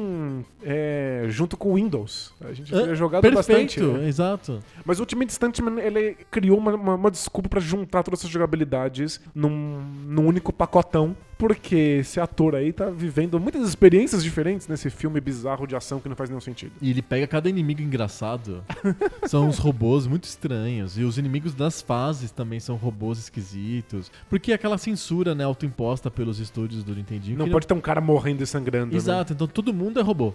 Speaker 2: é, junto com o Windows. A gente
Speaker 1: Hã?
Speaker 2: teria jogado
Speaker 1: Perfeito,
Speaker 2: bastante. né?
Speaker 1: exato.
Speaker 2: Mas o Ultimate Stuntman ele criou uma, uma- uma desculpa pra juntar todas essas jogabilidades num, num único pacotão. Porque esse ator aí tá vivendo muitas experiências diferentes nesse filme bizarro de ação que não faz nenhum sentido.
Speaker 1: E ele pega cada inimigo
Speaker 2: *laughs*
Speaker 1: engraçado. são uns robôs muito estranhos. E os inimigos das fases também são robôs esquisitos. Porque é aquela censura, né, autoimposta pelos estúdios do Nintendinho.
Speaker 2: Não
Speaker 1: que
Speaker 2: pode ter um cara morrendo e sangrando. né?
Speaker 1: Exato, então todo mundo é
Speaker 2: *laughs*
Speaker 1: robô.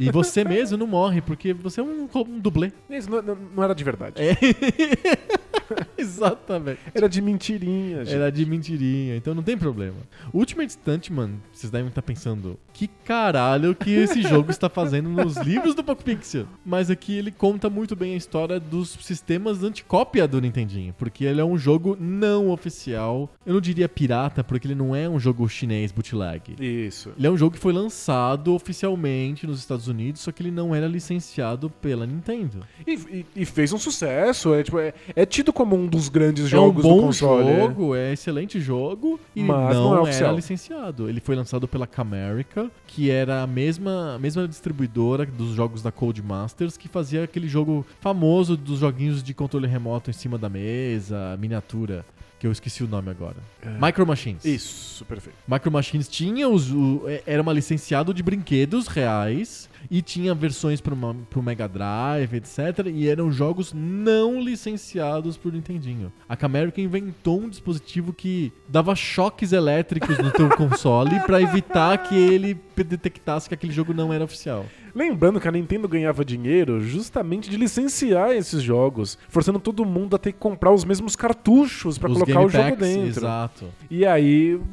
Speaker 1: E você mesmo não morre, porque você é um, ro- um dublê.
Speaker 2: Isso não, não- não era de verdade.
Speaker 1: *laughs* Exatamente.
Speaker 2: Era de mentirinha, gente.
Speaker 1: Era de mentirinha, então não tem problema. Ultimate Stuntman, vocês devem estar pensando, que caralho que esse jogo está fazendo nos livros do PocoPixel? Mas aqui ele conta muito bem a história dos sistemas anticópia do Nintendinho, porque ele é um jogo não oficial. Eu não diria pirata, porque ele não é um jogo chinês bootleg.
Speaker 2: Isso.
Speaker 1: Ele é um jogo que foi lançado oficialmente nos Estados Unidos, só que ele não era licenciado pela Nintendo.
Speaker 2: E, e- e fez um sucesso. É, tipo, é, é tido como um dos grandes
Speaker 1: é um
Speaker 2: jogos
Speaker 1: bom
Speaker 2: do console.
Speaker 1: jogo, é excelente jogo e
Speaker 2: Mas
Speaker 1: não,
Speaker 2: não é
Speaker 1: era
Speaker 2: oficial.
Speaker 1: licenciado. Ele foi lançado pela Camerica, que era a mesma, a mesma distribuidora dos jogos da Cold Masters, que fazia aquele jogo famoso dos joguinhos de controle remoto em cima da mesa, miniatura, que eu esqueci o nome agora. Micro Machines.
Speaker 2: É. Isso, perfeito.
Speaker 1: Micro Machines tinha os, o- é- era uma licenciado de brinquedos reais e tinha versões pro, ma- pro Mega Drive, etc. E eram jogos não licenciados pro Nintendinho. A Camerica inventou um dispositivo que dava choques elétricos no
Speaker 2: *laughs*
Speaker 1: teu console pra evitar que ele pe- detectasse que aquele jogo não era oficial.
Speaker 2: Lembrando que a Nintendo ganhava dinheiro justamente de licenciar esses jogos, forçando todo mundo a ter que comprar os mesmos cartuchos pra
Speaker 1: Os
Speaker 2: colocar
Speaker 1: Game
Speaker 2: o jogo
Speaker 1: Packs,
Speaker 2: dentro.
Speaker 1: Exato.
Speaker 2: E aí, v-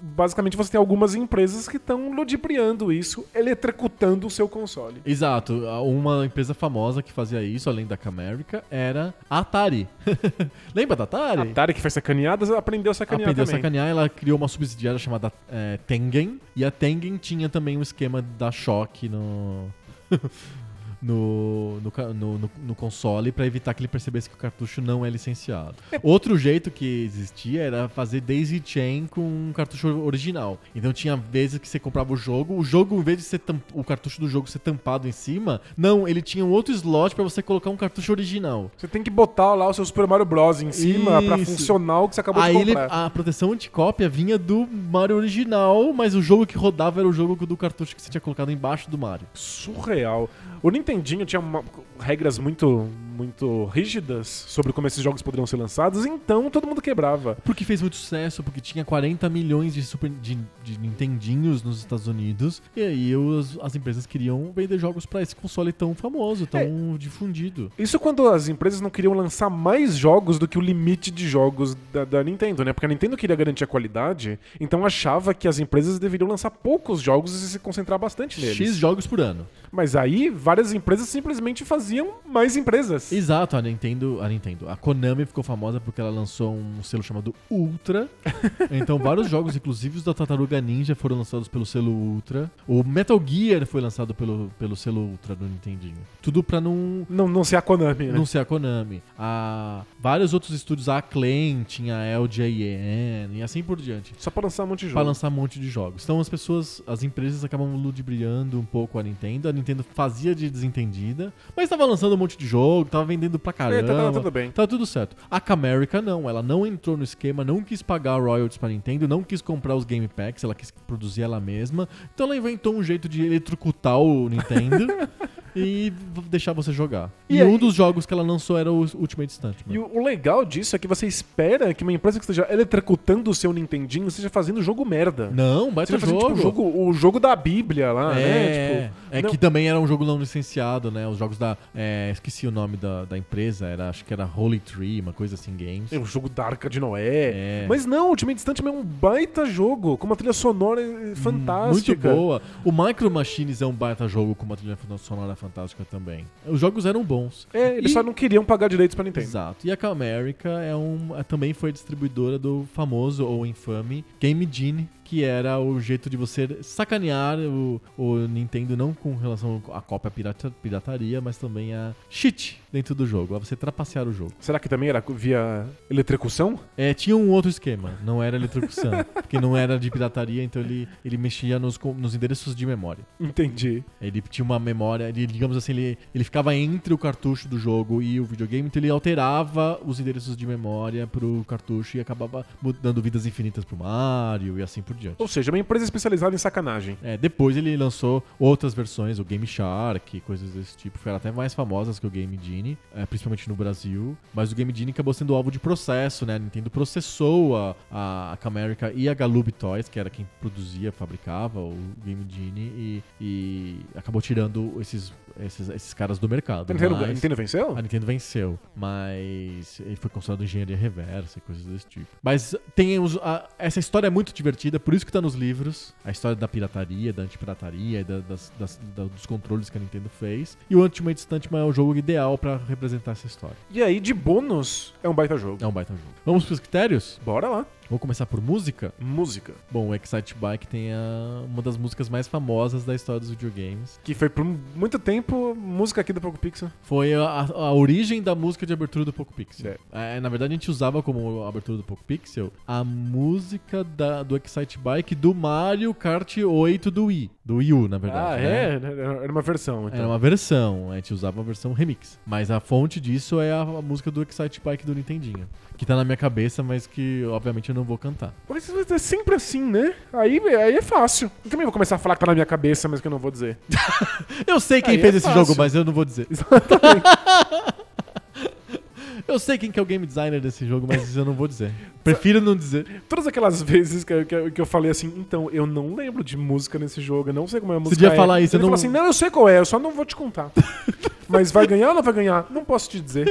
Speaker 2: basicamente, você tem algumas empresas que estão ludibriando isso, eletrocutando o seu console.
Speaker 1: Exato, uma empresa famosa que fazia isso, além da Camerica, era a Atari. *laughs* Lembra da
Speaker 2: A Atari, que faz sacaneadas, aprendeu a sacanear
Speaker 1: aprendeu a
Speaker 2: também.
Speaker 1: sacanear, ela criou uma subsidiária chamada eh, Tengen, e a Tengen tinha também um esquema da choque no. *laughs* No, no, ca- no- no- no console pra evitar que ele percebesse que o cartucho não é licenciado. Outro jeito que existia era fazer Daisy Chain com um cartucho original. Então tinha vezes que você comprava o jogo, o jogo, em vez de ser tam- o cartucho do jogo ser tampado em cima, não, ele tinha um outro slot pra você colocar um cartucho original.
Speaker 2: Você tem que botar lá o seu Super Mario Bros. em cima pra
Speaker 1: Isso.
Speaker 2: funcionar o que você acabou
Speaker 1: Aí
Speaker 2: de
Speaker 1: ele-
Speaker 2: comprar.
Speaker 1: a proteção anticópia vinha do Mario original, mas o jogo que rodava era o jogo do cartucho que você tinha colocado embaixo do Mario.
Speaker 2: surreal. O Nintendinho tinha uma- regras muito muito rígidas sobre como esses jogos poderiam ser lançados, então todo mundo quebrava.
Speaker 1: Porque fez muito sucesso, porque tinha 40 milhões de, super, de, de Nintendinhos nos Estados Unidos, e aí os- as empresas queriam vender jogos pra esse console tão famoso, tão
Speaker 2: É.
Speaker 1: difundido.
Speaker 2: Isso quando as empresas não queriam lançar mais jogos do que o limite de jogos da, da Nintendo, né? Porque a Nintendo queria garantir a qualidade, então achava que as empresas deveriam lançar poucos jogos e se concentrar bastante neles.
Speaker 1: X jogos por ano.
Speaker 2: Mas aí várias empresas simplesmente faziam mais empresas.
Speaker 1: Exato, a Nintendo, a Nintendo, a Konami ficou famosa porque ela lançou um selo chamado Ultra. Então vários jogos, inclusive os da Tartaruga Ninja, foram lançados pelo selo Ultra. O Metal Gear foi lançado pelo, pelo selo Ultra do Nintendinho. Tudo pra não
Speaker 2: Não, não ser a Konami, né?
Speaker 1: não ser a Konami. A vários outros estúdios, a Acclaim, tinha a LJN e assim por diante.
Speaker 2: Só pra lançar um monte de
Speaker 1: Pra
Speaker 2: jogo.
Speaker 1: lançar um monte de jogos. Então as pessoas, as empresas acabam ludibriando um pouco a Nintendo. A Nintendo fazia de desentendida, mas tava lançando um monte de jogo, tava vendendo pra
Speaker 2: É, tá-
Speaker 1: caramba.
Speaker 2: tá- tá tudo bem.
Speaker 1: Tá tudo certo. A Camerica não, ela não entrou no esquema, não quis pagar royalties pra Nintendo, não quis comprar os Game Packs, ela quis produzir ela mesma. Então ela inventou um jeito de eletrocutar o
Speaker 2: *laughs*
Speaker 1: Nintendo e v- deixar você jogar. E,
Speaker 2: E aí-
Speaker 1: um dos jogos que ela lançou era o Ultimate Stuntman.
Speaker 2: E o, o legal disso é que você espera que uma empresa que esteja eletrocutando o seu Nintendinho esteja fazendo jogo merda.
Speaker 1: Não, baita
Speaker 2: Você vai fazer,
Speaker 1: jogo.
Speaker 2: tipo, jogo. O jogo da Bíblia lá,
Speaker 1: É,
Speaker 2: né? Tipo,
Speaker 1: é
Speaker 2: não-
Speaker 1: que também era um jogo não licenciado, né? Os jogos da. é, esqueci o nome da, da empresa, era, acho que era Holy Tree, uma coisa assim, games.
Speaker 2: É um jogo da Arca de Noé.
Speaker 1: É.
Speaker 2: Mas não, Ultimate Stuntman é um baita jogo, com uma trilha sonora eh,
Speaker 1: Hum, Muito
Speaker 2: fantástica.
Speaker 1: boa. O Micro Machines é um baita jogo com uma trilha sonora fantástica também. Os jogos eram bons.
Speaker 2: É, eles
Speaker 1: E-
Speaker 2: só não queriam pagar direitos pra Nintendo.
Speaker 1: Exato. E a Camerica é um, é- também foi distribuidora do famoso ou infame Game Genie, que era o jeito de você sacanear o, o Nintendo, não com relação à cópia pirata, pirataria, mas também a cheat dentro do jogo, a você trapacear o jogo.
Speaker 2: Será que também era via eletrocução? *laughs*
Speaker 1: É, tinha um outro esquema, não era *laughs* eletrocução, porque não era de pirataria, então ele, ele mexia nos, com- nos endereços de memória.
Speaker 2: Entendi.
Speaker 1: Ele tinha uma memória, ele, digamos assim, ele, ele ficava entre o cartucho do jogo e o videogame, então ele alterava os endereços de memória pro cartucho e acabava mu- dando vidas infinitas pro Mario e assim por diante.
Speaker 2: Ou seja, uma empresa especializada em sacanagem.
Speaker 1: É, depois ele lançou outras versões, o Game Shark, coisas desse tipo, ficaram até mais famosas que o Game Genie, é, principalmente no Brasil. Mas o Game Genie acabou sendo alvo de processo, né? A Nintendo processou a, a Camerica e a Galoob Toys, que era quem produzia, fabricava o Game Genie, e, e acabou tirando esses, esses, esses caras do mercado.
Speaker 2: A Nintendo,
Speaker 1: Mas-
Speaker 2: a Nintendo venceu?
Speaker 1: a Nintendo venceu, mas ele foi considerado engenharia reversa e coisas desse tipo. Mas tem os- a- essa história é muito divertida, por isso que tá nos livros. A história da pirataria, da antipirataria, e da, das- das- da- dos controles que a Nintendo fez. E o Ultimate Stuntman é o jogo ideal pra representar essa história.
Speaker 2: E aí, de bônus, é um baita jogo.
Speaker 1: É um baita jogo. Vamos pros critérios?
Speaker 2: Bora lá.
Speaker 1: Vamos começar por música?
Speaker 2: Música.
Speaker 1: Bom, o Excite Bike tem a- uma das músicas mais famosas da história dos videogames.
Speaker 2: Que foi por muito tempo música aqui do Poco Pixel.
Speaker 1: Foi a, a origem da música de abertura do Poco Pixel.
Speaker 2: É.
Speaker 1: É, na verdade, a gente usava como abertura do Poco Pixel a música da- do Excite Bike do Mario Kart 8 do Wii. Do Wii U, na
Speaker 2: Ah,
Speaker 1: verdade. né?
Speaker 2: é? Era uma versão, então.
Speaker 1: Era uma versão, a gente usava a versão remix. Mas a fonte disso é a, a música do Excite Bike do Nintendinho. Que tá na minha cabeça, mas que obviamente eu não vou cantar.
Speaker 2: Por isso é sempre assim, né? Aí, aí é fácil. Eu também vou começar a falar que tá na minha cabeça, mas que eu não vou dizer. *laughs*
Speaker 1: Eu sei quem
Speaker 2: Aí
Speaker 1: fez
Speaker 2: é
Speaker 1: esse
Speaker 2: fácil.
Speaker 1: jogo, mas eu não vou dizer. *laughs* eu sei quem que é o game designer desse jogo,
Speaker 2: *laughs*
Speaker 1: mas eu não vou dizer. Prefiro não dizer.
Speaker 2: Todas aquelas vezes que eu, que eu- que eu falei assim, então, eu não lembro de música nesse jogo, eu não sei como é a música.
Speaker 1: devia
Speaker 2: é.
Speaker 1: falar isso,
Speaker 2: Ele
Speaker 1: eu não-
Speaker 2: fala assim, não, eu sei qual é, eu só não vou te
Speaker 1: *laughs*
Speaker 2: contar. Mas vai ganhar ou não vai ganhar? Não posso te dizer.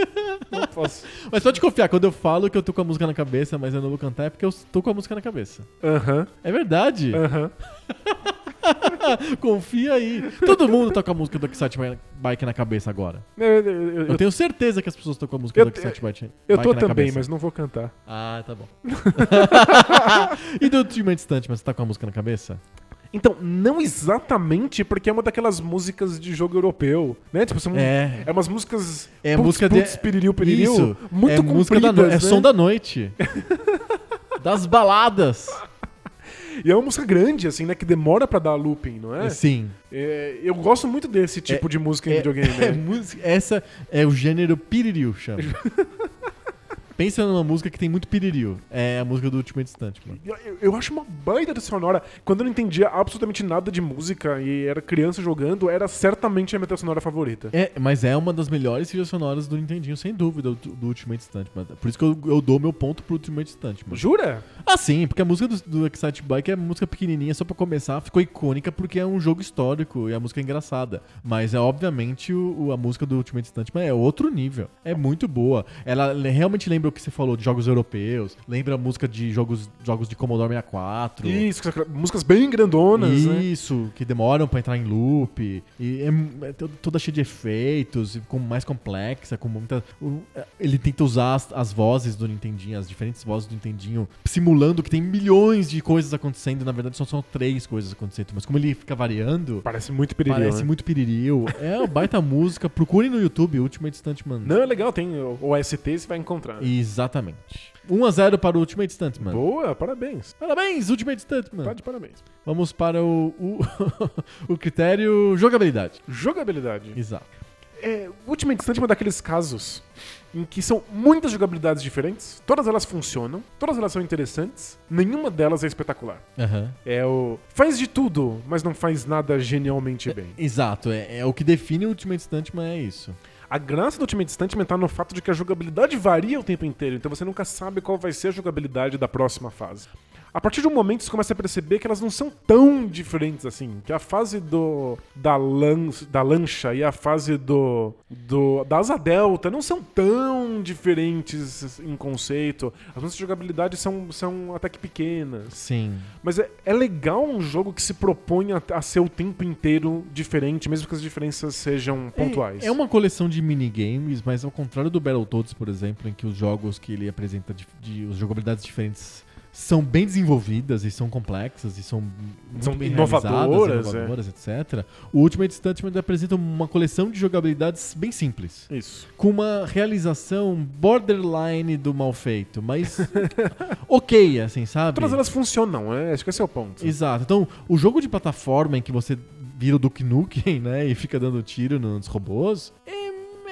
Speaker 2: Não posso.
Speaker 1: Mas pode confiar, quando eu falo que eu tô com a música na cabeça, mas eu não vou cantar, é porque eu tô com a música na cabeça.
Speaker 2: Aham,
Speaker 1: É verdade.
Speaker 2: aham.
Speaker 1: Confia aí. Todo mundo tá com a música do Excite Bike na cabeça agora.
Speaker 2: Eu, eu- eu-
Speaker 1: Eu, tenho certeza que as pessoas estão com a música
Speaker 2: Eu
Speaker 1: do
Speaker 2: te-
Speaker 1: Excite Bike
Speaker 2: eu tô
Speaker 1: na
Speaker 2: também,
Speaker 1: cabeça.
Speaker 2: mas não vou cantar.
Speaker 1: Ah, tá bom.
Speaker 2: *laughs*
Speaker 1: e do Ultimate Stuntman, você tá com a música na cabeça?
Speaker 2: Então, não exatamente, porque é uma daquelas músicas de jogo europeu, né? Tipo, são
Speaker 1: É.
Speaker 2: é umas músicas
Speaker 1: É
Speaker 2: putz,
Speaker 1: música de-
Speaker 2: putz, piririu, piririu,
Speaker 1: Isso. é
Speaker 2: muito
Speaker 1: música da no...
Speaker 2: compridas,
Speaker 1: É
Speaker 2: né?
Speaker 1: som da
Speaker 2: *laughs*
Speaker 1: noite. das baladas.
Speaker 2: E é uma música grande, assim, né? Que demora pra dar looping, não é?
Speaker 1: Sim.
Speaker 2: É, eu gosto muito desse tipo de música em videogame.
Speaker 1: *laughs* É,
Speaker 2: né?
Speaker 1: música, essa é o gênero piririu, chama. Pensa numa música que tem muito piririo. É a música do Ultimate Stunt, mano.
Speaker 2: Eu, eu- eu acho uma baita de sonora. Quando eu não entendia absolutamente nada de música e era criança jogando, era certamente a minha trilha sonora favorita.
Speaker 1: É, mas é uma das melhores trilhas sonoras do Nintendinho, sem dúvida, do, do Ultimate Stunt, mano. Por isso que eu, eu dou meu ponto pro Ultimate Stunt, mano.
Speaker 2: Jura?
Speaker 1: Ah, sim, porque a música do, do Excite Bike é música pequenininha, só pra começar, ficou icônica porque é um jogo histórico e a música é engraçada. Mas é obviamente o, o- a música do Ultimate Stuntman é outro nível. É muito boa. Ela le- realmente lembra o que você falou de jogos europeus, lembra a música de jogos, jogos de Commodore 64.
Speaker 2: Isso, com aquelas músicas bem grandonas, né?
Speaker 1: Isso, que demoram pra entrar em loop. E é, mu- é to- toda cheia de efeitos, e com, mais complexa, com muita. o- é, ele tenta usar as, as vozes do Nintendinho, as diferentes vozes do Nintendinho, simulando que tem milhões de coisas acontecendo. Na verdade, só são três coisas acontecendo. Mas como ele fica variando.
Speaker 2: Parece muito né? perigoso.
Speaker 1: Parece muito piririu. É uma baita *laughs* música. Procurem no YouTube, Ultimate Stuntman.
Speaker 2: Não, é legal, tem o OST, você vai encontrar.
Speaker 1: Exatamente. 1x0 para o Ultimate Stuntman.
Speaker 2: Boa, parabéns.
Speaker 1: Parabéns, Ultimate Stuntman.
Speaker 2: Tá de parabéns.
Speaker 1: Vamos para o, o, *laughs* o critério jogabilidade.
Speaker 2: Jogabilidade.
Speaker 1: Exato.
Speaker 2: É, Ultimate Stuntman é daqueles casos em que são muitas jogabilidades diferentes, todas elas funcionam, todas elas são interessantes, nenhuma delas é espetacular.
Speaker 1: Aham.
Speaker 2: É o faz de tudo, mas não faz nada genialmente bem.
Speaker 1: Exato, é, é o que define o Ultimate Stuntman é isso.
Speaker 2: A graça do Ultimate Stuntman tá no fato de que a jogabilidade varia o tempo inteiro, então você nunca sabe qual vai ser a jogabilidade da próxima fase. A partir de um momento você começa a perceber que elas não são tão diferentes assim. Que a fase do da, lan, da lancha e a fase do, do da asa delta não são tão diferentes em conceito. As nossas jogabilidades são, são até que pequenas.
Speaker 1: Sim.
Speaker 2: Mas é, é legal um jogo que se propõe a, a ser o tempo inteiro diferente, mesmo que as diferenças sejam pontuais.
Speaker 1: É, uma coleção de minigames, mas ao contrário do Battletoads, por exemplo, em que os jogos que ele apresenta de, de os jogabilidades diferentes são bem desenvolvidas e são complexas e são, muito
Speaker 2: São
Speaker 1: bem
Speaker 2: inovadoras, é.
Speaker 1: realizadas, inovadoras etc. O Ultimate Stuntman apresenta uma coleção de jogabilidades bem simples.
Speaker 2: Isso.
Speaker 1: com uma realização borderline do mal feito, mas
Speaker 2: *laughs*
Speaker 1: ok, assim, sabe?
Speaker 2: Todas elas funcionam, é? Acho que esse é o ponto.
Speaker 1: Exato. Então, o jogo de plataforma em que você vira o Duke Nukem, né, e fica dando tiro nos robôs, é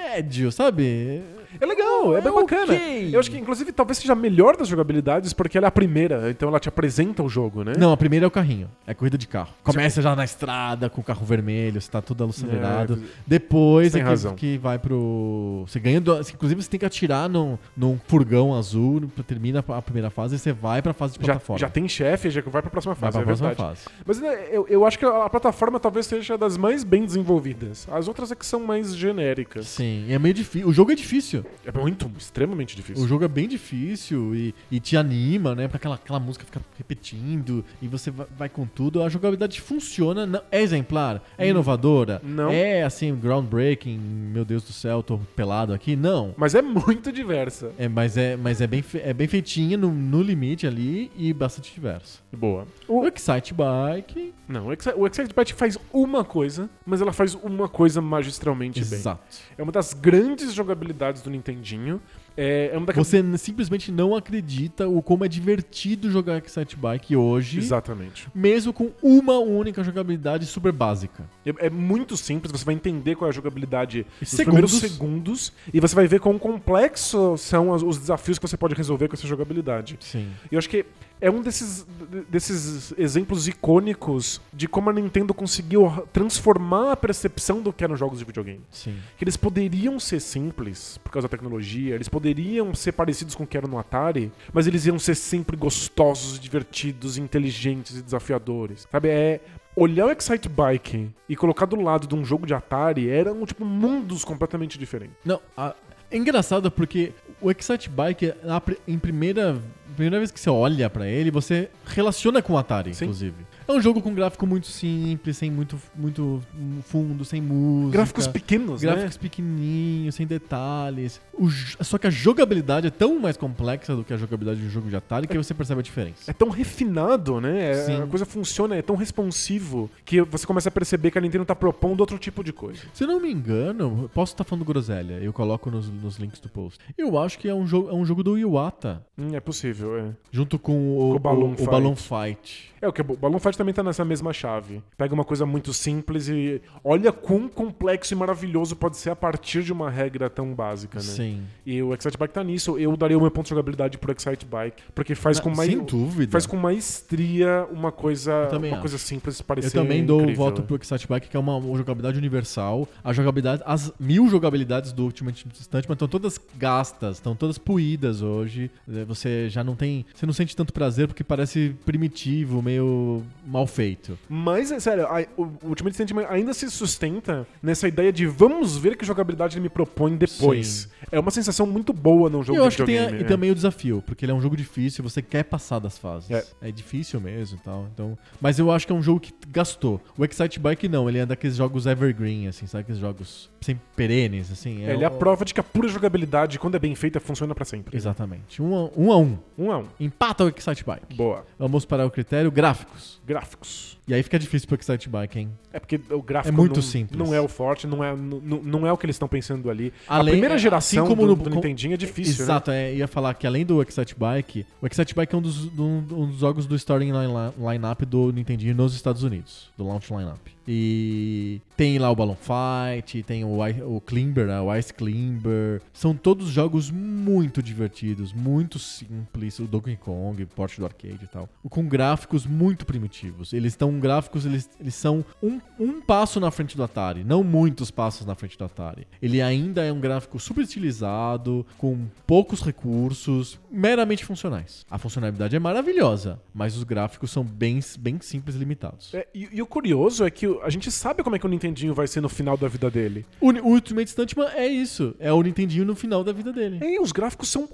Speaker 1: médio, sabe?
Speaker 2: É legal, é,
Speaker 1: É
Speaker 2: bem bacana.
Speaker 1: ok.
Speaker 2: Eu acho que, inclusive, talvez seja a melhor das jogabilidades, porque ela é a primeira, então ela te apresenta o jogo, né?
Speaker 1: Não, a primeira é o carrinho, é corrida de carro.
Speaker 2: Tipo-
Speaker 1: Começa já na estrada com o carro vermelho, você tá todo alucinado.
Speaker 2: É,
Speaker 1: Depois
Speaker 2: tem
Speaker 1: é que,
Speaker 2: razão.
Speaker 1: que vai pro. Você ganha. do- Inclusive, você tem que atirar num, num furgão azul, termina a primeira fase e você vai pra fase de
Speaker 2: Já,
Speaker 1: plataforma.
Speaker 2: já tem chefe, já vai pra próxima
Speaker 1: tá vai pra
Speaker 2: fase, é
Speaker 1: próxima
Speaker 2: verdade.
Speaker 1: fase.
Speaker 2: Mas né, eu, eu acho que a, a plataforma talvez seja das mais bem desenvolvidas. As outras é que são mais genéricas.
Speaker 1: Sim, e é meio difícil. O jogo é difícil.
Speaker 2: É muito, extremamente difícil.
Speaker 1: O jogo é bem difícil e, e te anima, né? Porque aquela, aquela música fica repetindo e você va- vai com tudo. A jogabilidade funciona, não- é exemplar, é inovadora,
Speaker 2: não.
Speaker 1: é assim, groundbreaking. Meu Deus do céu, tô pelado aqui. Não.
Speaker 2: Mas é muito diversa.
Speaker 1: É, mas é, mas é, bem, fe- é bem feitinha no, no limite ali e bastante diverso.
Speaker 2: Boa.
Speaker 1: O Excite Bike.
Speaker 2: Não, o Exce- o Excite Bike faz uma coisa, mas ela faz uma coisa magistralmente bem.
Speaker 1: Exato.
Speaker 2: É uma das grandes jogabilidades do Nintendinho. É, é uma daquelas.
Speaker 1: Você n- simplesmente não acredita o como é divertido jogar Excite Bike hoje.
Speaker 2: Exatamente.
Speaker 1: mesmo com uma única jogabilidade super básica.
Speaker 2: É, é muito simples, você vai entender qual é a jogabilidade nos
Speaker 1: Segundos.
Speaker 2: primeiros segundos e você vai ver quão complexo são as- os desafios que você pode resolver com essa jogabilidade.
Speaker 1: Sim.
Speaker 2: E eu acho que é um desses, d- desses exemplos icônicos de como a Nintendo conseguiu transformar a percepção do que eram jogos de videogame.
Speaker 1: Sim.
Speaker 2: que eles poderiam ser simples por causa da tecnologia, eles poderiam ser parecidos com o que era no Atari, mas eles iam ser sempre gostosos, divertidos, inteligentes e desafiadores. Sabe, é olhar o Excite Bike e colocar do lado de um jogo de Atari eram tipo mundos completamente diferentes.
Speaker 1: Não, a- é engraçado porque o Excite Bike, na pri- em primeira, primeira vez que você olha pra ele, você relaciona com o Atari,
Speaker 2: Sim.
Speaker 1: inclusive. É um jogo com gráfico muito simples, sem muito, muito fundo, sem música.
Speaker 2: Gráficos pequenos, né?
Speaker 1: Gráficos pequenininhos, sem detalhes. O j- só que a jogabilidade é tão mais complexa do que a jogabilidade de um jogo de Atari que você percebe a diferença.
Speaker 2: É tão refinado, né? É-
Speaker 1: Sim.
Speaker 2: A coisa funciona, é tão responsivo que você começa a perceber que a Nintendo tá propondo outro tipo de coisa.
Speaker 1: Se eu não me engano, eu posso estar falando groselha, eu coloco nos, nos links do post. Eu acho que é um, jogo, é um jogo do Iwata,
Speaker 2: Hum, é possível, é.
Speaker 1: junto com o,
Speaker 2: Com o Balloon
Speaker 1: o- o
Speaker 2: Fight.
Speaker 1: Balloon Fight.
Speaker 2: É, o que o Balloon Fight Overwatch também tá nessa mesma chave. Pega uma coisa muito simples e olha quão complexo e maravilhoso pode ser a partir de uma regra tão básica, né?
Speaker 1: Sim.
Speaker 2: E o Excite Bike tá nisso. Eu daria o meu ponto de jogabilidade pro Excite Bike, porque faz
Speaker 1: Na-
Speaker 2: com mais
Speaker 1: sem dúvida.
Speaker 2: faz com maestria uma coisa,
Speaker 1: também
Speaker 2: uma
Speaker 1: acho.
Speaker 2: coisa simples parecer
Speaker 1: Eu também dou o
Speaker 2: incrível,
Speaker 1: voto
Speaker 2: né?
Speaker 1: pro Excite Bike, que é uma jogabilidade universal. A jogabilidade, as mil jogabilidades do Ultimate Stuntman estão todas gastas, estão todas puídas hoje. Eh, Você já não tem. Você não sente tanto prazer porque parece primitivo, meio mal feito.
Speaker 2: Mas, é sério, a- o o Ultimate Sentiment ainda se sustenta nessa ideia de vamos ver que jogabilidade ele me propõe depois. É uma sensação muito boa num
Speaker 1: e
Speaker 2: jogo
Speaker 1: eu
Speaker 2: de
Speaker 1: acho que tem a-
Speaker 2: videogame,
Speaker 1: e
Speaker 2: né?
Speaker 1: também o desafio, porque ele é um jogo difícil, você quer passar das fases.
Speaker 2: É.
Speaker 1: É, difícil mesmo e tal. Então, mas eu acho que é um jogo que gastou. O Excite Bike não, ele é daqueles jogos evergreen, assim, sabe? Aqueles jogos sempre perenes, assim.
Speaker 2: Ele é a
Speaker 1: um-
Speaker 2: prova de que a pura jogabilidade, quando é bem feita, funciona pra sempre.
Speaker 1: Exatamente. Um a, um a um.
Speaker 2: Um a um.
Speaker 1: Empata o Excite Bike.
Speaker 2: Boa.
Speaker 1: Vamos para o critério gráficos.
Speaker 2: Gráficos.
Speaker 1: E aí fica difícil pro Excite Bike, hein?
Speaker 2: É porque o gráfico
Speaker 1: É muito
Speaker 2: não,
Speaker 1: simples.
Speaker 2: não é o forte, não é, não, não é o que eles estão pensando ali.
Speaker 1: Além-
Speaker 2: a primeira
Speaker 1: assim
Speaker 2: geração
Speaker 1: como
Speaker 2: do,
Speaker 1: no-
Speaker 2: do
Speaker 1: com-
Speaker 2: Nintendinho é difícil, né?
Speaker 1: Exato, é, ia falar que além do Excite Bike, o Excite Bike é um dos, do- um dos jogos do starting line- lineup do Nintendinho nos Estados Unidos, do launch lineup. E tem lá o Balloon Fight, tem o, I- o Climber, né, o Ice Climber. São todos jogos muito divertidos, muito simples. O Donkey Kong, porte do arcade e tal. Com gráficos muito primitivos. Eles estão gráficos, eles, eles são um, um passo na frente do Atari, não muitos passos na frente do Atari. Ele ainda é um gráfico super estilizado, com poucos recursos, meramente funcionais. A funcionalidade é maravilhosa, mas os gráficos são bem, bem simples e limitados.
Speaker 2: É, e, e o curioso é que o- a gente sabe como é que o Nintendinho vai ser no final da vida dele.
Speaker 1: O, Ni- o Ultimate Stuntman é isso, é o Nintendinho no final da vida dele.
Speaker 2: É, os gráficos são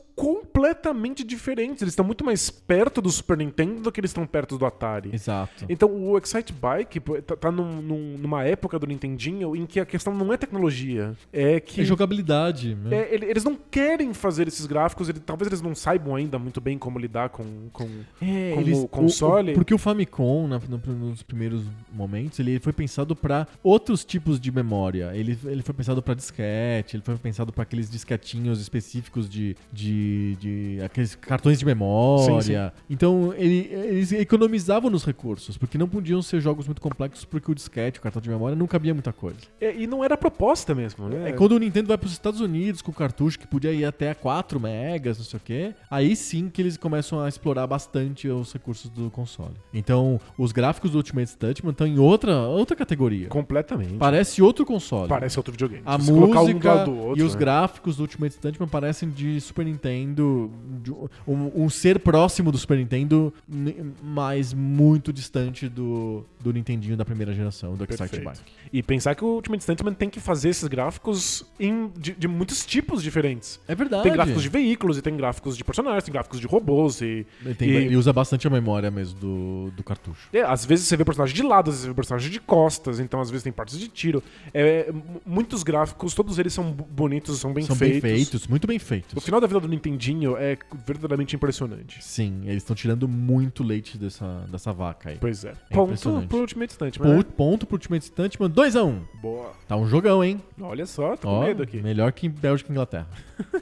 Speaker 2: completamente diferentes. Eles estão muito mais perto do Super Nintendo do que eles estão perto do Atari.
Speaker 1: Exato.
Speaker 2: Então o Excite Bike pô, tá, tá num- num- numa época do Nintendinho em que a questão não é tecnologia, é que
Speaker 1: É jogabilidade. né?
Speaker 2: é, ele- eles não querem fazer esses gráficos, ele- talvez eles não saibam ainda muito bem como lidar com, com,
Speaker 1: É,
Speaker 2: com
Speaker 1: eles-
Speaker 2: o console.
Speaker 1: o- o- porque o Famicom, na- no- nos primeiros momentos, ele foi pensado para outros tipos de memória. Ele, ele foi pensado para disquete, ele foi pensado para aqueles disquetinhos específicos de, de, de- aqueles cartões de memória.
Speaker 2: Sim,
Speaker 1: Então, ele- eles economizavam nos recursos, porque não podiam ser jogos muito complexos, porque o disquete, o cartão de memória, não cabia muita coisa.
Speaker 2: É, e não era a proposta mesmo, né?
Speaker 1: É, quando o Nintendo vai para os Estados Unidos com o cartucho que podia ir até 4 megas, não sei o quê, aí sim que eles começam a explorar bastante os recursos do console. Então, os gráficos do Ultimate Stuntman estão em outra, outra categoria.
Speaker 2: Completamente.
Speaker 1: Parece outro console.
Speaker 2: Parece outro videogame.
Speaker 1: A
Speaker 2: Se você
Speaker 1: música
Speaker 2: colocar um do lado do outro,
Speaker 1: e os
Speaker 2: né?
Speaker 1: gráficos do Ultimate Stuntman parecem de Super Nintendo, de um, um ser próximo do Super Nintendo, n- mas muito distante do, do Nintendinho da primeira geração, do Excite
Speaker 2: Perfeito.
Speaker 1: Bike.
Speaker 2: E pensar que o Ultimate Stuntman tem que fazer esses gráficos em- de, de muitos tipos diferentes.
Speaker 1: É verdade.
Speaker 2: Tem gráficos de veículos, e tem gráficos de personagens, tem gráficos de robôs, e.
Speaker 1: Ele, tem-
Speaker 2: e-
Speaker 1: ele usa bastante a memória mesmo do, do cartucho.
Speaker 2: é, às vezes você vê personagem de lado, às vezes você vê personagem de costas, então às vezes tem partes de tiro. É, m- muitos gráficos, todos eles são bo- bonitos, são bem
Speaker 1: São
Speaker 2: feitos.
Speaker 1: bem feitos, muito bem
Speaker 2: O
Speaker 1: feitos.
Speaker 2: final da vida do Nintendinho é verdadeiramente impressionante.
Speaker 1: Sim, eles estão tirando muito leite dessa, dessa vaca aí.
Speaker 2: Pois é. Ponto
Speaker 1: impressionante.
Speaker 2: pro Ultimate Stuntman.
Speaker 1: Ponto, ponto pro Ultimate Stuntman, 2x1.
Speaker 2: né? Boa.
Speaker 1: Tá um jogão, hein?
Speaker 2: Olha só, tô com
Speaker 1: Ó,
Speaker 2: medo aqui.
Speaker 1: melhor que Bélgica e Inglaterra. *laughs*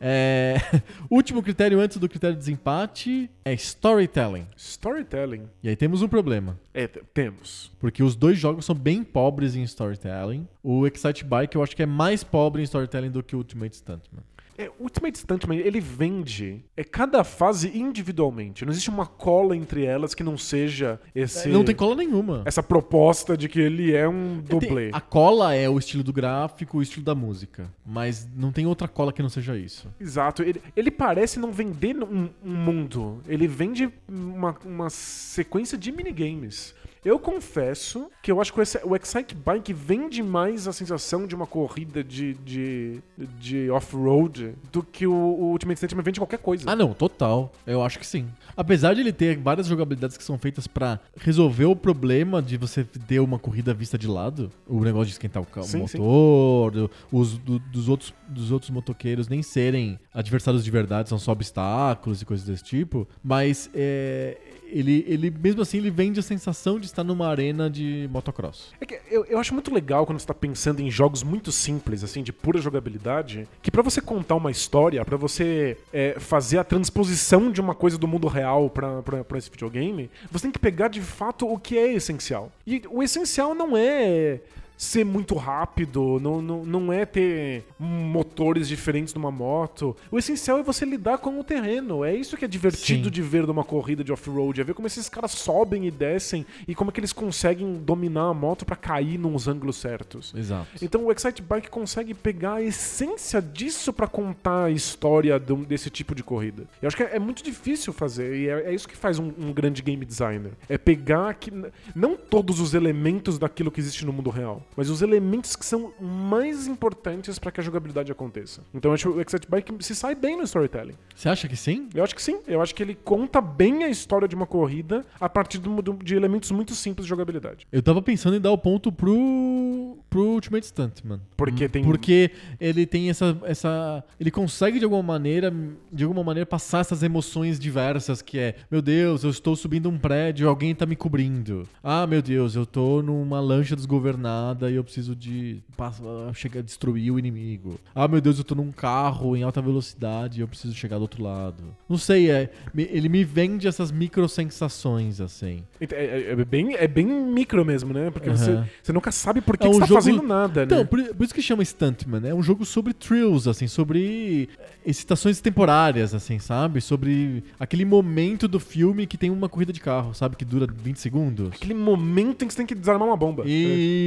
Speaker 1: É, *laughs* último critério antes do critério de desempate é storytelling.
Speaker 2: Storytelling.
Speaker 1: E aí temos um problema.
Speaker 2: É, t- temos.
Speaker 1: Porque os dois jogos são bem pobres em storytelling. O Excite Bike eu acho que é mais pobre em storytelling do que o Ultimate Stuntman.
Speaker 2: É, o Ultimate Stuntman, ele vende é, cada fase individualmente. Não existe uma cola entre elas que não seja esse,
Speaker 1: Não tem cola nenhuma.
Speaker 2: essa proposta de que ele é um dublê.
Speaker 1: Tem- A cola é o estilo do gráfico, o estilo da música. Mas não tem outra cola que não seja isso.
Speaker 2: Exato. Ele, ele parece não vender um, um mundo. Ele vende uma, uma sequência de minigames. Eu confesso que eu acho que o Exci- o Excite Bike vende mais a sensação de uma corrida de, de, de off-road do que o, o Ultimate Stuntman vende qualquer coisa.
Speaker 1: Ah, não, total. Eu acho que sim. Apesar de ele ter várias jogabilidades que são feitas pra resolver o problema de você ter uma corrida vista de lado, o negócio de esquentar o, ca- o
Speaker 2: Sim, sim.
Speaker 1: motor, do- os do- dos outros dos outros motoqueiros nem serem adversários de verdade, são só obstáculos e coisas desse tipo. Mas é, Ele, ele, mesmo assim, ele vende a sensação de estar numa arena de motocross.
Speaker 2: É que eu, eu acho muito legal quando você tá pensando em jogos muito simples, assim, de pura jogabilidade, que pra você contar uma história, pra você é, fazer a transposição de uma coisa do mundo real pra, pra, pra esse videogame, você tem que pegar de fato o que é essencial. E o essencial não é ser muito rápido, não, não, não é ter motores diferentes numa moto. O essencial é você lidar com o terreno. É isso que é divertido
Speaker 1: Sim.
Speaker 2: de ver numa corrida de off-road. É ver como esses caras sobem e descem e como é que eles conseguem dominar a moto pra cair nos ângulos certos.
Speaker 1: Exato.
Speaker 2: Então o Excite Bike consegue pegar a essência disso pra contar a história de um- desse tipo de corrida. Eu acho que é, é muito difícil fazer e é, é isso que faz um, um grande game designer. É pegar que n- não todos os elementos daquilo que existe no mundo real, mas os elementos que são mais importantes pra que a jogabilidade aconteça. Então eu acho que o Excite Bike se sai bem no storytelling.
Speaker 1: Você acha que sim?
Speaker 2: Eu acho que sim. Eu acho que ele conta bem a história de uma corrida a partir do- do- de elementos muito simples de jogabilidade.
Speaker 1: Eu tava pensando em dar o ponto pro. pro Ultimate Stuntman.
Speaker 2: Porque tem
Speaker 1: Hum, Porque ele tem essa, essa. Ele consegue de alguma maneira. De alguma maneira passar essas emoções diversas que é, meu Deus, eu estou subindo um prédio, alguém tá me cobrindo. Ah, meu Deus, eu tô numa lancha desgovernada e eu preciso de passa- chegar destruir o inimigo. Ah, meu Deus, eu tô num carro em alta velocidade e eu preciso chegar do outro lado. Não sei, é, me- ele me vende essas micro sensações, assim.
Speaker 2: Ent- É, é- é bem, é bem micro mesmo, né? Porque
Speaker 1: Aham.
Speaker 2: você, você nunca sabe por que,
Speaker 1: É
Speaker 2: que
Speaker 1: um
Speaker 2: você tá
Speaker 1: jogo-
Speaker 2: fazendo nada,
Speaker 1: Então,
Speaker 2: né?
Speaker 1: por, por isso que chama Stuntman. É um jogo sobre thrills, assim, sobre excitações temporárias, assim, sabe? Sobre aquele momento do filme que tem uma corrida de carro, sabe? Que dura 20 segundos.
Speaker 2: Aquele momento em que você tem que desarmar uma bomba.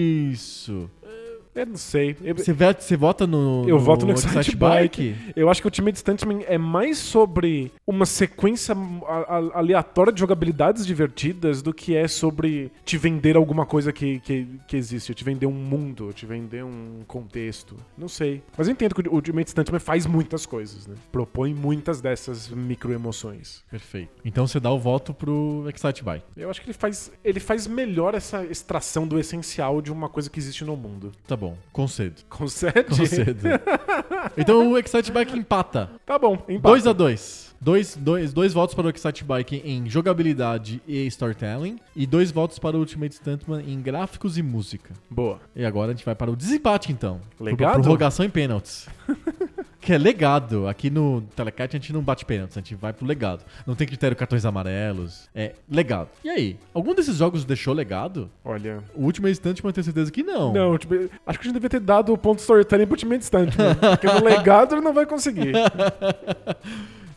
Speaker 1: Isso.
Speaker 2: É, Eu não sei. Eu,
Speaker 1: Você, ve- você vota no.
Speaker 2: eu voto no Excite Bike. Eu acho que o time de Stuntman é mais sobre uma sequência a- a- aleatória de jogabilidades divertidas do que é sobre te vender alguma coisa que, que, que existe. Te vender um mundo, te vender um contexto. Não sei. Mas eu entendo que o Ultimate Stuntman faz muitas coisas, né? Propõe muitas dessas microemoções.
Speaker 1: Perfeito. Então você dá o voto pro Excite Bike.
Speaker 2: Eu acho que ele faz, ele faz melhor essa extração do essencial de uma coisa que existe no mundo. *laughs*
Speaker 1: Tá bom. Concedo.
Speaker 2: Concede?
Speaker 1: Concedo. então o Excite Bike empata.
Speaker 2: Tá bom, empate.
Speaker 1: 2 a 2 Dois, dois, dois votos para o Excite Bike em jogabilidade e storytelling. E dois votos para o Ultimate Stuntman em gráficos e música.
Speaker 2: Boa.
Speaker 1: E agora a gente vai para o desempate, então. Pro-
Speaker 2: Legado?
Speaker 1: Prorrogação e pênaltis. que é legado. Aqui no Telecat a gente não bate pênaltis, a gente vai pro legado. Não tem critério cartões amarelos. É legado. E aí? Algum desses jogos deixou legado?
Speaker 2: Olha.
Speaker 1: O Ultimate Stuntman eu tenho certeza que não.
Speaker 2: Não, tipo, acho que a gente devia ter dado o ponto storytelling pro time distante, né? Porque no legado ele não vai
Speaker 1: *laughs*
Speaker 2: conseguir.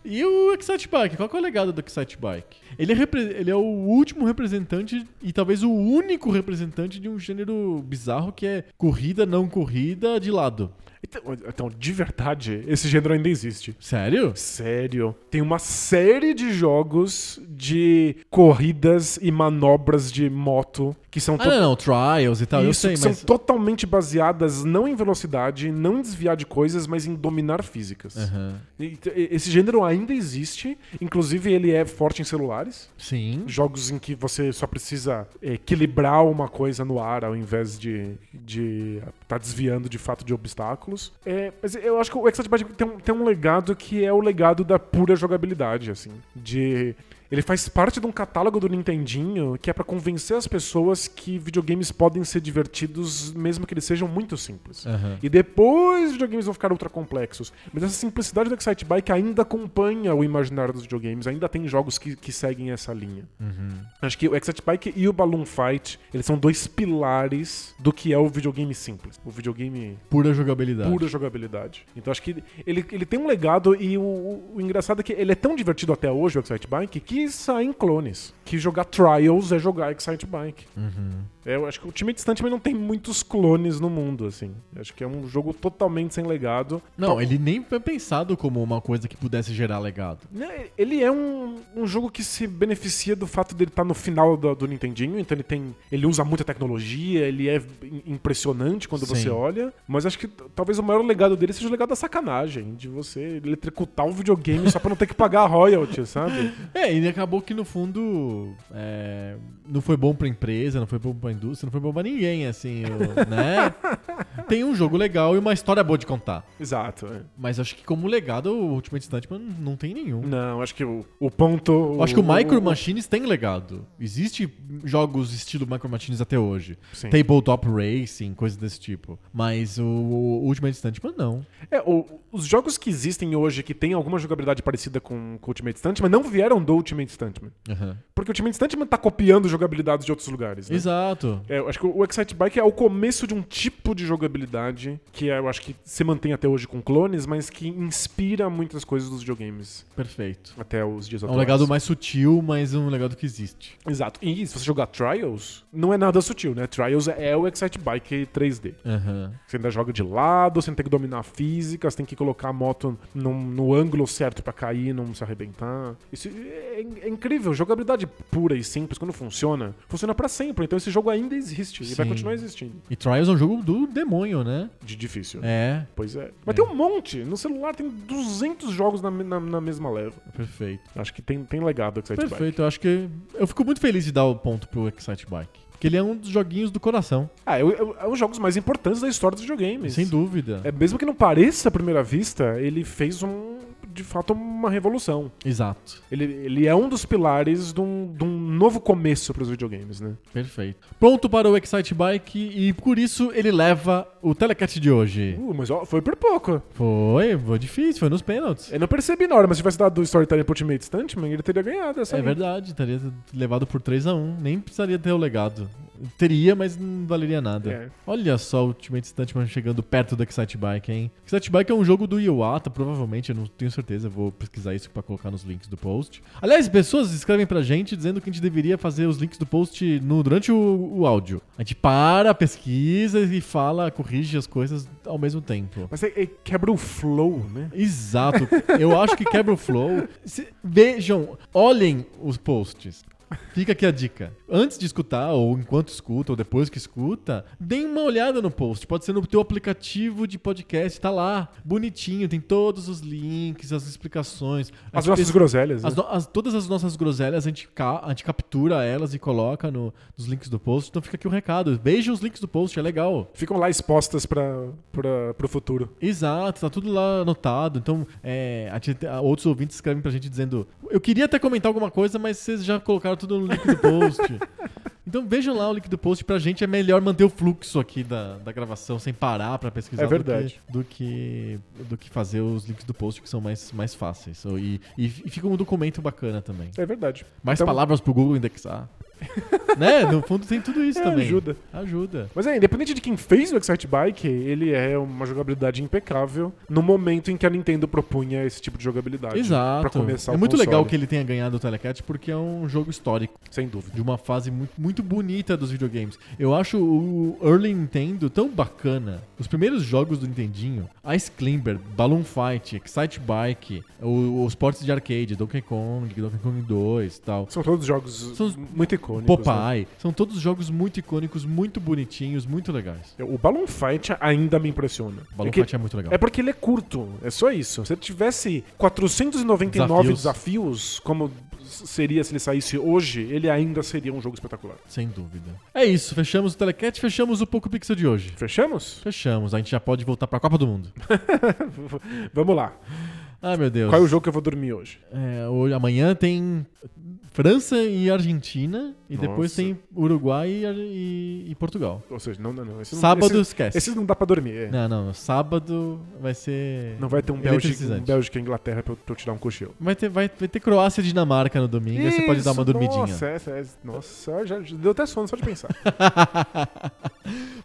Speaker 1: E o Excite Bike? Qual que é o legado do Excite Bike? Ele é, repre- ele é o último representante e talvez o único representante de um gênero bizarro que é corrida, não corrida, de lado.
Speaker 2: Então, então, de verdade, esse gênero ainda existe.
Speaker 1: Sério?
Speaker 2: Sério? Tem uma série de jogos de corridas e manobras de moto que são
Speaker 1: Ah, não, não, Trials e tal,
Speaker 2: Isso,
Speaker 1: eu sei,
Speaker 2: que são
Speaker 1: mas...
Speaker 2: totalmente baseadas não em velocidade, não em desviar de coisas, mas em dominar físicas.
Speaker 1: Aham.
Speaker 2: E- e- Esse gênero ainda existe, inclusive ele é forte em celulares.
Speaker 1: Sim.
Speaker 2: Jogos em que você só precisa equilibrar uma coisa no ar ao invés de estar de tá desviando de fato de obstáculos. É, mas eu acho que o Excite Bike tem, um- tem um legado que é o legado da pura jogabilidade, assim. De. Ele faz parte de um catálogo do Nintendinho que é pra convencer as pessoas que videogames podem ser divertidos mesmo que eles sejam muito simples.
Speaker 1: Aham.
Speaker 2: E depois os videogames vão ficar ultra complexos. Mas essa simplicidade do Excite Bike ainda acompanha o imaginário dos videogames. Ainda tem jogos que, que seguem essa linha. Acho que o Excite Bike e o Balloon Fight, eles são dois pilares do que é o videogame simples. O videogame
Speaker 1: Pura jogabilidade.
Speaker 2: pura jogabilidade. Então acho que ele, ele tem um legado e o, o- o engraçado é que ele é tão divertido até hoje, o Excite Bike, que saem clones. Que jogar Trials é jogar Excite Bike. É, eu acho que o time distante não tem muitos clones no mundo, assim. Eu acho que é um jogo totalmente sem legado.
Speaker 1: Não, ele nem foi pensado como uma coisa que pudesse gerar legado.
Speaker 2: Né, Ele é um, um jogo que se beneficia do fato dele estar no final do, do Nintendinho, então ele tem. ele usa muita tecnologia, ele é im- impressionante quando
Speaker 1: Sim.
Speaker 2: você olha. Mas acho que t- talvez o maior legado dele seja o legado da sacanagem, de você eletricutar o videogame só pra não ter que pagar a
Speaker 1: *laughs*
Speaker 2: royalty, sabe?
Speaker 1: É, ele acabou que no fundo é, não foi bom pra empresa, não foi bom pra pra indústria, não foi bom pra ninguém, assim, o- né?
Speaker 2: *laughs*
Speaker 1: Tem um jogo legal e uma história boa de contar.
Speaker 2: Exato. é.
Speaker 1: Mas acho que como legado, o Ultimate Stuntman não tem nenhum.
Speaker 2: Não, acho que o, o ponto.
Speaker 1: Eu acho que o Micro Machines tem legado. Existe jogos estilo Micro Machines até hoje.
Speaker 2: Sim.
Speaker 1: Tabletop Racing, coisas desse tipo. Mas o, o Ultimate Stuntman não.
Speaker 2: É, o- os jogos que existem hoje que tem alguma jogabilidade parecida com, com o Ultimate Stuntman não vieram do Ultimate Stuntman. Porque o Ultimate Stuntman tá copiando jogabilidades de outros lugares, né?
Speaker 1: Exato.
Speaker 2: É, eu acho que o Excite Bike é o começo de um tipo de jogabilidade que é, eu acho que se mantém até hoje com clones, mas que inspira muitas coisas dos videogames
Speaker 1: Perfeito.
Speaker 2: até os dias
Speaker 1: É
Speaker 2: atuais.
Speaker 1: um legado mais sutil, mas um legado que existe.
Speaker 2: Exato. E se você jogar Trials, não é nada sutil, né? Trials é o Excite Bike 3D.
Speaker 1: Aham.
Speaker 2: Você ainda joga de lado, você tem que dominar a física, você tem que colocar a moto num- no ângulo certo pra cair, e não se arrebentar. Isso é, é incrível. Jogabilidade pura e simples, quando funciona, funciona pra sempre. Então esse jogo ainda existe e vai
Speaker 1: Sim.
Speaker 2: continuar existindo.
Speaker 1: E Trials é um jogo do demônio, né?
Speaker 2: De difícil.
Speaker 1: É,
Speaker 2: Pois é. Mas tem um monte. No celular tem 200 jogos na, me- na- na mesma leva.
Speaker 1: perfeito.
Speaker 2: Acho que tem, tem legado o Excite Bike.
Speaker 1: Perfeito, eu acho que. Eu fico muito feliz de dar o ponto pro Excite Bike. Porque ele é um dos joguinhos do coração,
Speaker 2: Ah, é, o- é um dos jogos mais importantes da história dos videogames.
Speaker 1: sem dúvida.
Speaker 2: É, mesmo que não pareça à primeira vista, ele fez um. De fato, uma revolução.
Speaker 1: Exato.
Speaker 2: Ele, ele é um dos pilares de um, de um novo começo para os videogames, né?
Speaker 1: Perfeito. Pronto para o Excite Bike e por isso ele leva o telecat de hoje.
Speaker 2: Uh, mas ó, foi por pouco.
Speaker 1: Foi, foi difícil, foi nos pênaltis.
Speaker 2: Eu não percebi na hora, mas se tivesse dado o Storytelling pro Ultimate Stuntman, ele teria ganhado essa
Speaker 1: É
Speaker 2: aí.
Speaker 1: verdade, teria levado por 3 a 1 nem precisaria ter o legado. Teria, mas não valeria nada.
Speaker 2: É.
Speaker 1: Olha só o Ultimate Stuntman chegando perto do Excite Bike, hein? Excite Bike é um jogo do Iwata, provavelmente, eu não tenho certeza, eu vou pesquisar isso pra colocar nos links do post. Aliás, pessoas escrevem pra gente dizendo que a gente deveria fazer os links do post no, durante o, o áudio. A gente para, pesquisa e fala, corrige as coisas ao mesmo tempo.
Speaker 2: Mas é, é- quebra o flow, né?
Speaker 1: Exato. Eu acho que quebra o flow. Se- vejam, olhem os posts. Fica aqui a dica. Antes de escutar, ou enquanto escuta, ou depois que escuta, deem uma olhada no post. Pode ser no teu aplicativo de podcast, tá lá. Bonitinho, tem todos os links, as explicações.
Speaker 2: As
Speaker 1: A gente
Speaker 2: nossas
Speaker 1: pes-
Speaker 2: groselhas.
Speaker 1: as
Speaker 2: né?
Speaker 1: no- as- todas as nossas groselhas a gente, ca- a gente captura elas e coloca no- nos links do post. Então fica aqui o recado. Vejam os links do post, é legal.
Speaker 2: Ficam lá expostas para o futuro.
Speaker 1: Exato, tá tudo lá anotado. Então, é, a gente- a- outros ouvintes escrevem pra gente dizendo: Eu queria até comentar alguma coisa, mas vocês já colocaram tudo no link do post.
Speaker 2: *laughs*
Speaker 1: então vejam lá o link do post. Pra gente é melhor manter o fluxo aqui da, da gravação sem parar pra pesquisar
Speaker 2: É
Speaker 1: do que-
Speaker 2: verdade.
Speaker 1: Do, que, do, que, fazer os links do post que são mais, mais fáceis. Ou- E, e, e fica um documento bacana também.
Speaker 2: É verdade.
Speaker 1: Mais
Speaker 2: Então-
Speaker 1: palavras pro Google
Speaker 2: *laughs*
Speaker 1: indexar. né? No fundo tem tudo isso
Speaker 2: É,
Speaker 1: também.
Speaker 2: ajuda.
Speaker 1: Ajuda.
Speaker 2: Mas é, independente de quem fez o Excite Bike, ele é uma jogabilidade impecável no momento em que a Nintendo propunha esse tipo de jogabilidade.
Speaker 1: Exato.
Speaker 2: Pra começar
Speaker 1: é
Speaker 2: o
Speaker 1: muito
Speaker 2: console,
Speaker 1: legal que ele tenha ganhado o Telecat porque é um jogo histórico
Speaker 2: Sem dúvida.
Speaker 1: de uma fase muito, muito bonita dos videogames. Eu acho o Early Nintendo tão bacana. Os primeiros jogos do Nintendinho, Ice Climber, Balloon Fight, Excite Bike, o- os portes de arcade, Donkey Kong, Donkey Kong 2 e tal.
Speaker 2: São todos jogos
Speaker 1: São os-
Speaker 2: muito icônicos. né?
Speaker 1: Popeye, são todos jogos muito icônicos, muito bonitinhos, muito legais.
Speaker 2: né? O Balloon Fight ainda me impressiona.
Speaker 1: Balloon
Speaker 2: é que-
Speaker 1: Fight é muito legal.
Speaker 2: É porque ele é curto, é só isso. Se ele tivesse 499 desafios,
Speaker 1: Desafios.
Speaker 2: como s- seria se ele saísse hoje, ele ainda seria um jogo espetacular.
Speaker 1: Sem dúvida. É isso, fechamos o Telecat, fechamos o Poco Pixel de hoje.
Speaker 2: Fechamos?
Speaker 1: Fechamos, a gente já pode voltar pra Copa do Mundo.
Speaker 2: Vamos lá.
Speaker 1: Ah, meu Deus.
Speaker 2: Qual é o jogo que eu vou dormir hoje?
Speaker 1: É, hoje, amanhã tem França e Argentina, e depois
Speaker 2: Nossa.
Speaker 1: tem Uruguai e, Ar- e- e Portugal.
Speaker 2: Ou seja, não, não, não. Esse não-
Speaker 1: Sábado
Speaker 2: esse-
Speaker 1: esquece.
Speaker 2: Esse não dá pra dormir. é.
Speaker 1: Não, não, sábado vai ser.
Speaker 2: Não vai ter um Bélgica,
Speaker 1: eletricizante.
Speaker 2: um Bélgica e Inglaterra pra eu, pra eu tirar um cochilo.
Speaker 1: Vai ter, vai, vai ter Croácia e Dinamarca no domingo, aí você pode dar uma
Speaker 2: Isso,
Speaker 1: dormidinha.
Speaker 2: Nossa, essa, essa- nossa já, já deu até sono só de pensar.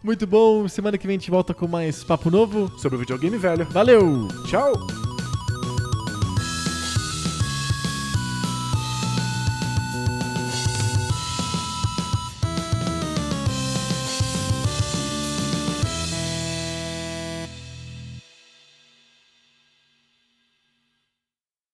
Speaker 1: Muito bom, semana que vem a gente volta com mais papo novo.
Speaker 2: Sobre o videogame velho.
Speaker 1: Valeu!
Speaker 2: Tchau!